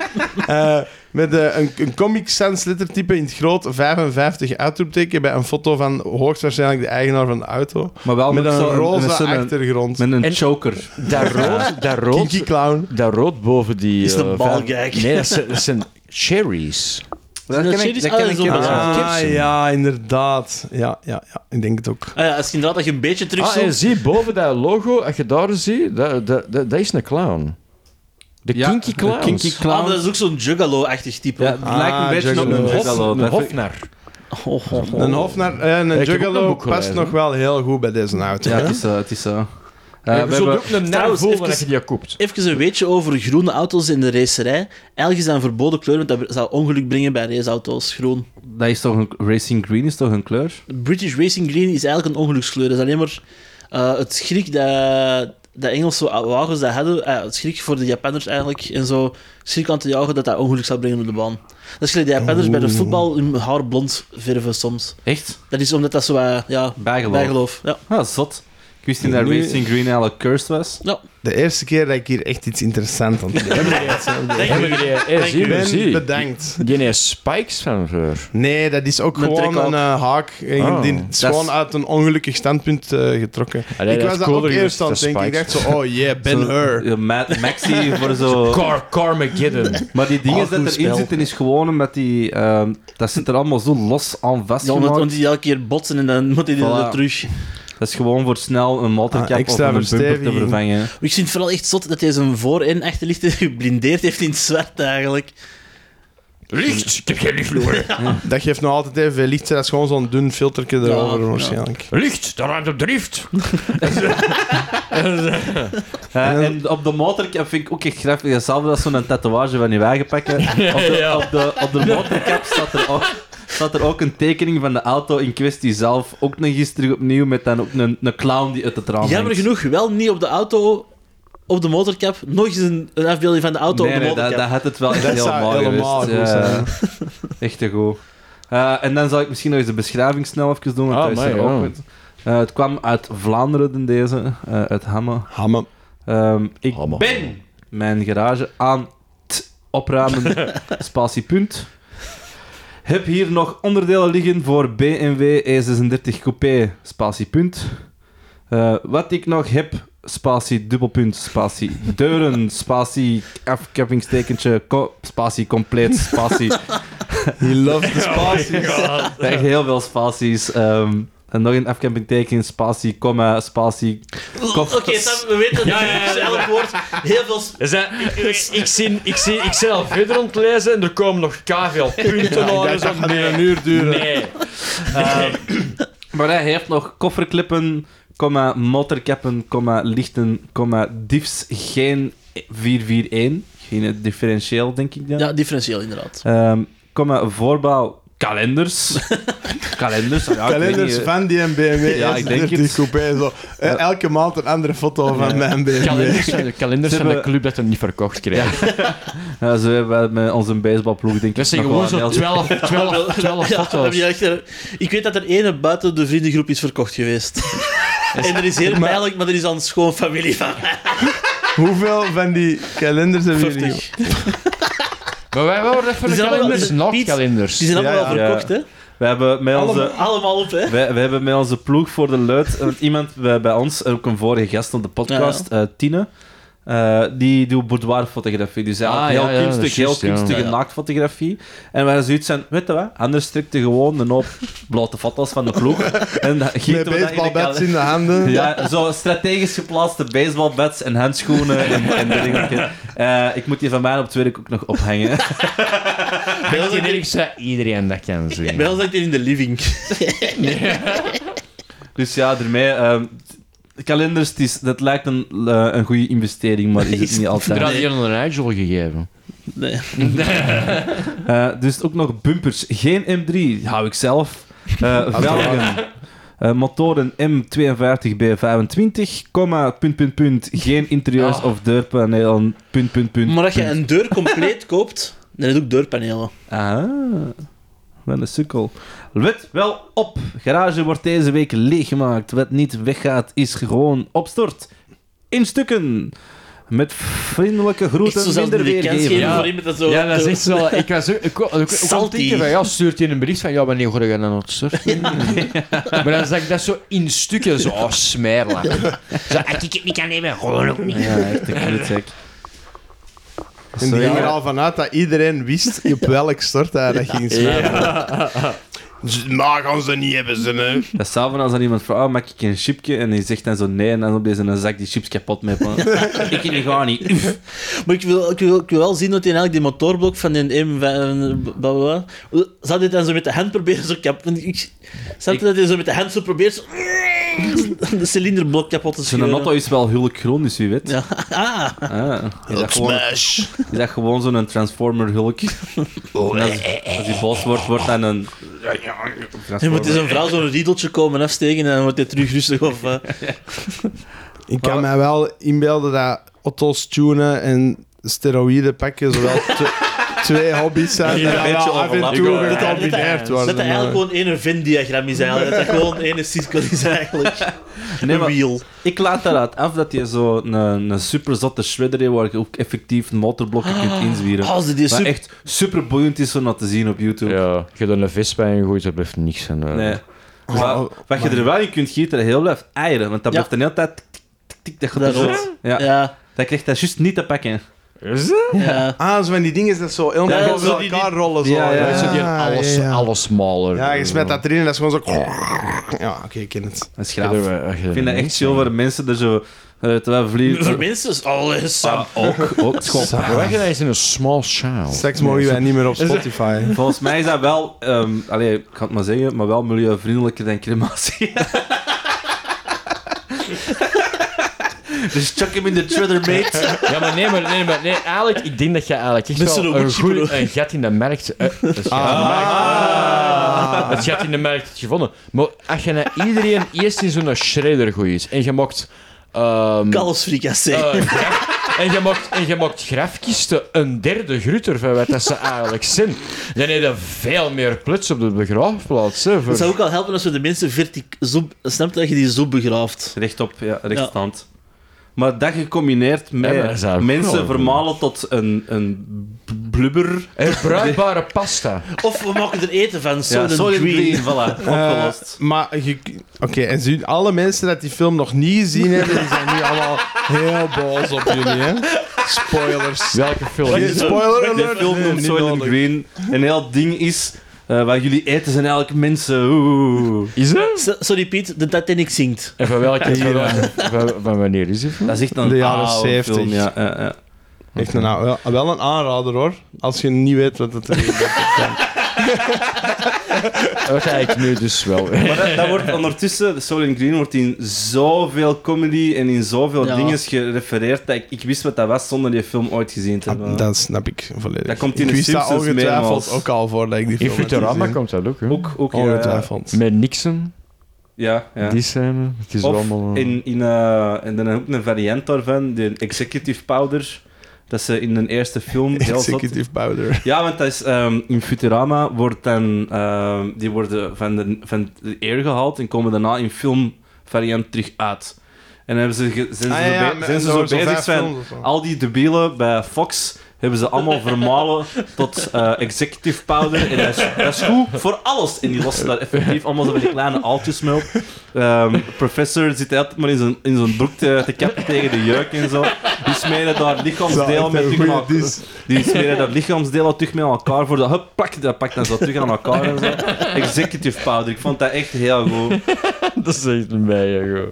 Eh, met eh, een, een Comic Sans lettertype in het groot 55 uitroepteken bij een foto van hoogstwaarschijnlijk de eigenaar van de auto.
Maar wel
Met een
zo'n-
roze
zo'n-
achtergrond.
Met een
En-
choker.
dat rood, dat rood,
Kinky clown.
dat rood boven die...
Is dat
eh,
balgek?
vijf- Nee, dat zijn, dat zijn cherries.
dat ken ik- dat ken ik ook.
Ah,
Ah,
Gibson.
ja, inderdaad. Ja, ja, ja, ik denk het ook.
Ah ja, als je inderdaad dat je een beetje
Ah, en
terugzoomt.
zie boven dat logo, als je daar ziet, dat, dat, dat, dat is een clown. De
Ja,
kinky
de
clown.
kinky
Ah, maar
clown.
dat is ook zo'n juggalo-achtig type.
Ja, het lijkt een
Ah,
beetje op
Juggalo.
een juggalo.
Een
Dat vind ik-
hofnar.
Oh, oh, oh.
Een hofnar eh,
heb
een
ook een
juggalo
boek
past
gelezen.
nog wel heel goed bij deze auto.
Ja,
hè?
het is zo. Het is zo. Eh,
Ja,
we
je zult
hebben...
ook een nerf
Trouwens,
voelen
even-
als je die koopt.
Even een weetje over groene auto's in de racerij. Eigenlijk is dat een verboden kleur, want dat zou ongeluk brengen bij raceauto's. Groen.
Dat is toch een... Racing Green is toch een kleur?
British Racing Green is eigenlijk een ongelukskleur. Dat is alleen maar eh, het schrik dat de Engelse wagens dat hadden. eh, het schrik voor de Japanners eigenlijk. En zo schrik aan te jagen dat dat ongeluk zou brengen op de baan. Dat is gelijk de Japanners bij de voetbal hun haar blond verven soms.
Echt?
Dat is omdat dat zo eh, ja,
Bijgeloof.
bijgeloof. Ja.
Ah, zot. Ik wist niet dat
Nu-
Racing Green eigenlijk cursed was.
De eerste keer dat ik hier echt iets interessants aan het doen
Hebben jullie... eh, zie je,
ben.
zie je.
Bedankt.
Die heeft spikes van voor.
Nee, dat is ook
Met
gewoon
trekhaak.
een eh, haak. Ik-
Oh.
die, het is
Dat is-
gewoon uit een ongelukkig standpunt eh, getrokken.
Allee,
ik
dat
was
is
daar ook
cooler
eerst
dan
aan het denken. Ik dacht
spikes.
zo, oh yeah, Ben
Zo-
Hur.
Ja, Ma- Maxi voor zo...
Car, Carmageddon.
Maar die dingen
Oh, goed
dat erin
spel.
zitten is gewoon met die... ehm, dat zit er allemaal zo los aan
Ja, omdat,
vastgemaakt.
omdat die elke keer botsen en dan moet hij die
Voilà.
er terug.
Dat is gewoon voor snel een motorkap
Ah,
of
extra
een bumper te
versteviging.
vervangen.
Maar Ik vind het vooral echt zot dat hij zijn voor- en achterlichten geblindeerd heeft in het zwart eigenlijk.
Licht! Ik heb geen licht nodig.
Dat geeft nog altijd even veel licht. Dat is gewoon zo'n dun filtertje erover
ja.
waarschijnlijk.
Licht! Daar ruimt op de drift.
Eh, en op de motorkap vind ik ook echt grappig. Hetzelfde als zo'n tatoeage van je eigen pakken. Op de, op de, op de motorkap staat er ook... Staat er ook een tekening van de auto in kwestie zelf, ook nog gisteren opnieuw, met dan ook een, een clown die uit het raam
Jammer
hangt.
genoeg, wel niet op de auto, op de motorkap. Nog eens een, een afbeelding van de auto
nee,
op de
nee,
motorkap.
dat, dat had het wel echt
Dat
heel
zou
mooi
helemaal
geweest.
goed
Ja. Echt te goed. Eh, en dan zal ik misschien nog eens de beschrijving snel even doen, want
Ah,
dat is er
amai, ja.
ook met. Eh, het kwam uit Vlaanderen, in deze, eh, uit Hamme.
Hammer.
Ehm,
Oh.
ik
Hamme.
ben mijn garage aan het opruimen, spatiepunt. Heb hier nog onderdelen liggen voor BMW E36 E Coupé, spatiepunt. Eh, wat ik nog heb, spatie, dubbelpunt, spatie, deuren, spatie, afkappingstekentje, ko- spatie, compleet, spatie.
He loves the spaces.
Echt heel veel spaties. ehm, en nog een afkappingteken, spatie, comma, spatie, kop-
Oké, Sam, we weten dat Dus elk woord heel veel... sp-
Er zijn- ik, ik, ik zie, ik, zie, ik zit al verder aan het lezen en er komen nog kaveel punten aan. dus
dat
dan-
gaat weer
nee.
een uur duren.
Nee.
Maar hij heeft nog kofferklippen, comma, motorkappen, comma, lichten, comma, diffs, geen 441. Geen differentieel, denk ik dan.
Ja, differentieel inderdaad.
Ehm, comma, voorbouw, kalenders. kalenders, ja, ik weet
Kalenders
niet, eh.
van die BMW.
Ja, ik denk
die
het.
Coupé, zo. Eh, Elke maand een andere foto van mijn BMW.
Kalenders, van de kalenders
Ze
van de
hebben-
club dat hem niet verkocht krijgt.
eh, Ja, zo hebben we met onze baseballploeg, denk ik.
Dat zijn
nog
gewoon
wel
zo
een heel-
12,
Oh,
12, 12
Ja, heb
foto's.
je echt er- ik weet dat er ene buiten de vriendengroep is verkocht geweest. en er is heel pijnlijk, maar er is al een schoon familie van.
Hoeveel van die kalenders hebben jullie?
50.
Maar wij waren even
Die
de
zijn allemaal-
kalenders,
Piet-
nachtkalenders.
Die zijn allemaal
Ja,
al
ja.
verkocht, hè?
We hebben met onze...
Allemaal, allemaal op, hè?
Wij, wij hebben met onze ploeg voor de luid want iemand bij, bij ons, ook een vorige gast op de podcast, eh, Tine, eh, die doet boudoirfotografie. Dus
Ah,
eigenlijk
ja, ja,
heel
dat is
kunstig, heel
juist, ja.
kunstige
Ja, ja.
naaktfotografie. En wij zoiets zijn, weet je wat, anders strikte gewoon een hoop blote foto's van de ploeg. En dan
Met
gieten we dat in de
baseballbats
kalender.
in de handen.
Ja, zo strategisch geplaatste baseballbats en handschoenen en, en dergelijke. Eh, ik moet die van mij op het werk ook nog ophangen.
Bij ons
Die
hangt
ik
die-
zei iedereen dat kan zien.
Bij ons hangt die in de living.
Dus ja, daarmee... ehm, Kalenders, het is, dat lijkt een, eh, een goede investering, maar is het niet altijd.
Er had hier een Nigel gegeven.
Nee.
Eh, dus ook nog bumpers. Geen M3, hou ik zelf. Eh, velgen. Eh, motoren M52B25, comma, punt, punt, punt. Geen interieurs
Ah.
of deurpanelen, punt, punt, punt.
Maar als je een deur compleet koopt, dan heb je ook deurpanelen.
Ah, wat een sukkel. Let wel op, garage wordt deze week leeggemaakt. Wat niet weggaat, is gewoon opstort. In stukken. Met vriendelijke
Echt zo
groeten,
zelfs
minder
in de kans
weergeven.
geven
Ja.
voor iemand dat zo...
Ja, dat is echt zo. Ik was ook, ik, wou- ik, ik wou
Salty.
denken van, ja, stuurt hij een bericht van, ja, wanneer ga je dan het surfen? Maar dan zag ik dat zo in stukjes zo, oh, smerla. Zo, als ik het niet kan nemen, gewoon ook niet.
Ja, echt een klutzak.
En die ging er al vanuit dat iedereen wist op welk stort hij dat ging smijten. Dus, Maar gaan ze niet hebben, ze hè.
Dat is hetzelfde als aan iemand vraagt, oh, maak ik een chipje? En die zegt dan zo nee, en dan op deze een zak die chips kapot mee. man. ik kan die gewoon niet. Uf.
Maar ik wil, ik, wil, ik wil wel zien dat hij eigenlijk die motorblok van die M... Blablabla... Zou dit dan zo met de hand proberen zo kap... Ik, snap je dat hij zo met de hand zo probeert zo... De cilinderblok kapot te
Zo'n
scheuren?
auto is wel hulkgroen, dus wie weet.
Ja. Ah,
Ah, is, dat gewoon, is dat gewoon zo'n Transformer hulk?
Oh,
En als,
eh,
als die boos wordt, wordt dan een...
je moet eens een vrouw zo'n riedeltje komen afsteken en dan wordt hij terug rustig of... eh,
Ik kan mij wel inbeelden dat auto's tunen en steroïden pakken zowel te- twee hobby's zijn.
Ja,
dat
een beetje
wel af en
overlappen.
toe
Ja, ja, ja.
dat
gecombineerd
dat
worden.
eigenlijk gewoon één Venn-diagram is eigenlijk. Dat dat gewoon één cirkel is eigenlijk.
Nee,
een
maar-
wiel.
Ik laat daaruit af dat je zo'n een, een super zotte shredder hebt waar je ook effectief motorblokken kunt inzwieren.
Oh, ze die
Wat
super-
echt super boeiend is om dat te zien op YouTube.
Ja, je hebt een vis bij gegooid, dat blijft niks. En, eh,
Nee. Maar wat je er wel in kunt gieten, dat heel blijft eieren. Want dat
Oh, Ja.
blijft de hele tijd... tik, tik, tik, Dat gaat
Dat
er zo-
rolt.
Ja.
Ja,
Dat krijgt dat juist niet te pakken.
Is dat?
ja.
Ah, zo van die dingen is dat zo heel
Ja,
veel
ja,
over
zo die-
elkaar rollen. Zo.
Ja, ja.
Dat is
ja,
hier alles,
ja, ja.
alles smaller.
Ja, je smet dat erin en dat is gewoon zo... Ja, oké, ik ken het.
Dat is
Ja,
graaf.
dat we-
Ik vind dat echt chill waar mensen er zo Eh, terwijl
Voor
vliegen...
mensen is alles Sam.
Ook, ook. Oh, het is gewoon-
Wat je dat is in een small child.
Seks mogen wij niet meer op Spotify.
Volgens mij is dat wel... ehm allee, ik kan het maar zeggen, maar wel milieuvriendelijker dan crematie. dus chuck hem in de trailer, mate.
Ja, maar nee, maar, nee, maar nee, eigenlijk, ik denk dat je eigenlijk echt
Met
wel
zo'n
een,
hoedje
goed,
bedoel-
een gat in de markt... eh, het gat in de markt- Ah. Het gat in de markt hebt gevonden. Maar als je naar iedereen eerst in zo'n shredder gooit en je mocht... ehm,
Kalfsfrikassee.
eh, graf- en je mocht, en je mocht grafkisten een derde grutter van wat dat ze eigenlijk zijn. Dan heb je veel meer pluts op de begraafplaats. Hè, voor-
Het zou ook al helpen als we de mensen vertic... Zo... Snap je dat je die zo begraaft?
Rechtop, ja, rechtstand. Maar dat gecombineerd met
maar dat zou ik wel
mensen
doen.
vermalen tot een, een b- blubber.
Herbruikbare pasta.
Of we maken er eten van.
Ja,
Solid
solid
green.
green, voilà, opgelost.
Eh, maar je- oké, en zien alle mensen dat die film nog niet gezien hebben, die zijn nu allemaal heel boos op jullie, hè? Spoilers.
Welke film?
Geen Spoiler
de
alert.
film
Nee,
noemt
niet
Soylent
nodig.
Green. Een heel ding is, eh waar jullie eten zijn eigenlijk mensen. Oeh.
Is dat?
So- Sorry Piet, de Titanic zinkt.
En van welke? Van, welke- van- van wanneer is die film?
Dat is echt een
De jaren
oude
70.
film, ja, ja, ja.
Echt een, aan- nou wel, wel een aanrader hoor. Als je niet weet wat het is.
Dat ga ik nu dus wel.
Maar dat, dat wordt ondertussen, de Soylent Green wordt in zoveel comedy en in zoveel
Ja.
dingen gerefereerd dat ik, ik wist wat dat was zonder die film ooit gezien te hebben.
Dat, Ah, dat snap ik volledig.
Dat komt in
eh, ik
de
wist dat
Simpsons
ongetwijfeld
meermaals.
ook al voor dat ik die
In
film had
Futurama
gezien.
komt dat ook, hè?
ook, ook ja, ja,
Ongetwijfeld.
Met Nixon,
ja, ja.
die scène. Het is
Of
allemaal... eh,
in, in, eh, en dan ook een variant daarvan, de Executive Powder, dat ze in hun eerste film heel zot...
Executive Powder.
Ja, want dat is, ehm, in Futurama wordt dan, ehm, die worden van de, van de eer gehaald en komen daarna in filmvariant terug uit. En dan hebben ze, ge- zijn ze
Ah, ja,
zo,
ja,
be-
met-
zijn ze
en
zo
zo'n
bezig
vijf
van,
films of zo.
al die debielen bij Fox hebben ze allemaal vermalen tot eh, executive powder. En dat is, dat is goed voor alles. En die lossen daar effectief allemaal zo van die kleine aaltjes mee op. Ehm, professor zit altijd maar in zijn, in zijn broek te, te kappen tegen de jeuk en zo. Die smeren daar lichaamsdeel
Zo, echt
met
een
terug
goeie
aan-
dis.
die smeren dat lichaamsdeel al terug met elkaar voor dat hup, plak, dat pakt dan zo terug aan elkaar en zo. Executive powder, ik vond dat echt heel goed.
Dat is echt een bijen, joh.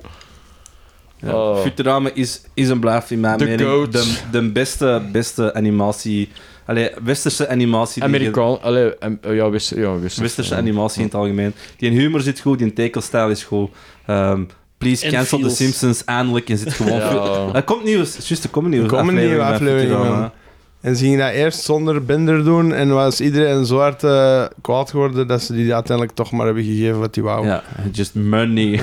Ja.
Oh.
Futurama is, is en blijft in mijn
The
mening
goat.
de, de beste, beste animatie, allee, westerse animatie. die je-
Amerikaan... Allee, em- oh, ja, Wester... Ja, Wester...
Westerse animatie in het algemeen. Die humor zit goed, die tekelstijl is goed. Ehm, please
En
cancel
feels.
The Simpsons eindelijk en zit gewoon...
Ja.
Er komt nieuws, het is juist, er komen nieuwe
Er komen nieuwe
afleveringen van
afleveringen,
Futurama.
man. En ze gingen dat eerst zonder Bender doen. En was iedereen zo hard eh, kwaad geworden dat ze die uiteindelijk toch maar hebben gegeven wat die wou.
Ja, just money.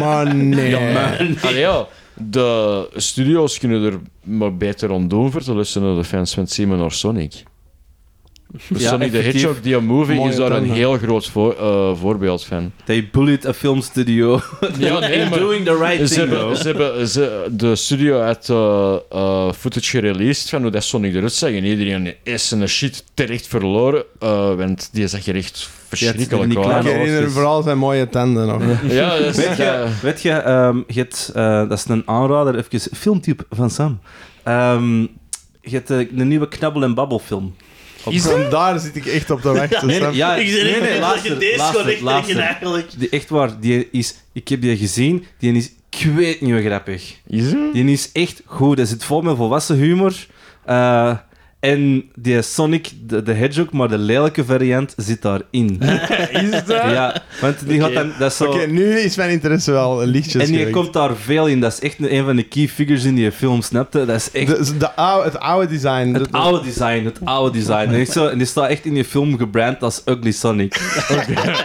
Maar nee.
Allee, ja. De studio's kunnen er maar beter aan doen voor te luisteren naar de fans van Simon of Sonic. Sonic the
effectief.
Hedgehog, die movie,
Mooie
is daar een
tanden.
heel groot voor- eh, voorbeeld van.
They bullied a film studio.
Ja, nee, maar...
doing the right
Ze hebben, ze hebben ze, de studio had eh, eh, footage gereleased van hoe dat Sonic eruit zag. En iedereen is zijn shit terecht verloren. eh, want die zag er echt verschrikkelijk
Ja, het is
Ik
niet
uit.
klaar.
herinner me vooral zijn mooie tanden nog.
Ja, dat is...
Weet je,
eh,
weet je, ehm, je hebt, eh, dat is een aanrader, even filmtype van Sam. Ehm, je hebt eh, een nieuwe Knabbel en Babbel film. Op-
Is
En daar zit ik echt op de weg. te staan.
ja,
ik zit
nee, nee,
echt dat je
luister,
deze
luister,
gewoon echt
luister.
tegen eigenlijk.
Die, echt waar, die is, ik heb die gezien, die is kweetnieuw grappig.
is het?
Die is echt goed, dat zit vol met volwassen humor. Eh, en die Sonic, de, de Hedgehog, maar de lelijke variant, zit daarin.
Is het dat?
ja, want die gaat dan, dat is zo...
Oké, nu is mijn interesse wel een lichtje.
En je
gewekt.
komt daar veel in. Dat is echt een van de key figures in die film, snapte? Dat is echt
De, de oude, het oude design. de-
het
de-
oude design, het oude design. En, ik zo, en die staat echt in die film gebrand als Ugly Sonic.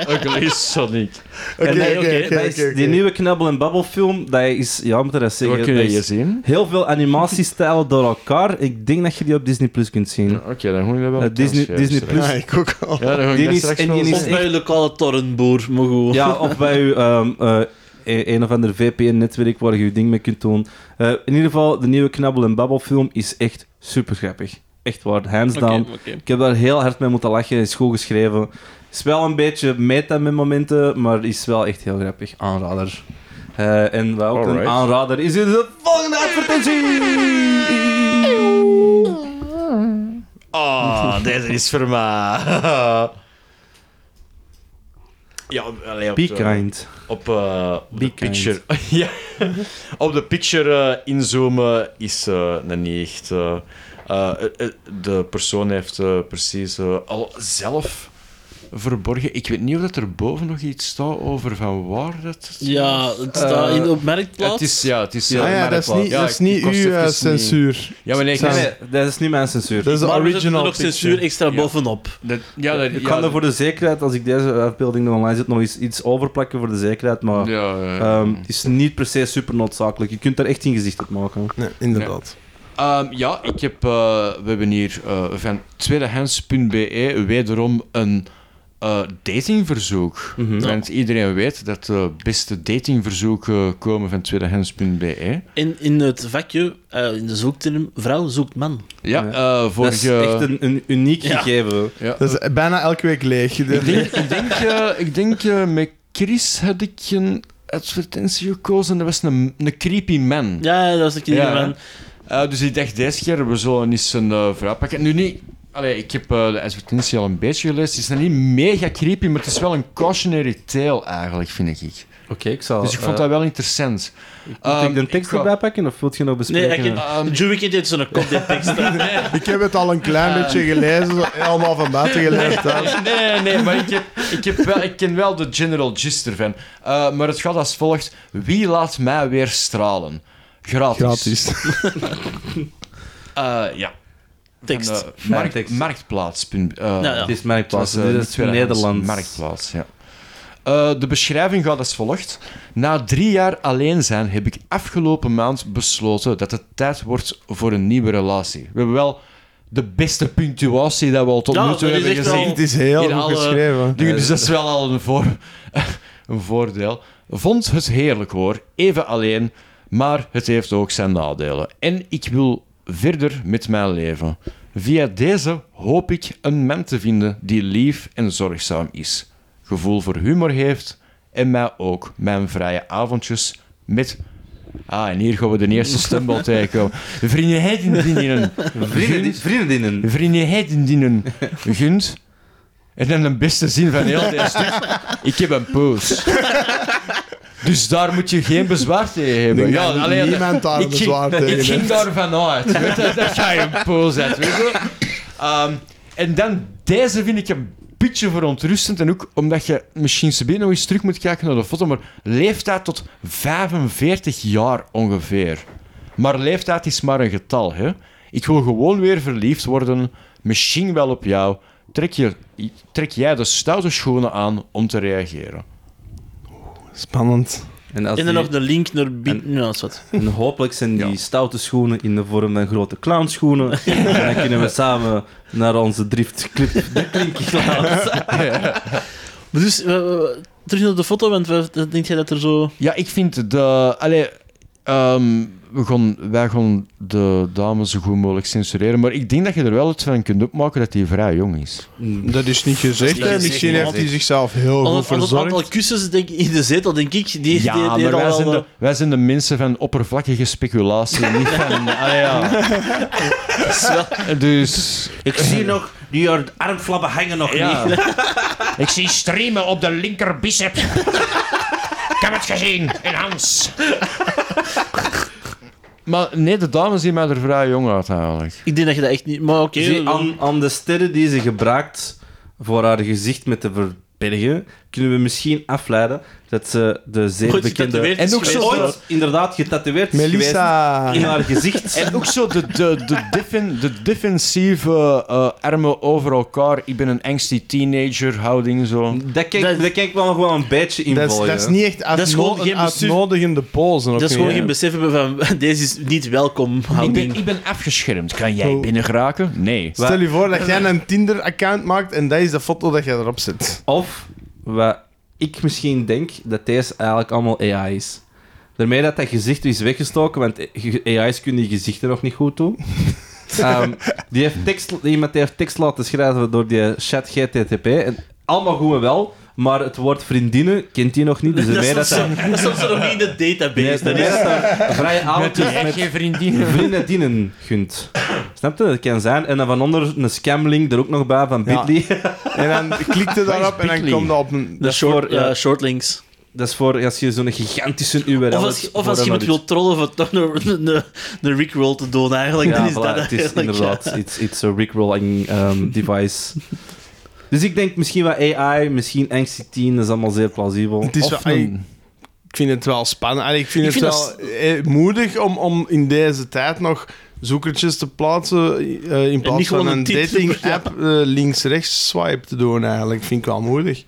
Ugly Sonic.
Oké,
en
oké,
dat-
oké,
dat is-
oké, oké.
Die nieuwe Knabbel en Babbel film, dat is, ja, hoe moet je dat
Wat
zeggen?
kun
Dat
je hier
is
zien?
heel veel animatiestijlen door elkaar. Ik denk dat je die op Disney Plus kunt zien.
Oké, dan moet je dat wel...
Eh, Disney-
Ja,
Disney
straks.
Plus.
Ja, ik ook al.
Ja, dan ga ik
Die
dat
is-
straks
en die
wel
is-
zien.
Of bij je lokale torrenboer, maar goed.
Ja, of bij uw, ehm, eh, een een of ander VPN-netwerk waar je je ding mee kunt doen. Eh, in ieder geval, de nieuwe Knabbel en Babbel film is echt super grappig. Echt waar, hands
Oké,
down.
oké.
Ik heb daar heel hard mee moeten lachen. Is goed geschreven. Is wel een beetje meta met momenten, maar is wel echt heel grappig. Aanrader. Eh, en wat ook
Alright.
een aanrader is in de volgende advertentie.
Oh, Ah, deze is voor mij. Ja, op- allee, op,
Be
de-
kind.
Op, eh, op
Be
de
kind.
picture. ja. Op de picture eh, inzoomen is eh, nee, niet echt. eh, eh, eh, de persoon heeft eh, precies eh, al zelf verborgen. Ik weet niet of dat er boven nog iets staat over van waar dat.
Ja, het
Eh,
staat in op
Ja,
Marktplaats.
het is, ja, het is. eh,
Ah ja,
maar
dat is
wel-
niet,
ja,
dat is
ik-
niet
ik was
uw eh,
even niet-
censuur.
Ja, maar nee, ik-
Sam.
Nee, dat is niet mijn censuur.
Dat is de
maar we zetten er
original
nog
picture.
censuur extra bovenop.
dat- ja, dat-
Ik
ja,
kan er
dat-
voor de zekerheid, als ik deze afbeelding nog online zet, nog eens iets overplakken voor de zekerheid, maar ehm,
Ja,
het
ja.
is niet per se super noodzakelijk. Je kunt daar echt geen gezicht op maken.
Nee, inderdaad.
Ehm, ja, ik heb, eh, we hebben hier eh, van tweedehands.be E wederom een eh, datingverzoek.
Mhm.
Want iedereen weet dat de beste datingverzoeken komen van tweedehands.be.
In, in het vakje, eh, in de zoekterm, vrouw zoekt man.
Ja,
Ja.
eh,
Dat is
vorige...
echt een, een uniek
Ja.
gegeven.
ja.
Dat is bijna elke week leeg.
Ik denk, ik denk, eh, ik denk eh, met Chris had ik een advertentie gekozen. Dat was een, een creepy man.
Ja, dat was een keer
Ja,
van...
Eh, dus ik dacht deze keer, we zullen eens een eh, vrouw pakken. Nu niet... Allee, ik heb eh, de advertentie al een beetje gelezen. Het is dan niet mega creepy, maar het is wel een cautionary tale eigenlijk, vind ik.
Oké, ik zal.
Dus ik vond dat wel interessant.
Moet
Ehm,
ik de tekst
ga-
erbij pakken of wilt je nog
Nee,
bespreken?
ik Ah. Um,
Ehm,
Joey kent dit zo'n kop, dit tekst.
Ik heb het al een klein beetje gelezen, zo- eh, allemaal van buiten gelezen. thuis.
Nee, nee, nee, maar ik, heb, ik, heb wel, ik ken wel de general gist ervan. Eh, maar het gaat als volgt. Wie laat mij weer stralen? Gratis.
Gratis.
Eh, ja.
tekst.
Van, eh, mark-
tekst.
marktplaats. punt- eh,
Ja, ja.
Het is Marktplaats,
Het was, eh,
dit
niet
is
tweedehands,
Nederlands.
Marktplaats, ja. Eh, de beschrijving gaat als volgt. Na drie jaar alleen zijn heb ik afgelopen maand besloten dat het tijd wordt voor een nieuwe relatie. We hebben wel de beste punctuatie dat we al tot
Ja,
nu toe
dat is
hebben
echt wel-
gezien.
Het is heel
In
goed
alle-
geschreven.
Dingen, dus dat is wel al een, voor, een voordeel. Vond het heerlijk hoor, even alleen, maar het heeft ook zijn nadelen. En ik wil verder met mijn leven. Via deze hoop ik een man te vinden die lief en zorgzaam is, gevoel voor humor heeft en mij ook mijn vrije avondjes met. Ah, en hier gaan we de eerste stumble tegenkomen. Vriendinnen dienen.
Vrienden- Vriendinnen.
Vriendinnen dienen. Gunt. En dan de beste zin van heel deze stuk. Ik heb een poes. Dus daar moet je geen bezwaar tegen
Ik
hebben.
denk
Ja,
dat
alleen,
niemand daar
ik,
bezwaar
ging,
tegen
ik ging
heeft.
daarvan uit. Weet je, dat ga je een poos uit. Weet je. Ehm, en dan, deze vind ik een beetje verontrustend. En ook omdat je misschien binnen nog eens terug moet kijken naar de foto. Maar leeftijd tot 45 jaar ongeveer. Maar leeftijd is maar een getal, hè. Ik wil gewoon weer verliefd worden. Misschien wel op jou. Trek, je, trek jij de stoute schoenen aan om te reageren.
Spannend.
En, als
En dan
die-
nog de link naar... Bi- Ja, dat is wat.
en hopelijk zijn die
Ja.
stoute schoenen in de vorm van grote clownschoenen. en dan kunnen we samen naar onze driftclip de klink laten.
Maar dus, eh, eh, terug naar de foto, want we- dat- denk jij dat er zo...
Ja, ik vind de. Allee, ehm, we gaan, wij gaan de dames zo goed mogelijk censureren. Maar ik denk dat je er wel iets van kunt opmaken dat hij vrij jong is.
Dat is niet gezegd.
Dat is
hè.
niet
Misschien
gezegd.
heeft hij zichzelf
Al
heel goed
het- al het
verzorgd.
aantal kussens denk, ik, in de zetel, denk ik, die, die, die,
ja,
die
maar wij
al
zijn,
wel, eh,
de, wij zijn de mensen van oppervlakkige speculatie. niet van. Allee, ja. Dus.
Ik zie nog, die armflappen hangen nog
Ja.
niet.
Ik zie striemen op de linkerbicep. Ik heb het gezien in Hans.
Maar nee, de dames zien mij er vrij jong uit eigenlijk.
eh, Ik denk dat je dat echt niet... Maar oké.
Zie,
dan-
aan, aan de sterren die ze gebruikt voor haar gezicht met te verbergen, kunnen we misschien afleiden dat ze de zeer
Ooit
bekende...
getatoeëerd is
En ook zo
geweest.
ooit inderdaad getatoeëerd is
Melissa.
geweest in haar gezicht.
En ook zo de, de, de, defen- de defensieve eh, armen over elkaar. Ik ben een angsty teenager houding zo.
Dat kan,
Dat-
ik- dat kan ik wel nog wel een beetje
Dat is,
involgen.
dat is niet echt
is gewoon
uitno-
geen
een
bestuur-
uitnodigende pose.
Dat is gewoon geen besef hebben van, deze is niet welkom,
Ik ben,
houding.
ik ben afgeschermd. Kan jij binnen geraken? Nee.
Stel je voor dat jij een Tinder-account maakt en dat is de foto dat jij erop zet.
Of wat ik misschien denk, dat deze eigenlijk allemaal AI is. Daarmee dat dat gezicht is weggestoken, want AI's kunnen die gezichten nog niet goed doen. Ehm, die heeft tekst, iemand die heeft tekst laten schrijven door die chat GTTP. En allemaal goed en wel. Maar het woord vriendinnen kent hij nog niet. Dus bij
dat
dat dat...
is soms nog niet in de
Nee,
database.
bij
dat is,
dat dat vrije avondjes
Echt
met
geen vriendin.
vriendinnen gunt. Snap je? Dat kan zijn. En dan van onder een scamlink er ook nog bij van
Ja.
Bitly.
En dan klikt het daarop en dan
Bitly?
komt dat op een...
de short,
voor, ja.
eh, shortlinks.
Dat is voor als je zo'n gigantische URL
Of als,
hebt
je- of
voor
als je
een audit.
iemand wilt trollen voor toch nog een, een, een Rickroll te doen, eigenlijk.
Ja,
dan is
voilà,
dat
het is
eigenlijk,
inderdaad.
ja.
It's, it's a rickrolling ehm, device. dus ik denk misschien wat AI, misschien Anxiety 10, dat is allemaal zeer plausibel.
Het is
Of
wel,
een-
Ik vind het wel spannend. Allee, ik vind
Ik
het
vind
wel
dat
eh, moedig om, om in deze tijd nog zoekertjes te plaatsen eh, in plaats
gewoon
van een
een titel,
dating-app eh, links-rechts swipe te doen eigenlijk. Vind ik wel moedig.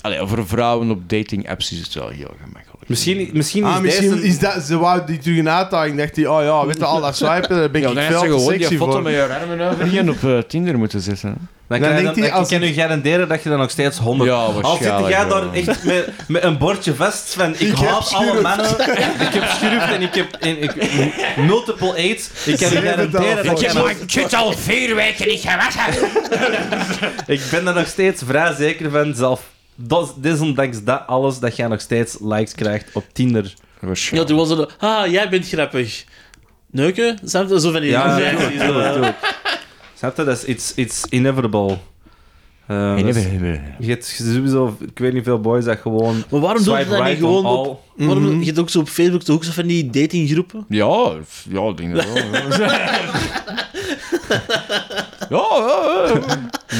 Allee, voor vrouwen op dating-apps is het wel heel gemakkelijk.
Misschien, misschien
ah,
is
misschien
deze...
is dat... Ze wou die terug een uitdaging. Dacht hij, oh ja, weet je, al dat swipen, daar ben ik
Ja, dan heeft
veel
ze
te
gewoon die
sexy
foto met
voor.
je armen over je op eh, Tinder moeten zetten.
Dan
Dan
kan je
denkt
dan-
hij,
ik
als
kan
ik-
u garanderen dat je dan nog steeds 100...
Ja,
Al
waarschijnlijk
zit jij
wel.
daar echt met, met een bordje vast van ik, haat alle mannen, ik heb schurft en ik heb en ik, multiple aids. Ik kan u
Schrijf het
garanderen
al
dat
Ik
jij
heb
nog-
mijn kut al vier weken niet gewassen.
Ik ben er nog steeds vrij zeker van, zelf dat- desondanks dat alles, dat jij nog steeds likes krijgt op Tinder.
Ja,
Waarschijnlijk.
toen was het... Ah, jij bent grappig. Neuken? Snap je? Zo van die
Ja, doe
reacties, zo, eh.
het, doe het. Snap je? Dat is it's, it's inevitable. Eh, dat is- je hebt sowieso, ik weet niet veel boys dat gewoon.
Maar waarom doe je
swipe
dat
right
niet gewoon
on
op...
all. Mhm.
Waarom, Je hebt ook zo op Facebook toch ook zo van die datinggroepen?
Ja, f- ja, ik denk dat wel. ja, ja, ja. Ik heb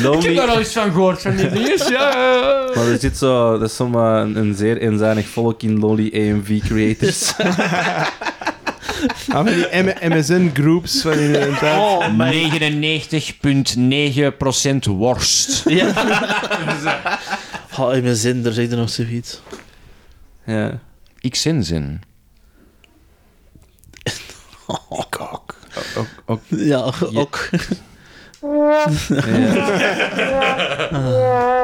daar
Lonely.
al iets van gehoord van die dinges. Ja, ja, ja.
Maar er zit zo, dat is zomaar een, een zeer eenzijdig volk in Lonely AMV creators.
Ah, van die MSN-groups van in de tijd.
99,9% worst.
Oh, in mijn zin, daar zit er nog zoiets.
ja.
Ik zin zin.
Ook, ook. Ja, ook.
Ja,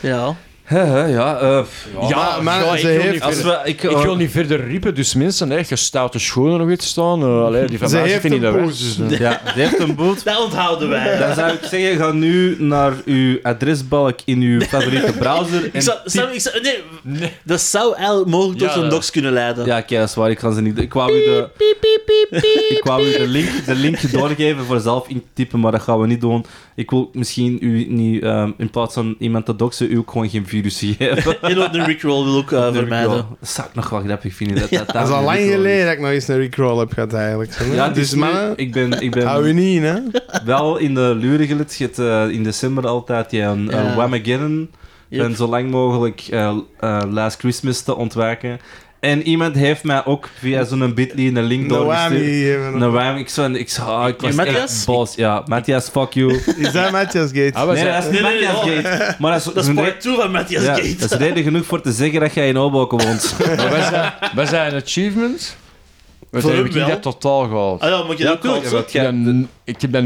Ja.
ja, ja, eh,
Ja,
maar- maar
ja,
ze
ik wil
heeft-
niet
als
verder-
we, ik, oh.
Ik wil niet verder riepen, dus mensen, hè, je stoute schoenen nog iets staan. eh, allee, die van
Ze
mij
heeft
zitten
een
niet in de weg.
poes.
ja, die heeft een boot.
Dat onthouden wij.
Dan zou ik zeggen, ga nu naar uw adresbalk in uw favoriete browser.
Ik
En
zou, zou- ik zou- nee, Dat zou eigenlijk mogelijk
Ja,
tot zo'n
dat-
docs kunnen leiden.
Ja, oké, dat is waar. Ik kan ze niet... Ik wou u de... Ik wou u de link, de link doorgeven voor zelf in te typen, maar dat gaan we niet doen. Ik wil misschien u niet... ehm, in plaats van iemand te doxen, u ook gewoon geen virus geven.
En ook de Rickroll wil ik eh, vermijden.
Dat zou ik nog wel grappig vinden. Dat, dat,
Dat is al lang geleden dat ik nog eens een recrawl heb gehad eigenlijk. Zo, hè?
Ja,
dus mannen,
ik ben, ik
hou je
ben
niet in, hè.
wel in de luren gelet. Je hebt, eh, in december altijd je een
Ja.
uh, Whamageddon.
Yep.
En zo lang mogelijk eh, eh, Last Christmas te ontwijken. En iemand heeft mij ook via zo'n bit.ly een link
De
doorgestuurd.
whammy. even.
Nou, waarom? Ik zou... Ik, zou, ah, ik was echt
Matthias?
boos. Ja, Matthias, fuck you.
Is dat Matthias Gates?
Ah, we
Nee,
zijn-
dat is niet
Nee, nee,
Matthias
nee, oh.
Gate. Maar dat is,
Dat is part 2 van Matthias
ja,
Gate.
dat is reden genoeg voor te zeggen dat jij in Oboken woont.
Maar wij zijn, wij zijn achievements. Wat
Voor
heb
hem
ik in
wel.
dat totaal gehad?
Ah ja, moet je dat ook
tuurlijk,
wel
want jij-
Ik heb dat- ik heb dat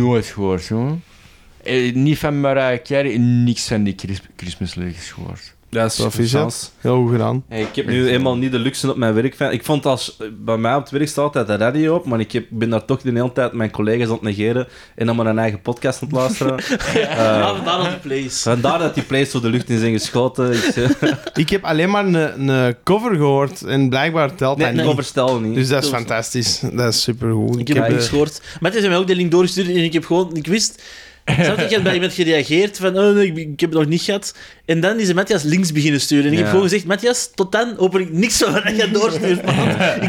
nooit gehoord, jongen. Eh, niet van Mariah Carey, niks van die Christ- Christmasliedjes gehoord.
Dat is
wel vies, hè?
chance.
Heel goed gedaan.
Hey, ik heb nu helemaal niet de luxe op mijn werk. van- Ik vond als bij mij op het werk staat altijd de radio op, maar ik heb, ben daar toch de hele tijd mijn collega's aan het negeren en dan maar een eigen podcast aan het luisteren.
Ja, vandaar dat de place.
Vandaar dat die plays zo de lucht in zijn geschoten. Ik, eh,
Ik heb alleen maar een, een cover gehoord en blijkbaar telt
nee,
dat
ik
niet.
overstel niet.
Dus dat is
Klopt.
fantastisch. Dat is supergoed. eh,
Ik heb
Kijk.
niks gehoord. Maar het is mij ook de link doorgestuurd en ik heb gewoon... Ik wist... Snap je, ik heb bij iemand gereageerd van oh, nee, ik, ik heb het nog niet gehad. En dan is de Matthias links beginnen sturen. En ik heb
Ja.
gewoon gezegd, Matthias, tot dan open ik niks van wat jij doorstuurt. man.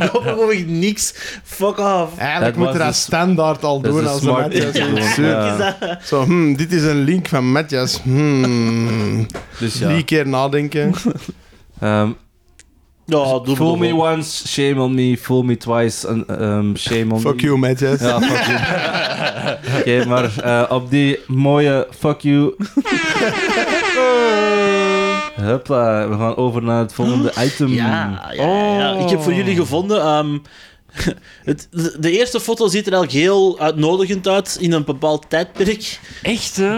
ik open gewoon echt niks. Fuck off.
Eigenlijk
Dat
moet je
was
dat
dus-
standaard al
dat is
doen
een
als een
smart
Matthias.
thing te
is.
doen. Ja.
Is dat-
Zo, hmm, dit is een link van Matthias. Hmm.
Dus ja.
Drie keer nadenken.
Ehm,
Ja, doe
fool
maar
me
gewoon.
once, shame on me. Fool me twice, en, ehm, shame on me.
Fuck you, Matthias.
Ja, fuck you. Oké, maar eh, op die mooie fuck you. Hupla, we gaan over naar het volgende item.
Ja, ja, ja, ja. ik heb voor jullie gevonden. ehm, het, de, de eerste foto ziet er eigenlijk heel uitnodigend uit in een bepaald tijdperk.
Echt, hè?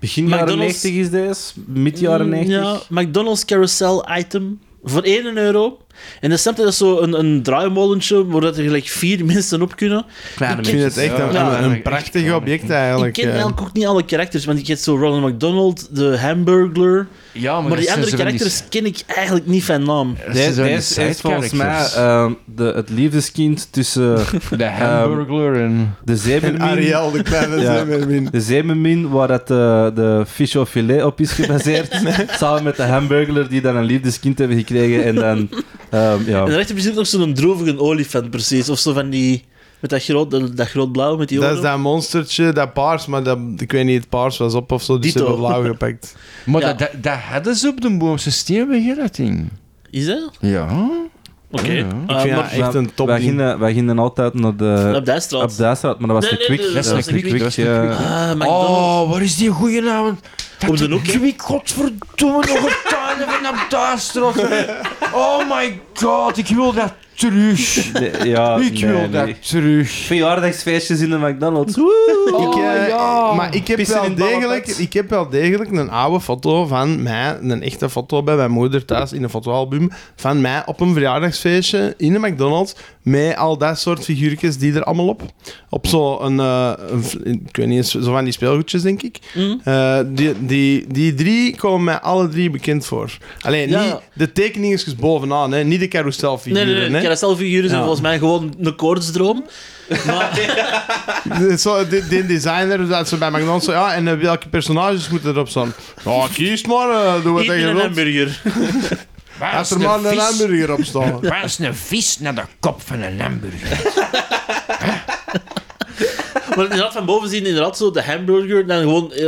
Begin jaren
McDonald's-
90 is deze, mid jaren
Hmm,
Mm,
90.
Ja, McDonald's carousel item voor 1 euro. En dan snap je dat is zo een, een draaimolentje, waar dat er gelijk vier mensen op kunnen.
Kleine
Ik vind het echt een,
Ja,
een, een prachtig object
Ik
eigenlijk.
ken
eh.
eigenlijk ook niet alle karakters, want ik heb zo Ronald McDonald, de Hamburglar.
Ja, maar,
Maar,
Oh, dat
die
zijn
andere
zo van die-
karakters ken ik eigenlijk niet van naam.
dat zijn
Deze
zo van die
deze is volgens mij
sidecharacters.
ehm, de, het liefdeskind tussen
de Hamburglar en...
de
En
zeemermin,
Ariel, de kleine eh,
Ja.
zeemermin.
de zeemermin waar het, eh, de fish of filet op is gebaseerd, samen met de hamburger die dan een liefdeskind hebben gekregen en dan... ehm,
En
ja.
daarachter zit nog zo'n droevige olifant, precies. Of zo van die... Met dat groot, dat, dat groot blauw, met die
Dat
oren.
is dat monstertje, dat paars, maar dat, ik weet niet, het paars was op of zo, dus ze
Dito.
hebben blauw gepakt.
Maar
Ja.
dat, dat, dat hadden ze op de Boomse Steenweg, hè, dat ding.
Is dat?
Ja.
Oké.
Ja.
Ik vind
maar-
dat echt een top
Wij
ding.
gingen, wij gingen altijd naar de...
Op dat straat.
Op Duitsland, maar dat was
Nee,
de
nee,
Quick.
nee,
dat was de
Quick,
Quick.
dat was de
ja.
Quick.
Ah, McDonald's.
Oh, wat is die goeie naam? Dat
Op de hoek, hè?
Wie godverdomme nog een tuin van dat duisterhof. Oh my god, ik wil dat terug.
Nee, ja,
Ik
nee,
wil
nee.
dat terug.
Verjaardagsfeestjes in de McDonald's.
Ik,
Oh,
eh,
ja.
Maar ik heb,
Pissen in
wel
het ballenpak.
degelijk, ik heb wel degelijk een oude foto van mij, een echte foto bij mijn moeder thuis in een fotoalbum, van mij op een verjaardagsfeestje in de McDonald's met al dat soort figuurtjes die er allemaal op. Op zo'n, eh, een v- ik weet niet eens, zo van die speelgoedjes, denk ik.
Mhm.
Eh, die, die, die drie komen mij alle drie bekend voor. Alleen,
Ja.
niet de tekeningetjes bovenaan, hè, niet de
Nee,
carouselfiguren.
nee, nee.
hè.
nee. Carouselfiguren zijn
Ja.
volgens mij gewoon een koortsdroom. Maar
De, zo, de, de designer dat ze bij McDonald's zo, ja, en eh, welke personages moeten erop staan? Ja, kies maar, eh, doe wat
niet
tegen
een
wilt.
hamburger.
Waar is
Als er
een
maar
vis?
een hamburger op staat.
Waar is een vis naar de kop van een hamburger?
Maar inderdaad, van boven zien inderdaad zo de hamburger, dan gewoon eh,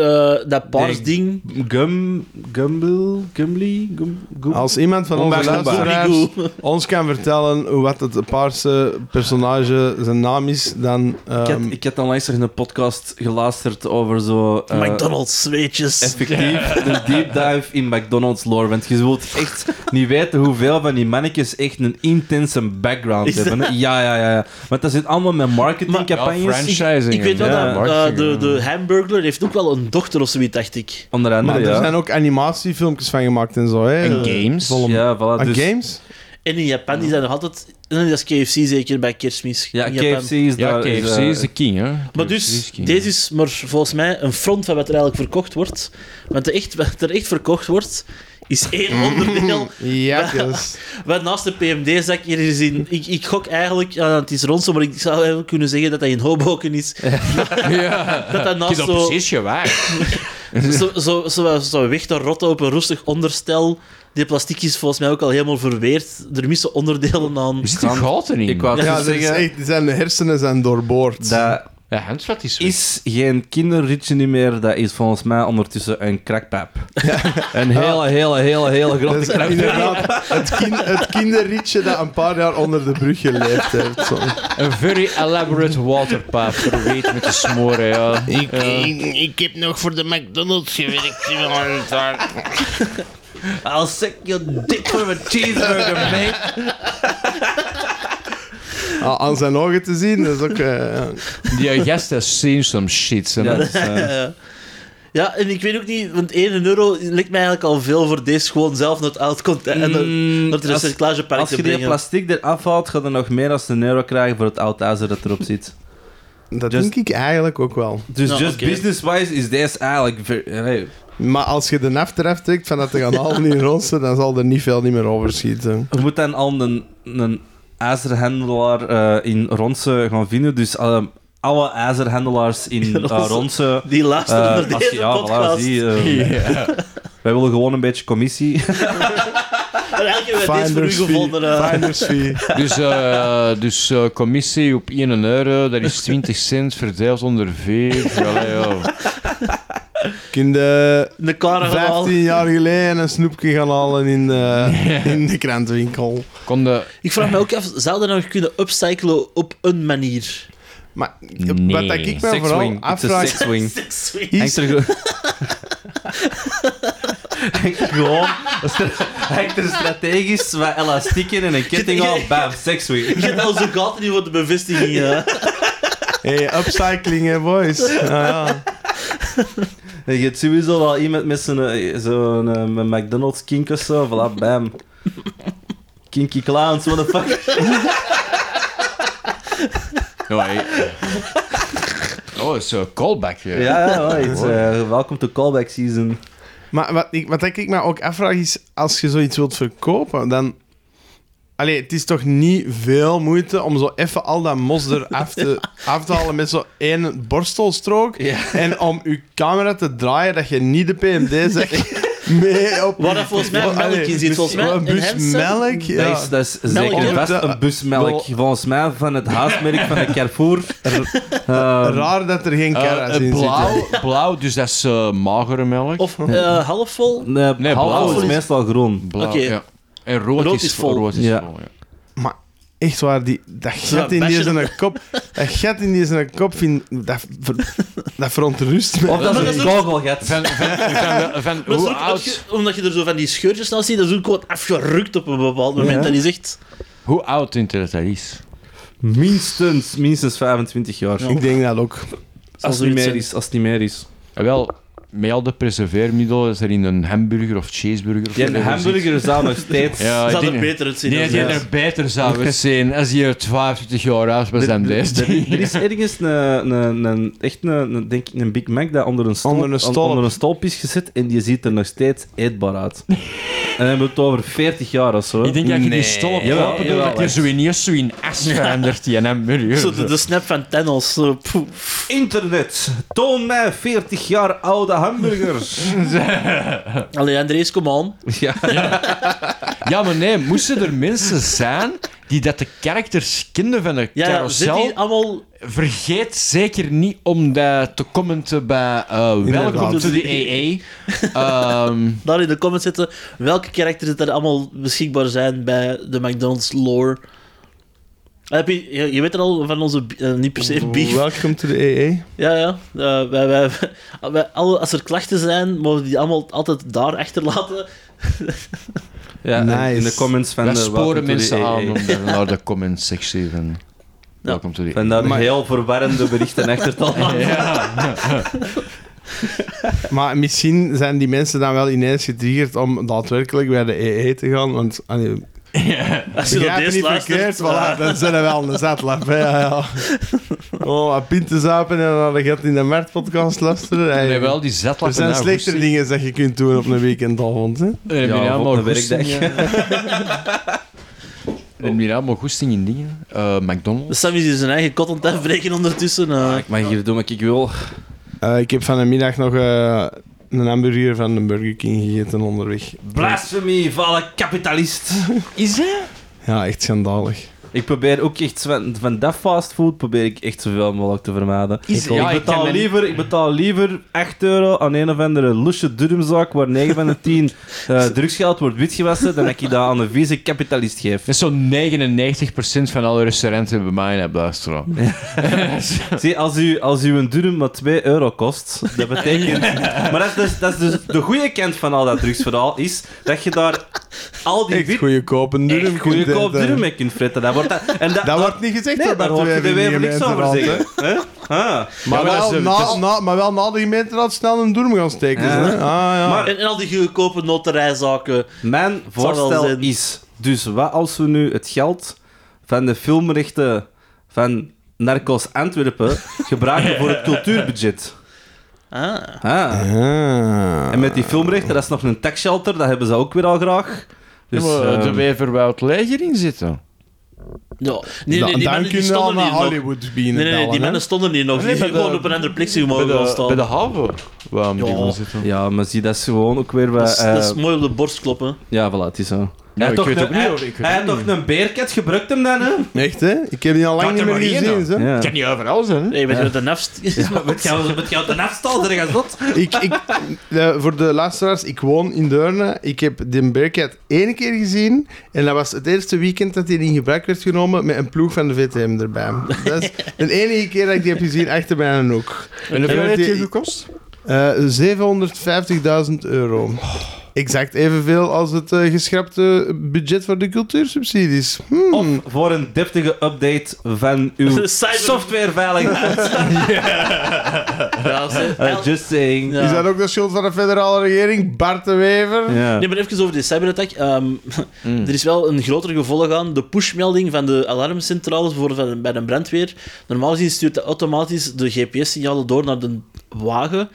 dat paars
Nee.
ding.
Gum, Gumbel, Gumbly, Gum, Gum.
Als iemand van onze
Onbekend.
luisteraars
Oebigoe.
ons kan vertellen wat het paarse personage zijn naam is, dan... ehm,
Ik had, ik had onlangs er een podcast geluisterd over zo... eh,
McDonald's, zweetjes.
Effectief, de deep dive in McDonald's lore. Want je wilt echt niet weten hoeveel van die mannetjes echt een intense background
Is dat-
hebben. hè. Ja, ja, ja, ja. Want dat zit allemaal met marketingcampagnes.
Ja, franchising.
Ik weet wel
Ja,
dat eh, de, de hamburger heeft ook wel een dochter of zoiets, dacht ik.
Onder andere,
maar er
ja.
zijn ook animatiefilmpjes van gemaakt en zo, hè.
En
Eh,
games.
volle-
Ja, voilà.
Ah,
Dus,
games?
En in Japan die zijn nog altijd... Nee, dat is KFC zeker bij kerstmis.
ja,
in Japan.
KFC is
Ja,
daar... is,
KFC
eh,
is de king, hè.
Maar
KFC
dus,
king.
deze is maar volgens mij een front van wat er eigenlijk verkocht wordt. Want de echt, wat er echt verkocht wordt, is
Mm.
één onderdeel.
Ja, yes.
Wat naast de PMD-zak hier is in. Ik, ik gok eigenlijk, ja, het is rond, maar ik zou eigenlijk kunnen zeggen dat dat in Hoboken is.
Ja.
Dat dat
Ik
naast
heb
zo,
precies gewaagd.
zo, zo, zo, zo weg te rotten op een roestig onderstel. Die plastic is volgens mij ook al helemaal verweerd. Er missen onderdelen aan.
Er zitten gaten in.
Ik wou
Ja,
ja,
dat is
zeggen...
echt, zijn hersenen zijn doorboord.
dat
Ja, Hansvat is...
is geen kinderritje niet meer, dat is volgens mij ondertussen een crackpap. Een hele, hele, hele, hele
Dat
grote
is
crackpap.
inderdaad het, kin- het kinderrietje dat een paar jaar onder de brug geleefd heeft. Zo.
Een very elaborate waterpaap, verweet met de smoren, ja.
Ik, ik, ik heb nog voor de McDonald's gewerkt. jongen, daar.
I'll suck your dick for a cheeseburger, mate.
Ah, aan zijn ogen te zien, dat is ook... eh,
Die gast has seen some shit. hè.
Ja, dat is, eh,
Ja, en ik weet ook niet, want 1 euro lijkt mij eigenlijk al veel voor deze gewoon zelf naar het oud-content. en naar-
Mm,
naar het
als-
recyclagepark
Als
te
je die
brengen.
plastic eraf haalt, ga je nog meer dan een euro krijgen voor het oudhuizen dat erop zit.
dat
Just-
denk ik eigenlijk ook wel.
Dus
Nou,
just
oké.
business-wise is deze eigenlijk... ver- hey.
Maar als je de after trekt van dat te gaan halen in Ronsen, dan zal er niet veel niet meer overschieten.
Je moet dan al een, een ijzerhandelaar eh, in Ronse gaan vinden. Dus eh, alle ijzerhandelaars in eh,
Ronse.
Ronse...
Die luisteren
Eh,
naar
als-
deze
ja, voilà,
podcast.
zie je, eh, Wij willen gewoon een beetje commissie.
Maar eigenlijk hebben we deze voor u
Finders fee.
gevonden. eh.
Finders fee.
Dus, eh, dus eh, commissie op 1 euro, dat is 20 cent verdeeld onder 4. Allee, ja.
Kinderen
De karren allemaal.
15 jaar geleden een snoepje gaan halen in de, in de krantwinkel.
Kon de...
Ik vraag me ook af, zou dat nog kunnen upcyclen op een manier?
Maar
Nee.
wat dat ik me vooral
Sexwing. Het is een
afvraag...
sexwing.
Sexy.
is-
Hangt er gewoon... Hangt er gewoon... Hangt er strategisch wat elastieken en een ketting aan. Bam,
Ik
sexwing.
heb al zo'n gaten niet voor de bevestiging. eh.
Hey, upcycling, hè, boys. Ah, ja.
Je hebt sowieso wel iemand met zo'n eh, zo'n, eh, met McDonald's kink of zo. Voilà, bam. kinky clowns, what the fuck.
Ja, hey. Oh, is een callback. Ja.
ja, ja, wel iets. eh, welkom to callback season.
Maar wat ik, wat ik me ook afvraag is, als je zoiets wilt verkopen, dan... Allee, het is toch niet veel moeite om zo even al dat mos eraf te, af te halen met zo één borstelstrook. En om je camera te draaien dat je niet de PMD zegt. mee op...
Waar dat volgens mij
Allee, dus
melk in zit. Volgens mij
Een
een
bus
Hansen.
melk? Ja.
Dat is, dat is
Melk,
zeker
hè?
best een bus melk. Volgens mij van het haastmerk van de Carrefour. Eh, Ehm,
Raar dat er geen
Eh, eh,
camera's in zitten.
blauw, blauw, dus dat is eh, magere melk.
Of eh halfvol.
nee,
Nee,
half
blauw
is
is-
meestal groen.
Blauw,
Oké.
ja. En rood,
Rood
is,
is vol.
Rood is
Ja.
vol, ja.
Maar echt waar, die, dat gat in die
bashen-
zijn kop... Dat gat in die zijn kop, vind, dat, ver- dat verontrust me.
Of dat is een gogelgat.
Van, van, van, van
Maar dat
hoe
is ook
oud,
afge- omdat je er zo van die scheurtjes snel ziet, dat is ook gewoon afgerukt op een bepaald moment.
Ja.
Dat is echt...
hoe oud denk je dat dat is?
Minstens, minstens 25 jaar.
Ik denk dat ook.
zal
Als het niet
zoiets
meer
zijn.
is, als het niet meer is.
Eh, Wel, met al de preserveermiddelen is er in een hamburger of cheeseburger... of
Die
whatever
hamburger zou nog steeds...
zit. Ja, ik
Zou
denk-
er beter het zien.
Nee,
dan
die
dat.
er beter zou het zijn als je 25 jaar oud was dan deze.
Er, er is ergens een, een, een, echt een, een- denk ik, een Big Mac dat onder een, stolp,
Onder een stolp.
onder een stolp is gezet en die ziet er nog steeds eetbaar uit. en dan hebben we het over 40 jaar of zo. Mm.
Ik denk dat je die stolp
Jawel,
open doet,
jawel,
dat je
echt.
zo in eerst zo in as verandert die hamburger.
Zo de, de snap van Thanos. Zo, poef.
Internet, toon mij 40 jaar oude hamburgers.
Allee, Andrees, kom aan.
ja.
Ja, maar nee, moesten er mensen zijn die dat de karakters kenden van de
Ja, ja zit
carousel...
hier allemaal...
Vergeet zeker niet om dat te commenten bij eh Welcome to the AA. Ehm,
Daar in de comments zetten welke characters er allemaal beschikbaar zijn bij de McDonald's lore. Ah, Heb je, je je weet er al van onze, eh, niet per se beef,
Welcome to the EE.
Ja, ja. Eh, wij, wij, wij- alle, als er klachten zijn, mogen die allemaal altijd daar achterlaten.
Ja,
Nice.
In de comments van
wij
de eh,
sporen
Welcome to the
mensen
AA.
aan om dan
Nou,
naar de comment sectie van Welcome to the AA.
Van daar heel verwarrende berichten achter te laten.
Maar misschien zijn die mensen dan wel ineens getriggerd om daadwerkelijk bij de EE te gaan. Want allee,
Als je dat
begrijp me
deze
niet verkeerd,
luistert,
voilà,
eh,
dan zijn we wel een zetlap. hè, Ja, ja. Oh, wat pinten zuipen en dan de gat in de markt podcast luisteren. Hey,
Nee, wel, die zetlappen
er zijn slechtere dingen dat je kunt doen op een weekendavond. Hè?
dingen.
Ja,
Ja,
op
maar
een werkdag.
goesting. eh, Neem je allemaal goesting in dingen. Eh, McDonald's.
Sam is hier zijn eigen kot aan het afbreken ondertussen. eh.
Ah,
Ik mag hier doen wat ik wil.
Eh, ik heb van de middag nog eh, een hamburger van de Burger King gegeten onderweg.
Blasphemy, vallen kapitalist.
Ja, echt schandalig.
Ik probeer ook echt van, van dat fastfood probeer ik echt zoveel mogelijk te vermijden. ik,
ja, ik
betaal
ken mijn-
liever, ik betaal liever 8 euro aan een of andere lusje durumzaak waar 9 van de 10 eh, drugsgeld wordt witgewassen, dan dat ik dat aan een vieze kapitalist geef.
Dat is zo'n 99% van alle restaurants bij mij in Blaastro.
Zie, als u, als u een durum maar 2 euro kost, dat betekent... Maar dat is, dus, dat is dus de goede kant van al dat drugsverhaal, is dat je daar al die
Echt
wit...
goede kopen. durum
Echt goede
kunt
koop
eten.
durum mee kunt fritten. Dat wordt dat, en dat,
Dat wordt niet gezegd,
Nee,
dat
daar hoort je de wever niks over zeggen. hè? Ah.
Maar,
maar
wel,
dat is- dat
na,
is-
na, maar wel na de gemeenteraad snel een doorm gaan steken.
Ja.
hè? Ah, ja.
Maar-
en, en al die goedkope notarijzaken.
Mijn
zal wel
voorstel
zijn.
is: dus wat als we nu het geld van de filmrechten van Narcos Antwerpen gebruiken voor het cultuurbudget?
Ah.
Ah.
Ah.
En met die filmrechten, dat is nog een tax shelter, dat hebben ze ook weer al graag. Dus,
Ja, maar, eh, de
ehm,
Wever wou het leger in zitten.
Ja. Nee,
Nou, Dan-
nee, die
dan
mannen die
kun je al
stonden
naar
hier nog.
Hollywood binnen.
Nee, nee, nee, die
bellen, hè.
mannen stonden hier nog. Die
bij
hebben
de-
gewoon op een andere plek zich
Bij
mogen gaan
de,
staan.
bij de haven. Waarom die
Ja.
gaan zitten?
ja, maar zie, dat is gewoon ook weer bij.
Dat is, dat is
eh,
mooi op de borst kloppen.
ja, voilà, het is zo.
ik
toch
weet
een-
ook niet,
hij-
hoor, ik weet
Hij
ook
had toch een beerket gebruikt hem dan, hè?
Echt, hè? Ik heb die al lang
Dat
niet
er
meer
maar één
gezien.
dan.
hè.
Ja.
kan niet overal zijn.
Nee, weet je wat de nafst is?
Met jou, met jou ten afstand, er gaat zot.
Ik, ik, eh, voor de luisteraars, ik woon in Deurne. Ik heb de Bearcat één keer gezien. En dat was het eerste weekend dat die in gebruik werd genomen met een ploeg van de VTM erbij. Dat is de enige keer dat ik die heb gezien achter mijn hoek.
En
hoeveel
hoeveel
heeft
heeft
die
je gekost?
Eh, Eh, 750.000 euro. Exact evenveel als het eh, geschrapte budget voor de cultuursubsidies. Hmm.
Of voor een deftige update van uw
Cyber-
softwareveiligheid.
Ja, ze-
Uh, just saying.
Ja.
Is dat ook de schuld van de federale regering? Bart de Wever?
Ja.
Nee, maar even over die cyberattack. Ehm,
Mm.
Er is wel een groter gevolg aan. De pushmelding van de alarmcentrales, bijvoorbeeld van- bij een brandweer. Normaal gezien stuurt dat automatisch de GPS-signalen door naar de wagen.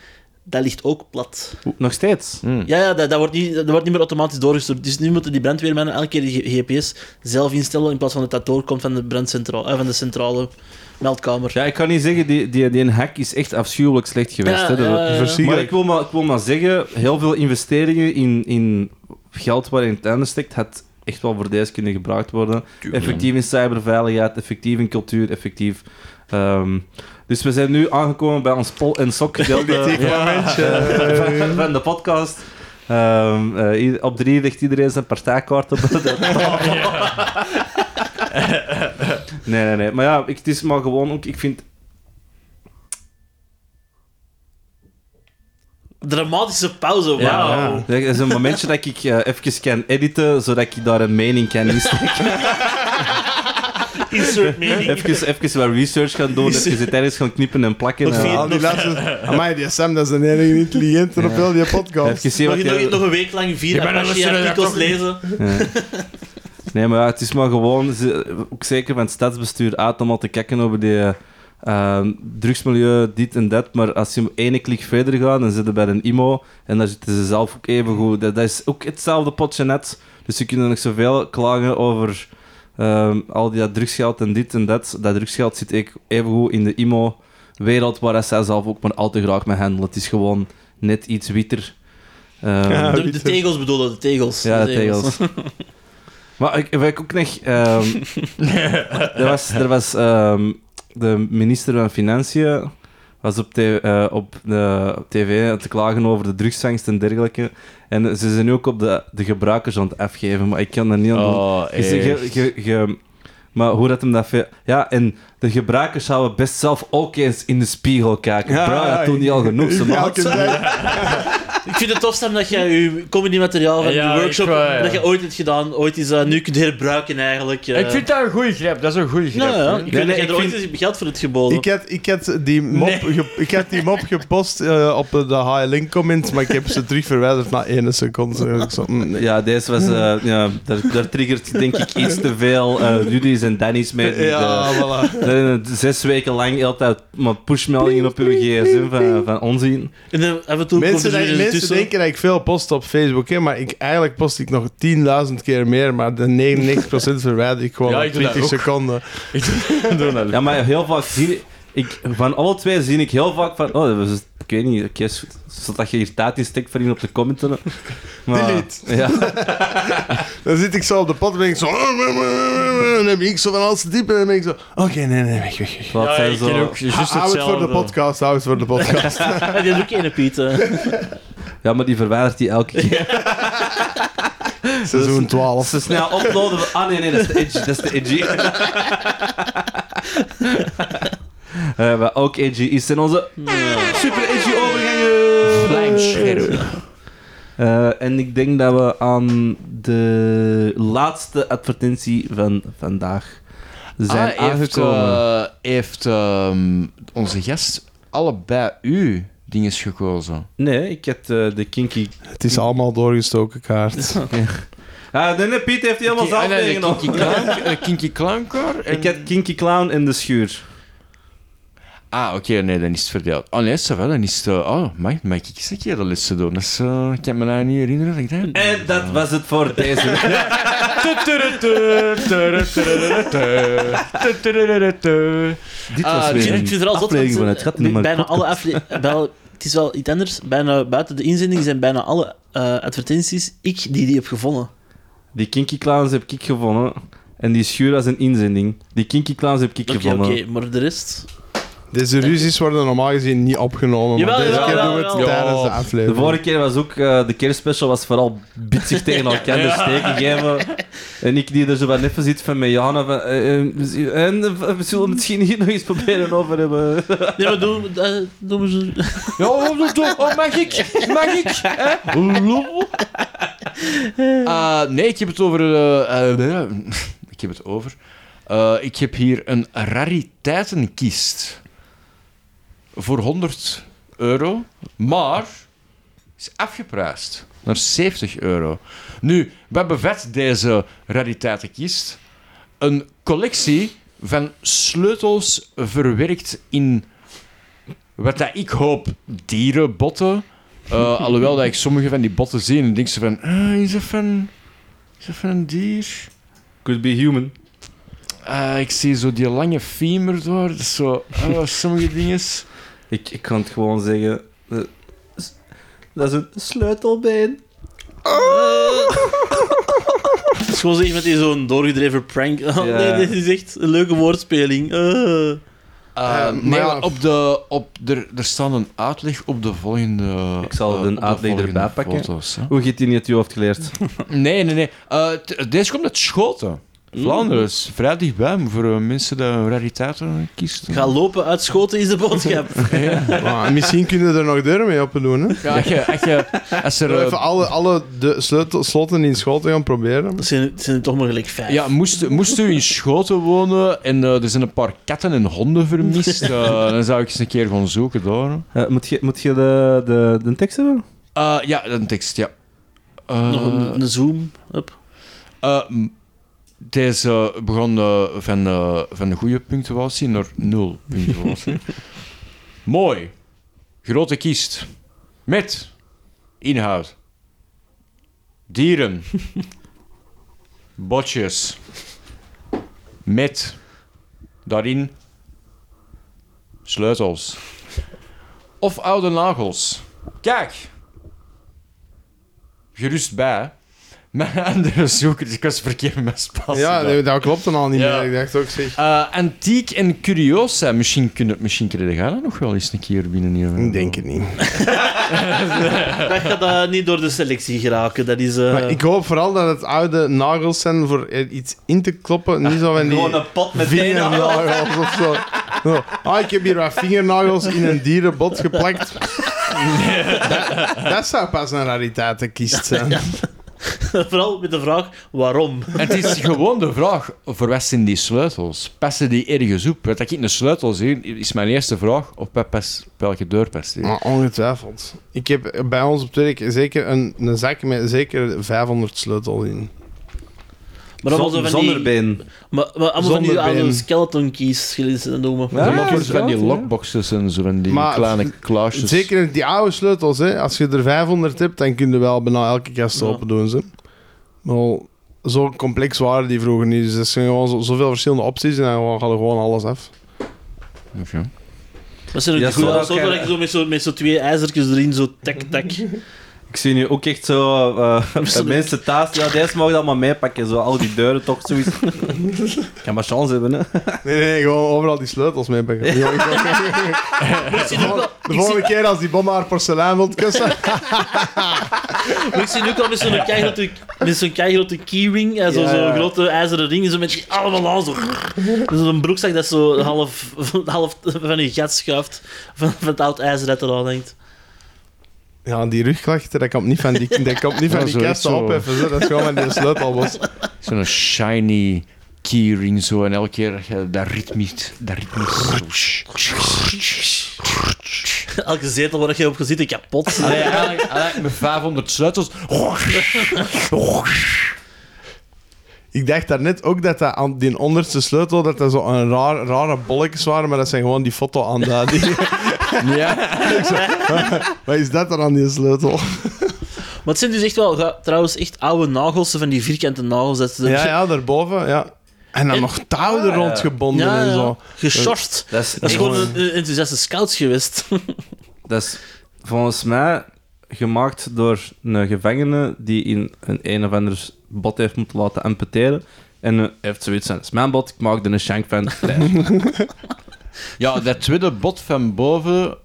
Dat ligt ook plat.
Nog steeds.
Ja, ja dat, dat, wordt niet, dat wordt niet meer automatisch doorgestuurd. Dus nu moeten die brandweermannen elke keer de GPS zelf instellen in plaats van dat dat doorkomt van de, brandcentrale, eh, van de centrale meldkamer.
Ja, ik kan niet zeggen, die, die, die hack is echt afschuwelijk slecht geweest.
Ja,
hè. Dat-
ja, ja.
Maar
Versierlijk.
ik wil maar, ik wil maar zeggen, heel veel investeringen in, in geld waar je in het einde steekt, had echt wel voor deze kunnen gebruikt worden. Effectief in cyberveiligheid, effectief in cultuur, effectief... ehm, dus we zijn nu aangekomen bij ons pol- en sok gedeelte van, van de podcast. Ehm, eh, ieder- op drie ligt iedereen zijn partijkaart op de tafel. Nee, nee, nee. Maar ja, ik, het is maar gewoon ook... Ik vind
Dramatische pauze, wauw.
Ja. Dat is een momentje dat ik eh, even kan editen, zodat ik daar een mening kan insteken.
Insert mening.
Even, even wat research gaan doen, even het ergens gaan knippen en plakken.
Nog
eh,
vier-
Al die laatste... Amai, die Sam, dat is een enige intelligente op heel die podcast.
eh, even zien
Nog,
wat
nog, e-
je-
nog een week lang vier
bent een
Apache-artikels
luisteraar,
lezen.
Nee, maar ja, het is maar gewoon, ze- ook zeker van het stadsbestuur uit om al te kijken over die eh, drugsmilieu, dit en dat. Maar als je hem ene klik verder gaat, dan zitten bij een IMO en daar zitten ze zelf ook even goed. Dat, dat is ook hetzelfde potje net. Dus ze kunnen nog zoveel klagen over ehm, al die dat drugsgeld en dit en dat. Dat drugsgeld zit ik even goed in de IMO wereld waar dat zij zelf ook maar al te graag mee handelen. Het is gewoon net iets witter. Ehm,
Ja.
De, de tegels bedoelen, de tegels.
ja, de tegels. maar ik, wat ik ook nog... ehm, er was, er was ehm, de minister van Financiën was op, tv, eh, op de op tv aan te klagen over de drugsvangst en dergelijke. En ze zijn nu ook op de, de gebruikers aan het afgeven, maar ik kan er niet aan doen.
Oh,
Je zegt, je- je- je- maar hoe dat hem dat... ve- Ja, en de gebruikers zouden best zelf ook eens in de spiegel kijken.
Ja,
Bro,
ja,
dat doen die al genoeg, ze maat.
Elke dag.
Ik vind het tof, Sam, dat jij je comedymateriaal van
Ja,
de workshop,
ik wel, ja.
dat je ooit hebt gedaan, ooit is dat nu kunt herbruiken eigenlijk. eh.
Ik vind dat een goede greep. Dat is een goede greep.
Nou ja,
nee,
ik weet dat jij
ik
er ooit
vind-
eens geld voor hebt geboden.
Ik had, ik had die mop, ge- ik had die mop gepost eh, op de high link comment, maar ik heb ze terug verwijderd na 1 seconde. Ik zo, mm, nee.
Ja, deze was... eh, ja, daar, daar triggert denk ik iets te veel eh Rudy's en Danny's mee. die de-
Ja, voilà.
Dat is een zes weken lang altijd maar pushmeldingen op uw gsm van, van onzin.
En dan af en toe
Mensen,
komt er
denken-
weer
mensen
tussen.
denken dat ik veel post op Facebook, hè, maar ik, eigenlijk post ik nog 10.000 keer meer, maar de 99% verwijder ik gewoon
Ja,
op
ik doe dat
20 seconden.
Ja, maar heel vaak zie ik... Van alle twee zie ik heel vaak van... Oh, dat was- ik weet niet, oké, is goed. zodat je hier taart in steekt voor iemand op te commenten. Maar,
Delete.
Ja,
Dan zit ik zo op de pot en ben ik zo... "Oh, En heb ik zo van alles diep en dan ben ik zo... Oké, nee, nee, weg, weg, weg.
wat
Ja,
zijn
ik ken
zo...
ook juist
Hou het voor de
hetzelfde.
podcast, hou het voor de podcast.
Ja, die doet ook ene Piet. eh.
Ja, maar die verwijdert die elke keer.
Seizoen 12.
Ze snel uploaden. we- Ah nee, nee, dat is de edgy. Dat is de edgy. Eh, maar ook edgy is in onze super edgy overgangen. Eh, en ik denk dat we aan de laatste advertentie van vandaag zijn
Ah, heeft,
aangekomen.
eh, heeft ehm, onze gast allebei uw dinges gekozen?
Nee, ik heb eh, de kinky...
Het is allemaal doorgestoken kaart.
Ah, nee, nee, Piet heeft die helemaal
Ki- ah,
zelf
nee, de Kinky
meegenomen.
Clown, eh, Kinky Clown Car en-
Ik heb kinky clown in de schuur.
Ah, oké, nee, dan is het verdeeld. Oh nee, zo wel, dan is het... eh, oh, mag, mag ik eens een keer de lessen doen? Dat is, eh, ik kan me nou niet herinneren dat ik dat...
En dat was het voor deze week. Dit was
Ah,
weer
Ik
een
vind het vooral zot, want
aflevering
ze-
van het gat nummer
Bijna alle afle- wel, Het is wel iets anders. Bijna buiten de inzending zijn bijna alle eh, advertenties ik die die heb gevonden.
Die kinky clowns heb ik gevonden. En die schuur was een inzending. Die kinky clowns heb ik
Oké,
gevonden.
oké, maar de rest...
Deze ruzies worden normaal gezien niet opgenomen.
Jawel,
maar deze
jawel,
keer
jawel,
doen we het
jawel.
tijdens de
De
aflevering.
vorige keer was ook, eh, de kerstspecial was vooral bitsig tegen elkaar de steken geven. En ik die er zo wat even zit van met Jana van, eh, eh, misschien- en eh, we zullen misschien hier nog eens proberen over hebben.
Nee, maar doe, eh, doe maar zo.
Ja, oh, oh, oh, oh, mag ik? Mag ik? Hè? Lol. Ah, nee, ik heb het over... eh, eh, ik heb het over... Eh, ik heb hier een rariteitenkist. Voor 100 euro. Maar... Is afgeprijsd. Naar 70 euro. Nu, wat bevat deze rariteitenkist? Een collectie van sleutels verwerkt in... Wat dat ik hoop, dierenbotten. Eh, alhoewel dat ik sommige van die botten zie en denk ze van... eh, is, dat van is dat van een dier?
Could be human.
Ah, ik zie zo die lange femur door. Dat is zo... ah, sommige dingen...
Ik, ik kan het gewoon zeggen. eh, s- Dat is een sleutelbeen.
Het is gewoon zo iemand die zo'n doorgedreven prank... Oh,
Ja.
Nee, dit is echt een leuke woordspeling. Eh.
Eh, nee,
maar ja.
maar op de... Op, er, er staat een uitleg op de volgende...
Ik zal
eh,
de
op de
uitleg
volgende
erbij pakken.
foto's, hè.
Hoe gaat die niet uit je hoofd geleerd?
Nee, nee, nee. Eh, t- deze komt uit Schoten.
Mm.
Vlaanderen is vrij dichtbij, maar voor eh, mensen die rariteiten kiezen.
Ga lopen uit Schoten is de boodschap.
Ah, misschien kunnen we er nog deuren mee open doen.
Eh,
Hè?
Ja, als je- als je- als er, eh,
Even alle, alle de sleutel, slotten in school te gaan proberen.
Dat zijn, het zijn er toch maar gelijk vijf.
Ja, moest, moest u in Schoten wonen en eh, er zijn een paar katten en honden vermist, eh, dan zou ik eens een keer gaan zoeken daar.
Eh, moet, je, moet je de, de, de tekst hebben?
Eh, ja, een tekst, ja. Eh,
Nog een, een zoom. Up.
eh, m- deze begon eh, van, eh, van de goede punctuatie naar nul punctuatie. Mooi. Grote kist. Met inhoud. Dieren. Botjes. Met daarin sleutels. Of oude nagels. Kijk. Gerust bij. Mijn andere zoekers, ik was verkeerd met mijn spas.
Ja, nee, dat klopt dan al niet
Ja.
meer. Ik dacht ook, zeg.
Eh, antiek en curieus zijn. Misschien kunnen misschien kunnen we dat nog wel eens een keer binnen hier.
het niet.
Eh. Dat gaat eh, niet door de selectie geraken. Dat is... eh,
Maar ik hoop vooral dat het oude nagels zijn voor er iets in te kloppen. Niet zo van die
pot
vingernagels of zo. Zo, Ah, ik heb hier wat vingernagels in een dierenbot geplakt. Dat, dat zou pas een rariteitenkist zijn.
Vooral met de vraag, waarom?
Het is gewoon de vraag, voor wat zijn die sleutels? Passen die ergens op? Want dat ik een sleutel zie, is mijn eerste vraag. Op wat pas, op welke deur past die?
Maar ongetwijfeld. Ik heb bij ons op het werk zeker een, een zak met zeker 500 sleutel in.
Maar allemaal zo van die, maar,
Zonderbeen.
maar allemaal van die
Zonder
oude
been.
skeleton keys, gelezen ze dat noemen.
Ja,
Allemaal voor zo van die
inderdaad, ja.
lockboxes en zo van die
Maar-
kleine kluisjes.
Zeker die oude sleutels, hè. Als je er 500 hebt, dan kun je wel bijna elke kast
Ja.
open doen, ze. Maar zo complex waren die vroeger niet. Dus dat zijn gewoon zo- zoveel verschillende opties en dan gaan we gewoon alles af.
Oké.
Dat zijn ook
Ja,
die goede
zo
oude soorten
ook,
dat je zo met zo, met zo twee ijzertjes erin, zo tak tak.
Ik zie nu ook echt zo eh, eh, mensen thuis. Ja, deze mogen allemaal meepakken. Zo, al die deuren toch zoiets. kan maar chance hebben, hè?
Nee, nee, gewoon overal die sleutels mee pakken. De volgende keer als die bomma haar porselein wilt kussen.
Maar ik zie nu ook al met zo'n keigrote, met zo'n keigrote keyring, en zo,
Ja.
zo'n grote ijzeren ring, en zo met die allemaal aan, zo. En Zo'n broekzak dat zo half, half van je gat schuift, van, van het oud ijzer dat er aan hangt.
Ja, die rugklachten, dat komt niet van die, dat komt niet van
Ja,
die
zo,
kasten
zo.
opheffen. zo. Dat is gewoon van die sleutelbos.
Zo'n shiny keyring zo en elke keer dat je dat ritmisch... Dat ritmisch...
Elke zetel waar je op gaat zitten, kapot.
Allee, eigenlijk, eigenlijk met 500 sleutels.
Ik dacht daarnet ook dat, dat aan die onderste sleutel dat dat zo een raar, rare bolletjes waren, maar dat zijn gewoon die foto aanduidingen.
Ja.
Wat is dat dan aan die sleutel?
Maar het zijn dus echt wel, ga- trouwens, echt oude nagels, zo van die vierkante nagels. Dat ze
Ja, ja, daarboven, ja. En dan nog touwen er rondgebonden
Ja,
en
ja.
zo.
Geschorst.
Dat is,
Dat is gewoon een, een enthousiaste scout geweest.
Dat is volgens mij gemaakt door een gevangene die in een een of ander bot heeft moeten laten amputeren. En eh, heeft zoiets van, dat is mijn bot, ik maak er een shank van.
Ja, dat tweede bot van boven.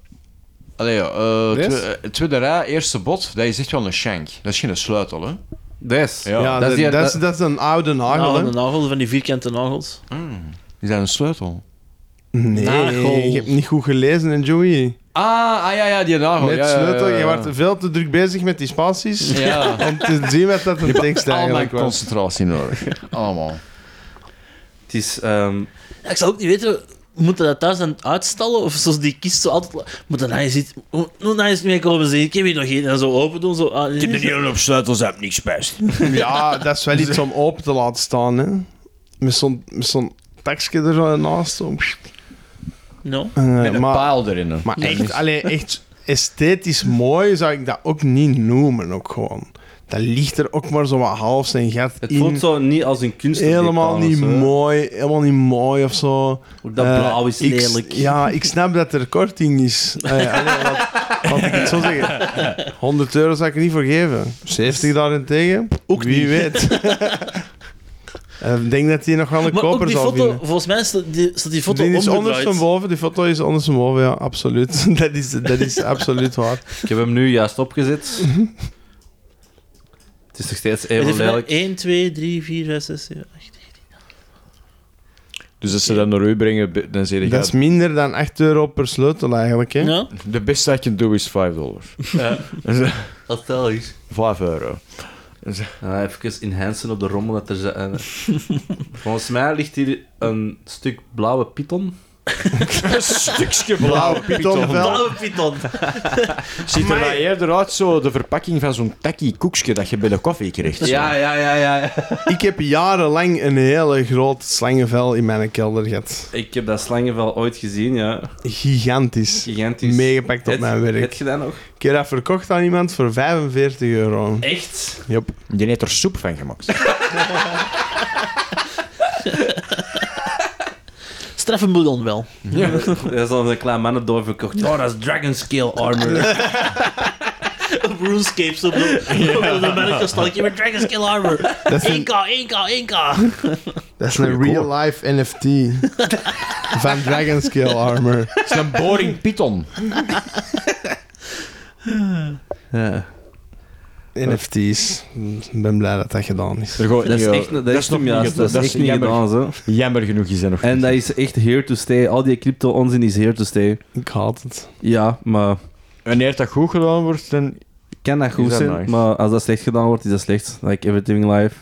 Allee, ja, eh,
Yes?
twe- eh, tweede rij, eerste bot, dat is echt wel een shank. Dat is geen sleutel, hè?
Des.
Ja.
Ja,
dat
dat,
is die-
dat, is,
dat-
dat is een oude nagel,
Nagel,
hè?
de nagel van die vierkante nagels.
Is dat een sleutel?
Nee,
Nagel.
je hebt niet goed gelezen, en Joey.
Ah, ah ja, ja, die nagel.
Met
ja, ja,
sleutel,
ja, ja.
je wordt veel te druk bezig met die spaties.
Ja.
Om te zien wat dat een tekst
Al mijn
eigenlijk was.
concentratie nodig. Allemaal.
Het is... ehm,
Ja, ik zou ook niet weten, moeten dat thuis dan uitstallen? Of zoals die kist zo altijd... Moet dan hij ziet... Moet dan eens mee komen zeggen, ik heb hier nog één. En zo open doen, zo... Ah,
De hele hoop sleutels heb niks best.
Ja, dat is wel
Dus-
iets om open te laten staan, hè. Met zo'n met zo'n tekstje er zo naast. Zo.
no.
Eh,
Met een
maar,
paal erin. hè.
maar echt, allee, echt esthetisch mooi zou ik dat ook niet noemen, ook gewoon. Dat ligt er ook maar zo wat half zijn gat
het
in.
voelt zo niet als een kunst.
helemaal niet mooi, helemaal niet mooi of zo.
Ook dat
Eh,
blauw is
ik-
lelijk.
Ja, ik snap dat er korting is. Eh, allee, wat, wat ik het zo zeggen. 100 euro zou ik er niet voor geven. 70 daarentegen? Ook Wie weet. Eh, Ik denk dat hij nog wel een
Maar ook
koper
die
zal
foto...
vinden.
Volgens mij staat die, staat die foto
Die is
omgedraaid.
ondersteboven, die foto is ondersteboven, ja, absoluut. Dat is, dat is absoluut waar.
Ik heb hem nu juist opgezet. het is nog steeds even lelijk.
1, 2, 3, 4, 5, 6, 7, 8,
Dus als ze dat naar u brengen, be- dan zeg je...
Dat is minder dan 8 euro per sleutel eigenlijk. Hè?
9. Ja?
De beste dat je doet is 5 dollar.
Dat tel is.
5 euro.
Eh, even enhancen op de rommel dat er zit. Eh, volgens mij ligt hier een stuk blauwe python.
Een stukje
Nou,
blauw
Pythonvel.
Blauwe python.
Ziet er maar eerder uit zo de verpakking van zo'n takkie koekje dat je bij de koffie krijgt.
Ja, ja, ja, ja.
Ik heb jarenlang een hele groot slangenvel in mijn kelder gehad.
Ik heb dat slangenvel ooit gezien, ja.
Gigantisch.
Gigantisch.
Meegepakt op
Het-
mijn werk.
Heb je dat nog?
Ik heb dat verkocht aan iemand voor 45 euro.
Echt?
Yep.
Je heeft er soep van gemaakt.
Straf een bouillon wel.
Dat is al een klein mannen doorverkocht. Oh, dat is Dragon Scale Armor.
Op RuneScape, zo bedoel. Dan ben ik dan ik met Dragon's Kill Armor. 1k, 1k, 1k.
Dat is een real-life NFT. Van Dragonscale Armor.
Het is een boring python.
ja.
NFT's. Ik ben blij dat dat gedaan is.
eh, Dat
Dat is echt, dat is
nog
niet,
niet
juist, dat is echt niet
jammer,
gedaan, zo.
jammer genoeg is dat nog
En
niet.
dat is echt here to stay. Al die crypto-onzin is here to stay.
Ik haat het.
Ja, maar...
Wanneer dat goed gedaan wordt, dan...
kan dat goed
Is dat
zijn,
nice?
maar als dat slecht gedaan wordt, is dat slecht. Like everything live.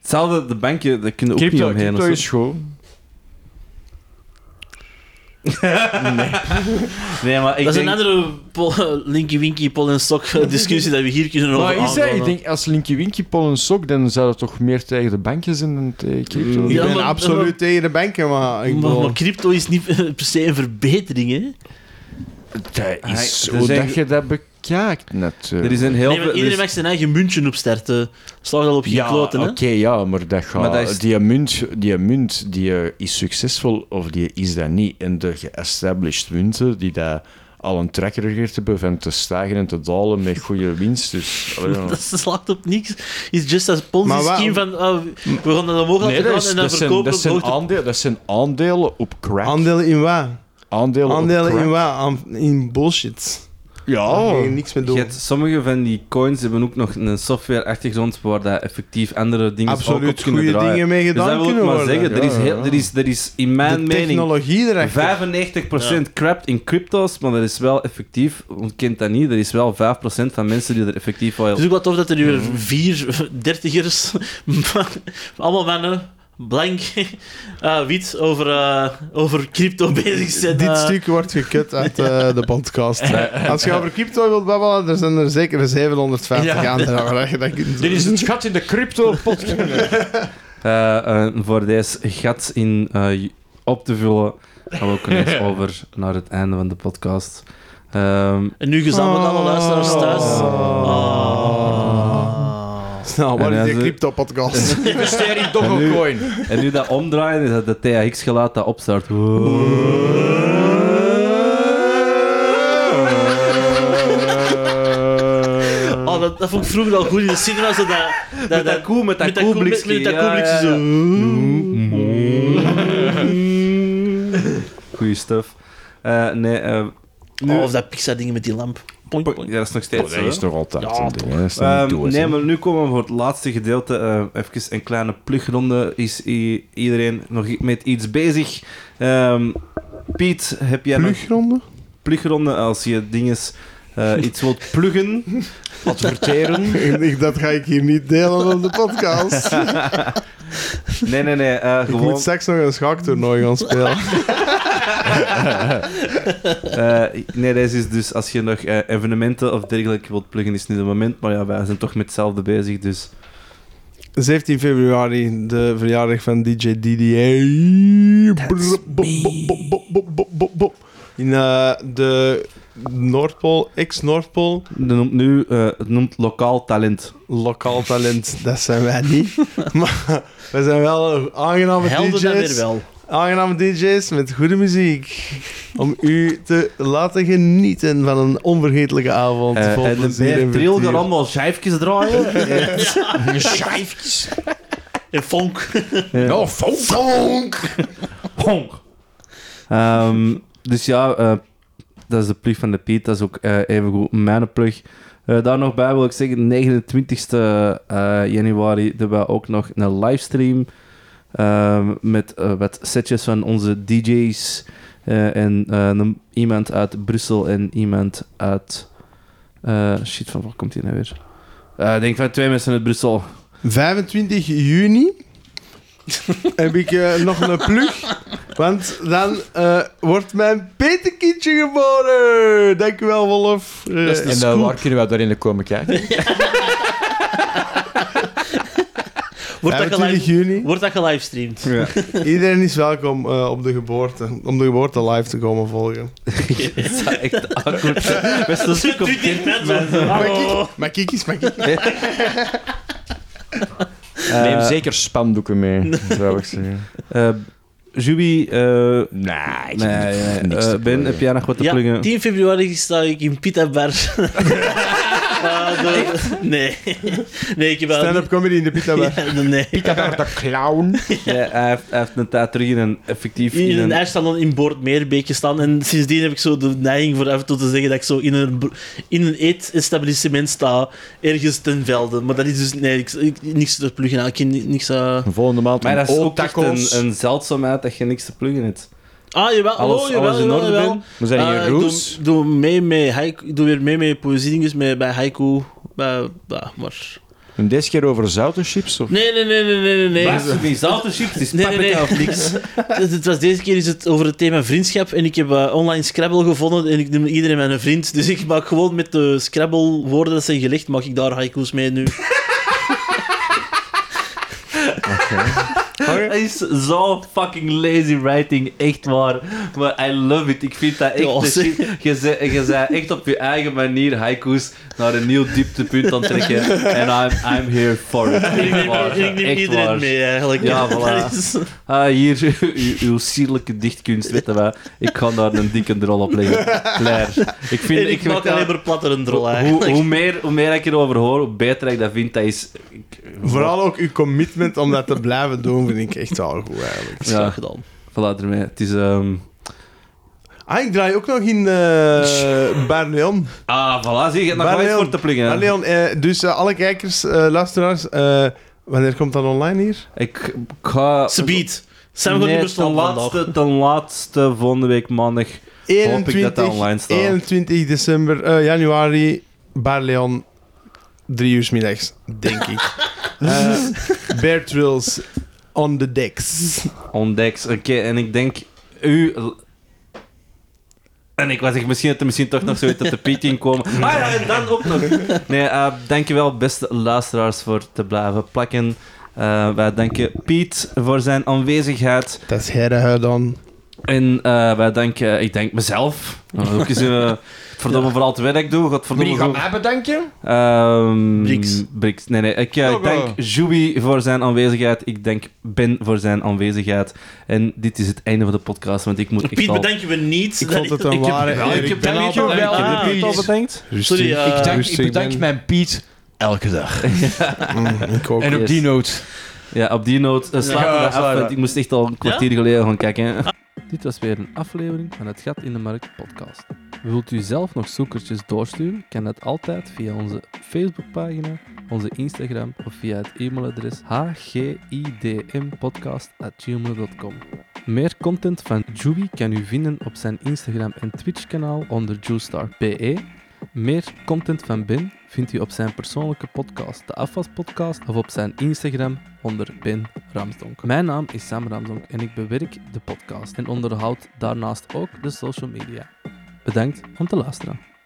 Hetzelfde, de bankje, daar kunnen ook niet
Crypto,
omheen.
crypto
of zo.
is goed.
Nee, maar ik
Dat is
denk...
een andere po- Linky Winky, Pol en Sok eh, discussie dat we hier kunnen over
Maar is dat,
aangaan,
ik
hè.
denk, als Linky Winky pol een sok, dan zou dat toch meer tegen de bankjes eh, zijn dan tegen crypto?
Ik
Ja,
ben
maar-
absoluut tegen de banken, maar ik
Maar,
bedoel...
maar crypto is niet per se een verbetering, hè?
Dat
Hij-
is
er
hoe
zijn-
dat je dat bekijkt, natuurlijk.
Er is een heel...
Nee, maar
veel-
iedereen
er
mag
is-
zijn eigen muntje opstarten. Slag al op je
Ja,
kloten,
oké,
hè?
ja, maar, dat gaat,
Maar dat is-
die munt, die, munt die eh, is succesvol of die is dat niet. En de geestablished munten die dat al een track record hebben van te stijgen en te dalen met goede winst. Dus, allee, ja.
Dat slaat op niks. is just als ponzi
Maar wa-
scheme van ah, we gaan dat omhoog laten
Nee,
gaan
dat, is-
en dan
dat zijn,
verkopen
dat,
we op
zijn
hoogte.
aandelen, dat zijn aandelen op crack.
Aandelen in wat?
aandelen op
Aandelen
crack.
in wat? Aan- In bullshit. Daar
Ja.
ga je niks mee
Oh. je
doen.
hebt- sommige van die coins hebben ook nog een software-achtergrond waar dat effectief andere dingen ook op
Absoluut
kunnen
goede
draaien.
dingen mee
dus dat
gedaan
wil ik
kunnen
maar
worden.
zeggen, er is,
Ja,
heel, er, is, er is in mijn
de
mening
technologie erachter.
95% crap in crypto's, maar dat is wel effectief, ontkent dat niet, er is wel 5% van mensen die er effectief wel...
Dus-
Het is ook wel tof dat er nu
Mm.
weer vier dertigers, allemaal mannen, blank, eh, wit, over, eh, over crypto bezig zijn.
Dit
eh.
stuk wordt gekut uit eh, de podcast. Als je over crypto wilt babbelen, er zijn er zeker 750
Ja.
aan. Daar, dat kunt-
Dit is het gat in de crypto pot.
Eh, eh, voor deze gat in eh, op te vullen, gaan we ook eens over naar het einde van de podcast. Ehm,
En nu gezamenlijk
Ah.
alle luisteraars thuis.
Oh.
Ah.
Nou, wat
En
is die
als-
crypto-podcast?
Investeer in Dogecoin.
en nu dat omdraaien, is dat de THX-geluid dat opstart.
Oh, dat, dat vond ik vroeger al goed in de cinema. Zo dat, dat,
Met dat koe, met dat
koe-
koeblikske,
Met, met dat
ja,
koeblikske
ja, ja.
zo.
goede stuff. Eh, nee, eh,
Oh, of dat Pixar-dingen met die lamp. Poink,
ja,
poink.
dat is nog steeds.
Oh, Dat
zo,
is
hè?
toch altijd een ding, hè? Dat is toch
Ehm,
niet dood,
nee,
hè?
maar nu komen we voor het laatste gedeelte. eh, even een kleine plugronde. Is i- iedereen nog i- met iets bezig? Ehm, Piet, heb jij nog
Plugronde?
plugronde als je dinges, eh, iets wilt pluggen?
Adverteren.
Ik denk, dat ga ik hier niet delen op de podcast.
Nee, nee, nee. eh,
ik
gewoon,
moet straks nog een schaktoernooi gaan spelen.
eh, nee, deze is dus als je nog eh, evenementen of dergelijke wilt pluggen, is het niet het moment. Maar ja, wij zijn toch met hetzelfde bezig. Dus
17 februari, de verjaardag van DJ DDA. In eh, de Noordpool, ex-Noordpool,
dat noemt nu eh, het noemt lokaal talent.
lokaal talent, dat zijn wij niet. Maar we zijn wel aangename
Helden dan weer
DJ's.
wel.
Aangename DJ's met goede muziek. Om u te laten genieten van een onvergetelijke avond.
Eh,
vol
en de
plezier
beer Trill
vertier.
gaat allemaal schijfjes draaien.
Schijfjes. En vonk.
Oh, fou-
Honk. Ehm, dus ja, eh, dat is de plug van de Piet. Dat is ook eh, evengoed mijn plug. Eh, daar nog bij wil ik zeggen, 29 januari doen we ook nog een livestream ehm, met eh, wat setjes van onze DJ's eh, en eh, een- iemand uit Brussel en iemand uit... eh, shit, van waar komt die nou weer? Eh, Ik denk van twee mensen uit Brussel.
25 juni heb ik eh, nog een plug. Want dan eh, wordt mijn Peterkindje geboren. Dankjewel, Wolf. Eh,
Dat is de
en
scoop. waar kunnen we daarin komen kijken?
Wordt dat,
25
gelive-
juni.
wordt dat gelivestreamd?
Iedereen is welkom eh, op de geboorte. Om de geboorte live te komen volgen.
Dat is Ah, echt awkward. Best wel zoek op kind- mensen.
Hallo.
Maar kijk eens, maar kijk eens.
Neem zeker spandoeken mee, zou ik zeggen.
Eh Juby, eh,
Nee, ik
nee, nee, eh, Ben, heb jij nog wat te
Ja,
pluggen?
10 februari sta ik in Pita Bar. Ah, de- nee. nee, ik heb wel...
Stand-up comedy in de pita Bar.
Ja, nee.
de clown.
Ja, hij, heeft, hij heeft een tijd terug in een effectief...
In
in
een
een-
dan in Boord Meerbeek staan. En sindsdien heb ik zo de neiging voor af en toe te zeggen dat ik zo in een, bro- in een eetestablissement sta. Ergens ten velde. Maar dat is dus... Nee, ik, ik- niks te pluggen. Ik ken ni- niks... eh,
Volgende maand
maar dat is ook echt
otakos.
een, een zeldzaamheid dat je niks te pluggen hebt.
Ah, jawel.
Alles-
oh, jawel,
alles in
jawel,
orde,
jawel.
Ben?
We zijn
Eh,
Ah,
hier
ik
Roes.
Doe, doe mee met haiku, ik doe weer mee met poëziedinges met, bij haiku. Bij, bah, maar...
En deze keer over zoute chips? Of?
Nee, nee, nee, nee, nee, nee, nee.
Maar het is niet zouten chips, het is
Nee, nee,
paprika
nee.
of niks.
Het, het was deze keer is het over het thema vriendschap en ik heb eh, online Scrabble gevonden en ik noem iedereen mijn vriend. Dus ik maak gewoon met de Scrabble woorden dat zijn gelegd, maak ik daar haiku's mee nu.
Dat is zo fucking lazy writing, echt waar. Maar I love it, ik vind dat echt...
Ja,
de
zeg.
shit. je, zei, je zei echt op je eigen manier haiku's naar een nieuw dieptepunt aan het trekken. En I'm, I'm here for it.
En ik
Echt
neem,
waar.
en ik neem
Echt
iedereen
waar.
mee eigenlijk.
Ja, voilà.
Dat is-
Ah, hier, u- u- uw sierlijke dichtkunst, weet je wel. Ik ga daar een dikke drol op leggen. Klaar. Ik vind...
en ik, maak
weet
alleen
dat-
maar platter een drol eigenlijk.
hoe, hoe, meer, hoe meer ik erover hoor, hoe beter ik dat vind. Dat is... ik-
Vooral ook uw commitment om dat te blijven doen vind ik echt wel goed eigenlijk.
Dat is graag
Ja,
gedaan.
voilà, ermee. Het is... ehm,
Ah, ik draai ook nog in eh Bar Leon.
Ah, voilà, zie je. Je hebt nog
Waar
wel iets
Leon?
voor te pluggen.
Ah, Leon, eh, dus eh, alle kijkers, eh, luisteraars, eh, wanneer komt dat online hier?
Ik ik ga...
Ze biedt. Zijn we
Nee,
gewoon niet
ten
bestaan vandaag.
laatste, ten laatste volgende week maandag. Hoop ik dat dat online staat.
21 december, eh, januari, Bar Leon, drie uur 's middags, denk ik. Eh Bear Trills on the decks.
Ontdekt. Oké, en ik denk... U... En ik was echt misschien dat er misschien toch nog zoiets op de piek ging komen. Ah ja, en dan ook nog. Nee, eh, dankjewel beste luisteraars voor te blijven plakken. Eh, wij danken Piet voor zijn aanwezigheid.
Dat is herhuid dan.
En eh, wij denken, ik denk mezelf. Nou, Ook eens, eh, verdomme voor al het werk ik doe. Godverdomme.
Wie gaat
goed.
mij bedanken?
Ehm,
Brix.
Brix. Nee, nee. Ik, eh, ik
Jawel.
dank Joey voor zijn aanwezigheid. Ik dank Ben voor zijn aanwezigheid. En dit is het einde van de podcast, want ik moet echt
Piet,
al-
bedanken we niet.
Ik
dat
vond
ik-
het een ware
wel-
eer.
ik heb-
ben
ik
al
heb
bedankt.
wel-
Ik heb
Ah,
de Piet
Piet.
al bedankt.
Sorry, eh,
ik, dank, ik
rustig,
bedank
Ben.
mijn Piet elke dag.
Mm, ik ook.
en op
yes.
die noot.
Ja, op die noot eh, sluiten
Ja,
we af.
sluiten we.
want Ik moest echt al een kwartier geleden gaan kijken. Dit was weer een aflevering van het Gat in de Markt podcast. Wilt u zelf nog zoekertjes doorsturen? Kan dat altijd via onze Facebookpagina, onze Instagram of via het e-mailadres hgidmpodcast.gmail.com. Meer content van Juby kan u vinden op zijn Instagram en Twitch-kanaal onder juestar.be. Meer content van Ben vindt u op zijn persoonlijke podcast, de Afwas Podcast, of op zijn Instagram onder Ben Ramsdonk. Mijn naam is Sam Ramsdonk en ik bewerk de podcast en onderhoud daarnaast ook de social media. Bedankt om te luisteren.